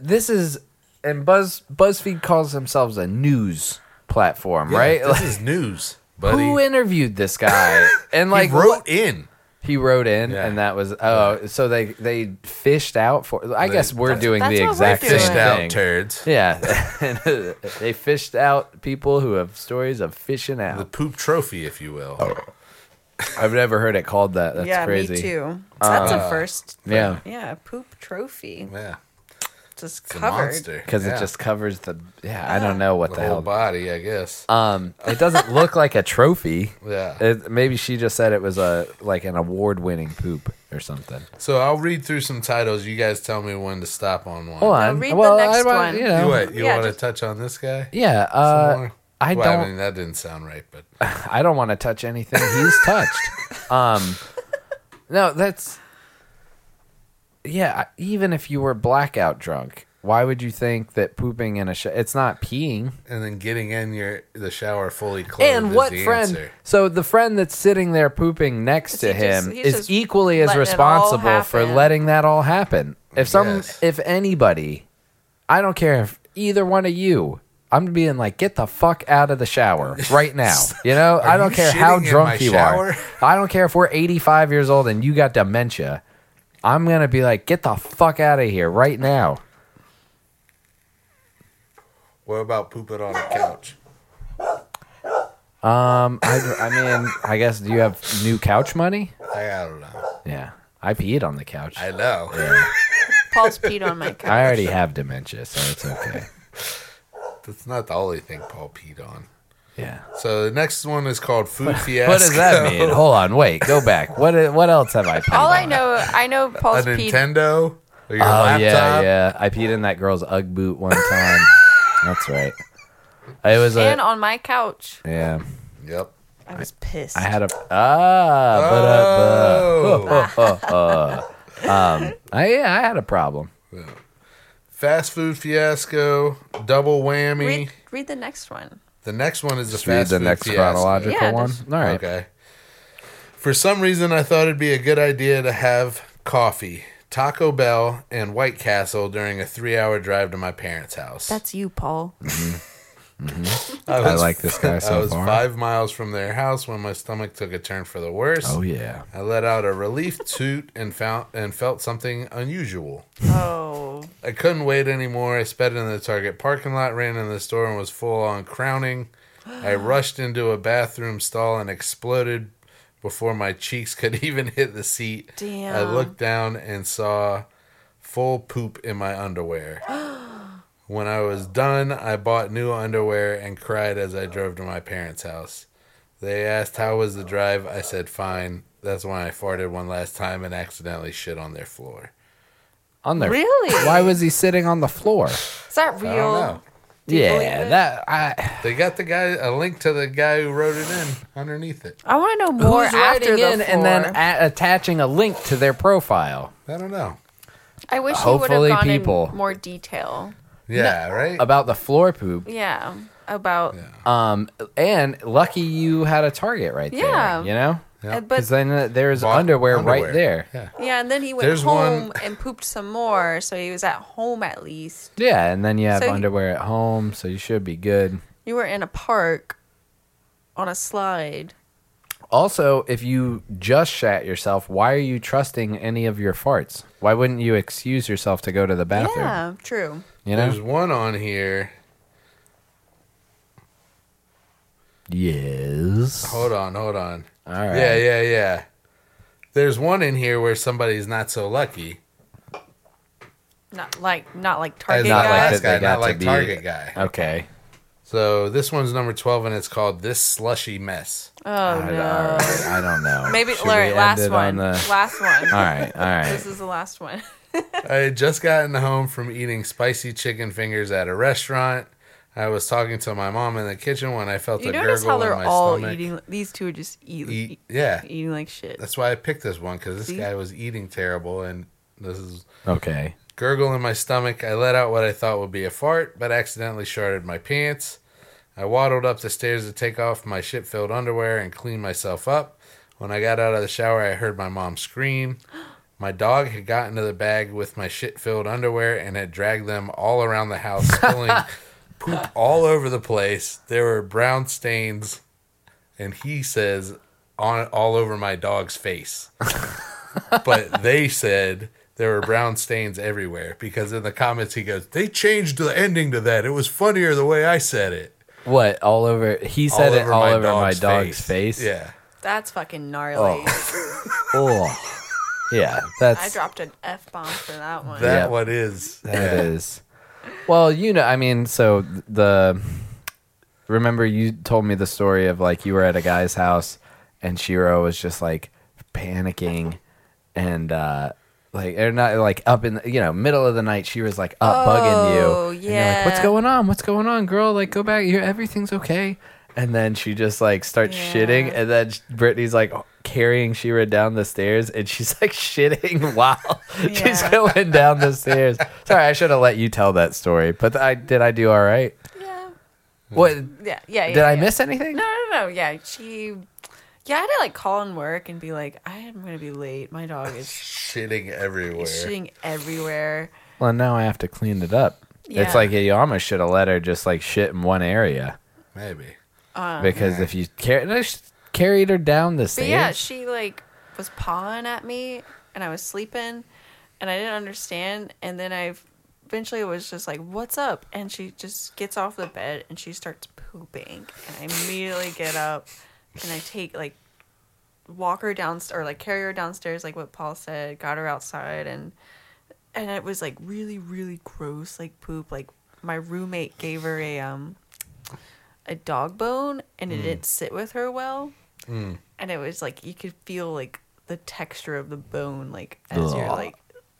A: This is and Buzz BuzzFeed calls themselves a news platform,
B: Yeah,
A: right?
B: This
A: Like,
B: is news, buddy.
A: who interviewed this guy? And like,
B: he wrote
A: what-
B: in.
A: he wrote in,
B: Yeah.
A: and that was oh, so they they fished out for. I guess we're doing
C: that's
A: the
C: what we're
A: exact
C: doing.
A: same
B: Fished out
A: thing.
B: turds.
A: Yeah, <laughs> they fished out people who have stories of fishing
B: The
A: out.
B: poop trophy, if you will.
A: Oh. I've never heard it called that. That's
C: yeah,
A: crazy. Uh,
C: me too. That's a first.
A: Yeah,
C: Yeah, poop trophy
B: Yeah.
C: just
B: It's a
C: covered.
B: monster.
A: because
B: Yeah.
A: it just covers the. Yeah, I don't know what
B: the
A: the,
B: whole
A: hell.
B: body, I guess.
A: um, it doesn't look like a trophy.
B: <laughs> Yeah.
A: It, maybe she just said it was a like an award-winning poop or something.
B: so I'll read through some titles. You guys tell me when to stop on one.
A: Hold
B: You
A: on.
C: read the
A: well,
C: next
A: Oh, I, want-
C: one.
A: You know,
B: what? You
C: Yeah,
B: want to
C: just-
B: touch on this guy?
A: yeah. Uh,
B: Or-
A: I
B: well,
A: don't.
B: I mean, that didn't sound right,
A: <laughs>
B: but
A: I don't want to touch anything
B: <laughs>
A: he's touched. Um, no, that's yeah. Even if you were blackout drunk, why would you think that pooping in a sh- it's not peeing?
B: and then getting in your the shower fully clothed.
A: And
B: is
A: what
B: the
A: friend?
B: Answer.
A: So the friend that's sitting there pooping next to
C: He just-
A: him
C: he's
A: is
C: just
A: equally as
C: letting it all
A: responsible for
C: happen.
A: letting that all happen. If some,
B: Yes.
A: if anybody, I don't care if either one of you. I'm being like, get the fuck out of the
B: <laughs>
A: shower right now. You know, I don't
B: you
A: care how
B: shitting in my
A: drunk you
B: shower?
A: are. I don't care if we're 85 years old and you got dementia. I'm gonna be like, get the fuck out of here right now.
B: What about pooping on a couch?
A: Um, I, I mean, I guess do you have new couch money?
B: I don't know.
A: Yeah, I peed on the couch.
B: I know.
C: <laughs> Paul's peed on my couch.
A: I
B: <laughs>
A: already have dementia, so it's okay.
B: That's not the only thing Paul peed on. <laughs>
A: Yeah.
B: So the next one is called Food Fiasco.
A: <laughs> What does that mean? Hold on, wait, go back. What i- what else have I peed
C: <laughs> All
A: on?
C: I know, I know
B: A
C: Paul's peed.
B: Nintendo? Or your
A: Oh
B: laptop?
A: yeah, yeah. I peed in that girl's UGG boot one time. That's right. It was
C: And
A: a
C: on my couch,
A: yeah.
B: Yep.
C: I was pissed.
A: I had a ah, but uh, <laughs>
B: Oh.
A: I yeah, I had a problem.
B: Fast food fiasco, double whammy.
C: read, read the next one.
B: The next one is the
A: Should we do
B: fast
A: the
B: food
A: next
B: fiasco.
A: chronological
C: Yeah,
A: one.
C: just-
A: All right.
B: Okay. For some reason, I thought it'd be a good idea to have coffee, Taco Bell, and White Castle during a three-hour drive to my parents' house.
C: That's you, Paul.
B: I,
A: I like this guy
B: <laughs> I
A: so
B: was
A: far.
B: five miles from their house when my stomach took a turn for the worse.
A: Oh yeah.
B: I let out a relief toot and found and felt something unusual.
C: <laughs> Oh,
B: I couldn't wait anymore. I sped into the Target parking lot, ran into the store, and was full on crowning. I rushed into a bathroom stall and exploded before my cheeks could <laughs> even hit the seat.
C: Damn.
B: I looked down and saw full poop in my underwear. when I was done, I bought new underwear and cried as I drove to my parents' house. They asked how was the drive. I said fine. That's when I farted one last time and accidentally shit on their floor.
A: On there.
C: Really?
A: Why was he sitting on the floor?
C: is that
B: I don't know.
C: real? Do you believe
A: Yeah,
C: it?
A: that I
B: They got the guy a link to the guy who wrote it in underneath it.
C: I want to know more
A: who's
C: after
A: writing
C: the
A: in and then
C: four.
A: a- attaching a link to their profile
B: I don't know.
C: I wish he would have
A: hopefully
C: gone
A: people-
C: in more detail.
B: Yeah, right.
A: about the floor poop.
C: Yeah, about uh,
A: Um, and lucky you had a target right
C: Yeah.
A: there. You know,
B: Yeah.
C: uh,
A: because
C: but
A: then uh, there's
B: Bought
A: underwear, right
B: underwear.
A: there.
B: Yeah.
C: yeah, and then he went
B: There's
C: home
B: one-
C: and pooped some more, so he was at home at least.
A: Yeah, and then you have
C: So he-
A: underwear at home, so you should be good.
C: You were in a park on a slide.
A: Also, if you just shat yourself, why are you trusting any of your farts? Why wouldn't you excuse yourself to go to the bathroom?
C: Yeah, true.
A: You know?
B: There's one on here.
A: Yes.
B: Hold on, hold on.
A: All right.
B: Yeah, yeah, yeah. There's one in here where somebody's not so lucky.
C: Not like not like
B: As
C: Target
B: the
A: not like
C: guys.
A: that
B: last
A: they
B: guy,
A: got
B: not
A: to
B: like
A: be-
B: Target guy.
A: Okay.
B: So this one's number twelve, and it's called "This Slushy
C: <laughs>
B: Mess."
C: oh
A: I, all
C: no.
A: right, I don't know.
C: Maybe
A: Should
C: all
A: we
C: right,
A: end
C: last
A: it
C: one.
A: on the- <laughs>
C: Last one.
A: All right. All right.
C: This is the last one. <laughs>
B: I had just gotten home from eating spicy chicken fingers at a restaurant. I was talking to my mom in the kitchen when I felt
C: You
B: a
C: notice
B: gurgle
C: how they're
B: in my
C: all
B: stomach.
C: eating. These two are just eat,
B: Eat-
C: eat,
B: yeah.
C: eating like shit.
B: That's why I picked this one because this
C: See?
B: guy was eating terrible, and this is
A: Okay.
B: gurgle in my stomach. I let out what I thought would be a fart, but accidentally shorted my pants. I waddled up the stairs to take off my shit filled underwear and clean myself up. When I got out of the shower, I heard my mom scream. My dog had gotten to the bag with my shit filled underwear and had dragged them all around the house, spilling poop all over the place. There were brown stains, and he says, on all over my dog's face but they said there were brown stains everywhere because in the comments he goes, "They changed the ending to that. It was funnier the way I said it."
A: What all over? He said it all over my dog's face.
B: Yeah,
C: That's fucking gnarly.
A: Oh. Yeah. That's
C: I dropped an f bomb for that one.
B: that
A: Yep.
B: one is.
A: That
B: yeah.
C: <laughs>
A: is. Well, you know, I mean, so the remember you told me the story of like you were at a guy's house and Shiro was just like panicking and uh like or not like up in the, you know middle of the night she was like up bugging you
C: Oh,
A: and you're like what's
C: yeah.
A: going on what's going on girl like go back you everything's okay and then she just like starts
C: Yeah.
A: shitting and then Brittany's like carrying Shira down the stairs and she's like <laughs> shitting while <laughs> she's
C: Yeah.
A: going down the stairs. Sorry, I should have let you tell that story. But I did I do all right?
C: Yeah.
A: What
C: Yeah. Yeah.
A: did
C: yeah,
A: I
C: yeah.
A: miss anything?
C: No, no, no. Yeah, she. Yeah, I had to like call in work and be like, I am gonna be late. My dog is
B: shitting everywhere.
C: shitting everywhere.
A: Well, now I have to clean it up.
C: Yeah.
A: It's like you almost should have let her just like shit in one area
B: Maybe.
A: because if you car- no, she carried her down the
C: Uh-huh. But
A: stairs.
C: yeah, she like was pawing at me, and I was sleeping, and I didn't understand. And then I eventually was just like, "What's up?" And she just gets off the bed and she starts pooping, and I immediately get up and I take like walk her downstairs or like carry her downstairs, like what Paul said, got her outside, and and it was like really really gross, like poop. Like my roommate gave her a um a dog bone, and
A: Mm.
C: it didn't sit with her well and it was like you could feel like the texture of the bone like as you're
A: Ugh.
C: like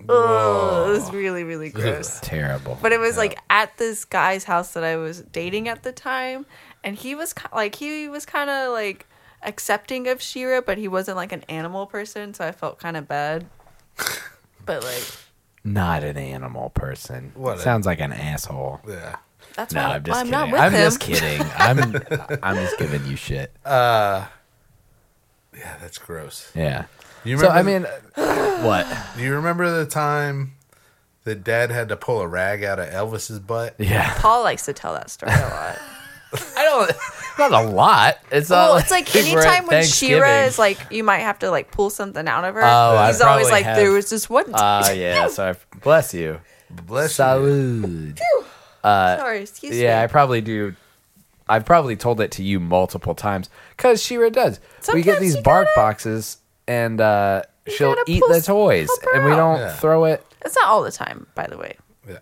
C: oh it was really really gross
A: terrible.
C: but it was like at this guy's house that i was dating at the time and he was ki- like he was kind of like accepting of shira but he wasn't like an animal person so i felt kind of
A: <laughs>
C: bad but like
A: Not an animal person.
B: What a-
A: Sounds like an asshole.
B: Yeah.
C: that's
A: No,
C: why
A: I'm just
C: i'm
A: kidding.
C: not with
A: I'm
C: him
A: just kidding. I'm I'm just giving you shit.
B: Yeah, that's gross.
A: Yeah.
B: You
A: so I
B: remember-
A: mean, what?
B: <laughs> Do you remember the time that Dad had to pull a rag out of Elvis's butt?
A: Yeah.
C: <laughs> paul likes to tell that story a lot
A: <laughs> I don't. Not a lot. It's not.
C: Well, it's like
A: <laughs> we're at
C: anytime when Shira
A: Thanksgiving.
C: is like, you might have to like pull something out of her.
A: Oh, I
C: he's always
A: probably
C: like,
A: have-
C: there was this one.
A: Ah,
C: time." <laughs>
A: yeah. Sorry. Bless you.
B: Bless you.
A: Salud.
C: Sorry, excuse
A: Yeah, I
C: me.
A: probably do. I've probably told it to you multiple times because Shira does. we get
C: Sometimes
A: these
C: you
A: bark
C: gotta-
A: boxes, and uh, she'll
C: gotta
A: eat
C: pull
A: the
C: s-
A: toys,
C: help her
A: and we
C: out.
A: don't
B: Yeah.
A: throw it.
C: It's not all the time, by the way.
B: Yeah.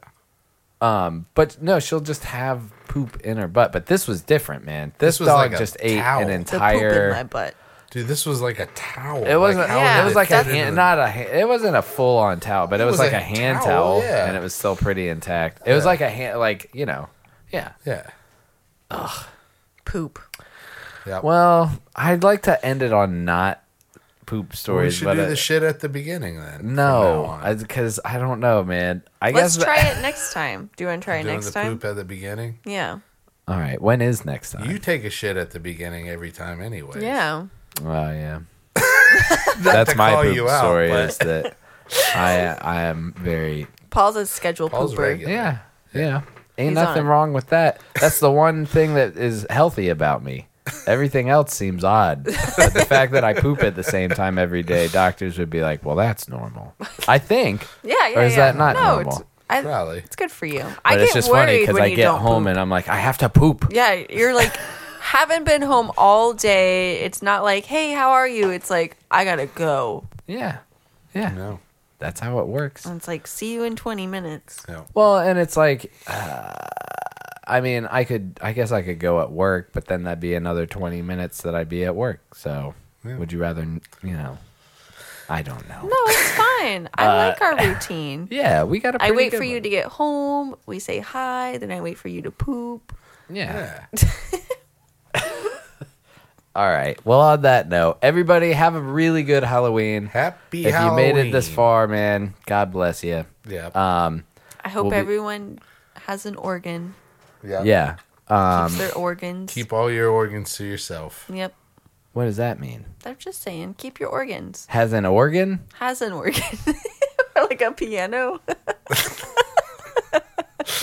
A: Um, but no, she'll just have poop in her butt. But this was different, man. This,
B: This was
A: dog
B: like a
A: just ate
B: towel.
A: an
B: The poop in
C: The poop in
A: entire.
C: my butt.
B: Dude, this was like a towel.
A: It wasn't.
B: how
C: yeah,
B: did
A: it was like a
B: fit into
A: hand,
B: the-
A: not a. ha- It wasn't a full on towel, but it, was, like a hand towel,
B: yeah.
A: and it was still pretty intact. It was like a hand, like you know, yeah.
B: Yeah.
C: Poop.
B: Yeah.
A: Well, I'd like to end it on not poop
B: we
A: stories,
B: should
A: but
B: do
A: it-
B: the shit at the beginning then. from now on.
A: no, because I don't know, man. I
C: Let's
A: guess.
C: try it next time. Do you want to try it
B: doing
C: next
B: the
C: time?
B: poop at the beginning.
C: Yeah.
A: All right, when is next time?
B: You take a shit at the beginning every time, anyway.
C: Yeah.
A: Oh
B: <laughs>
A: yeah, that's
B: to
A: my
B: call
A: poop
B: you out,
A: story.
B: but-
A: Is
B: <laughs>
A: that I I am very
C: Paul's a schedule
B: Paul's
C: pooper.
B: regular.
A: yeah yeah. Ain't
C: He's on
A: nothing
C: it.
A: wrong with that. That's the one thing that is healthy about me. Everything else seems
C: <laughs>
A: odd. But the fact that I poop at the same time every day, doctors would be like, "Well, that's normal." I think.
C: Yeah, yeah.
A: Or is
C: yeah.
A: that not
C: no,
A: normal?
C: It's, I,
B: Probably.
C: it's good for you. <laughs>
A: But
C: I get
A: it's just funny
C: worried
A: because
C: when
A: I
C: you
A: get
C: don't
A: home
C: poop.
A: and I'm like, I have to poop.
C: Yeah, you're like, <laughs> haven't been home all day. It's not like, hey, how are you? It's like, I gotta go.
A: Yeah. Yeah.
B: No.
A: That's how it works.
C: And it's like, see you in 20 minutes.
B: No.
A: Well, and it's like, uh, I mean, I could, I guess I could go at work, but then that'd be another 20 minutes that I'd be at work. So
B: Yeah.
A: would you rather, n- you know, I don't know.
C: No,
A: <laughs>
C: it's fine. I like our routine.
A: Yeah, we got a
C: I
A: pretty
C: wait
A: good
C: for you
A: one.
C: to get home. We say hi. Then I wait for you to poop.
A: Yeah.
C: <laughs>
B: Yeah.
A: All right. Well, on that note, everybody have a really good Halloween.
B: Happy
A: if
B: Halloween.
A: you made it this far, man, God bless you.
B: Yeah.
A: Um,
C: I hope
A: We'll be-
C: everyone has an organ.
B: yeah.
A: yeah. Uh,
C: keeps their organs.
B: Keep all your organs to yourself.
C: Yep.
A: what does that mean?
C: I'm just saying, keep your organs.
A: Has an organ?
C: Has an organ. <laughs> Or like a piano.
B: <laughs>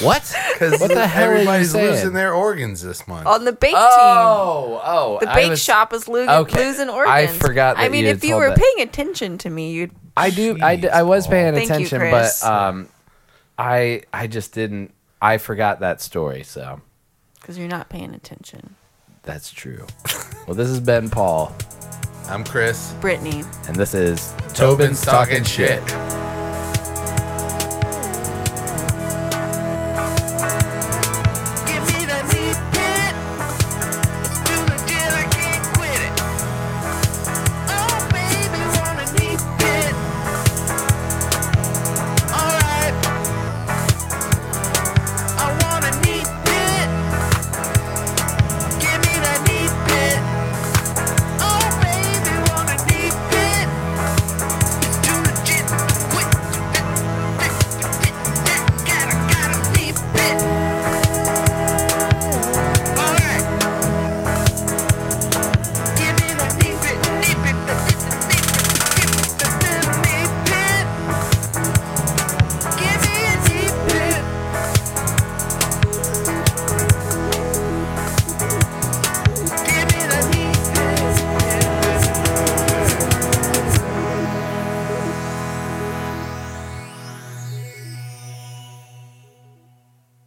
A: What?
B: Because
A: What the hell are you
B: everybody's
A: saying?
B: losing their organs this month.
C: On the bake
A: Oh, oh.
C: team. The
A: I
C: bake
A: was-
C: shop is lo-
A: Okay.
C: losing
A: I
C: organs.
A: forgot
C: I
A: that
C: mean,
A: you
C: if
A: had
C: you
A: told
C: were
A: that.
C: paying attention to me, you'd.
A: I do. I, d- I was
B: Jeez,
A: paying
C: Paul. Thank you,
A: attention,
C: Chris.
A: but um, I I just didn't. I forgot that story. So
C: Because you're not paying attention.
A: that's
B: <laughs>
A: true. well, this has been Paul,
B: I'm Chris.
C: Brittany.
A: and this is
B: Tobin's talking shit.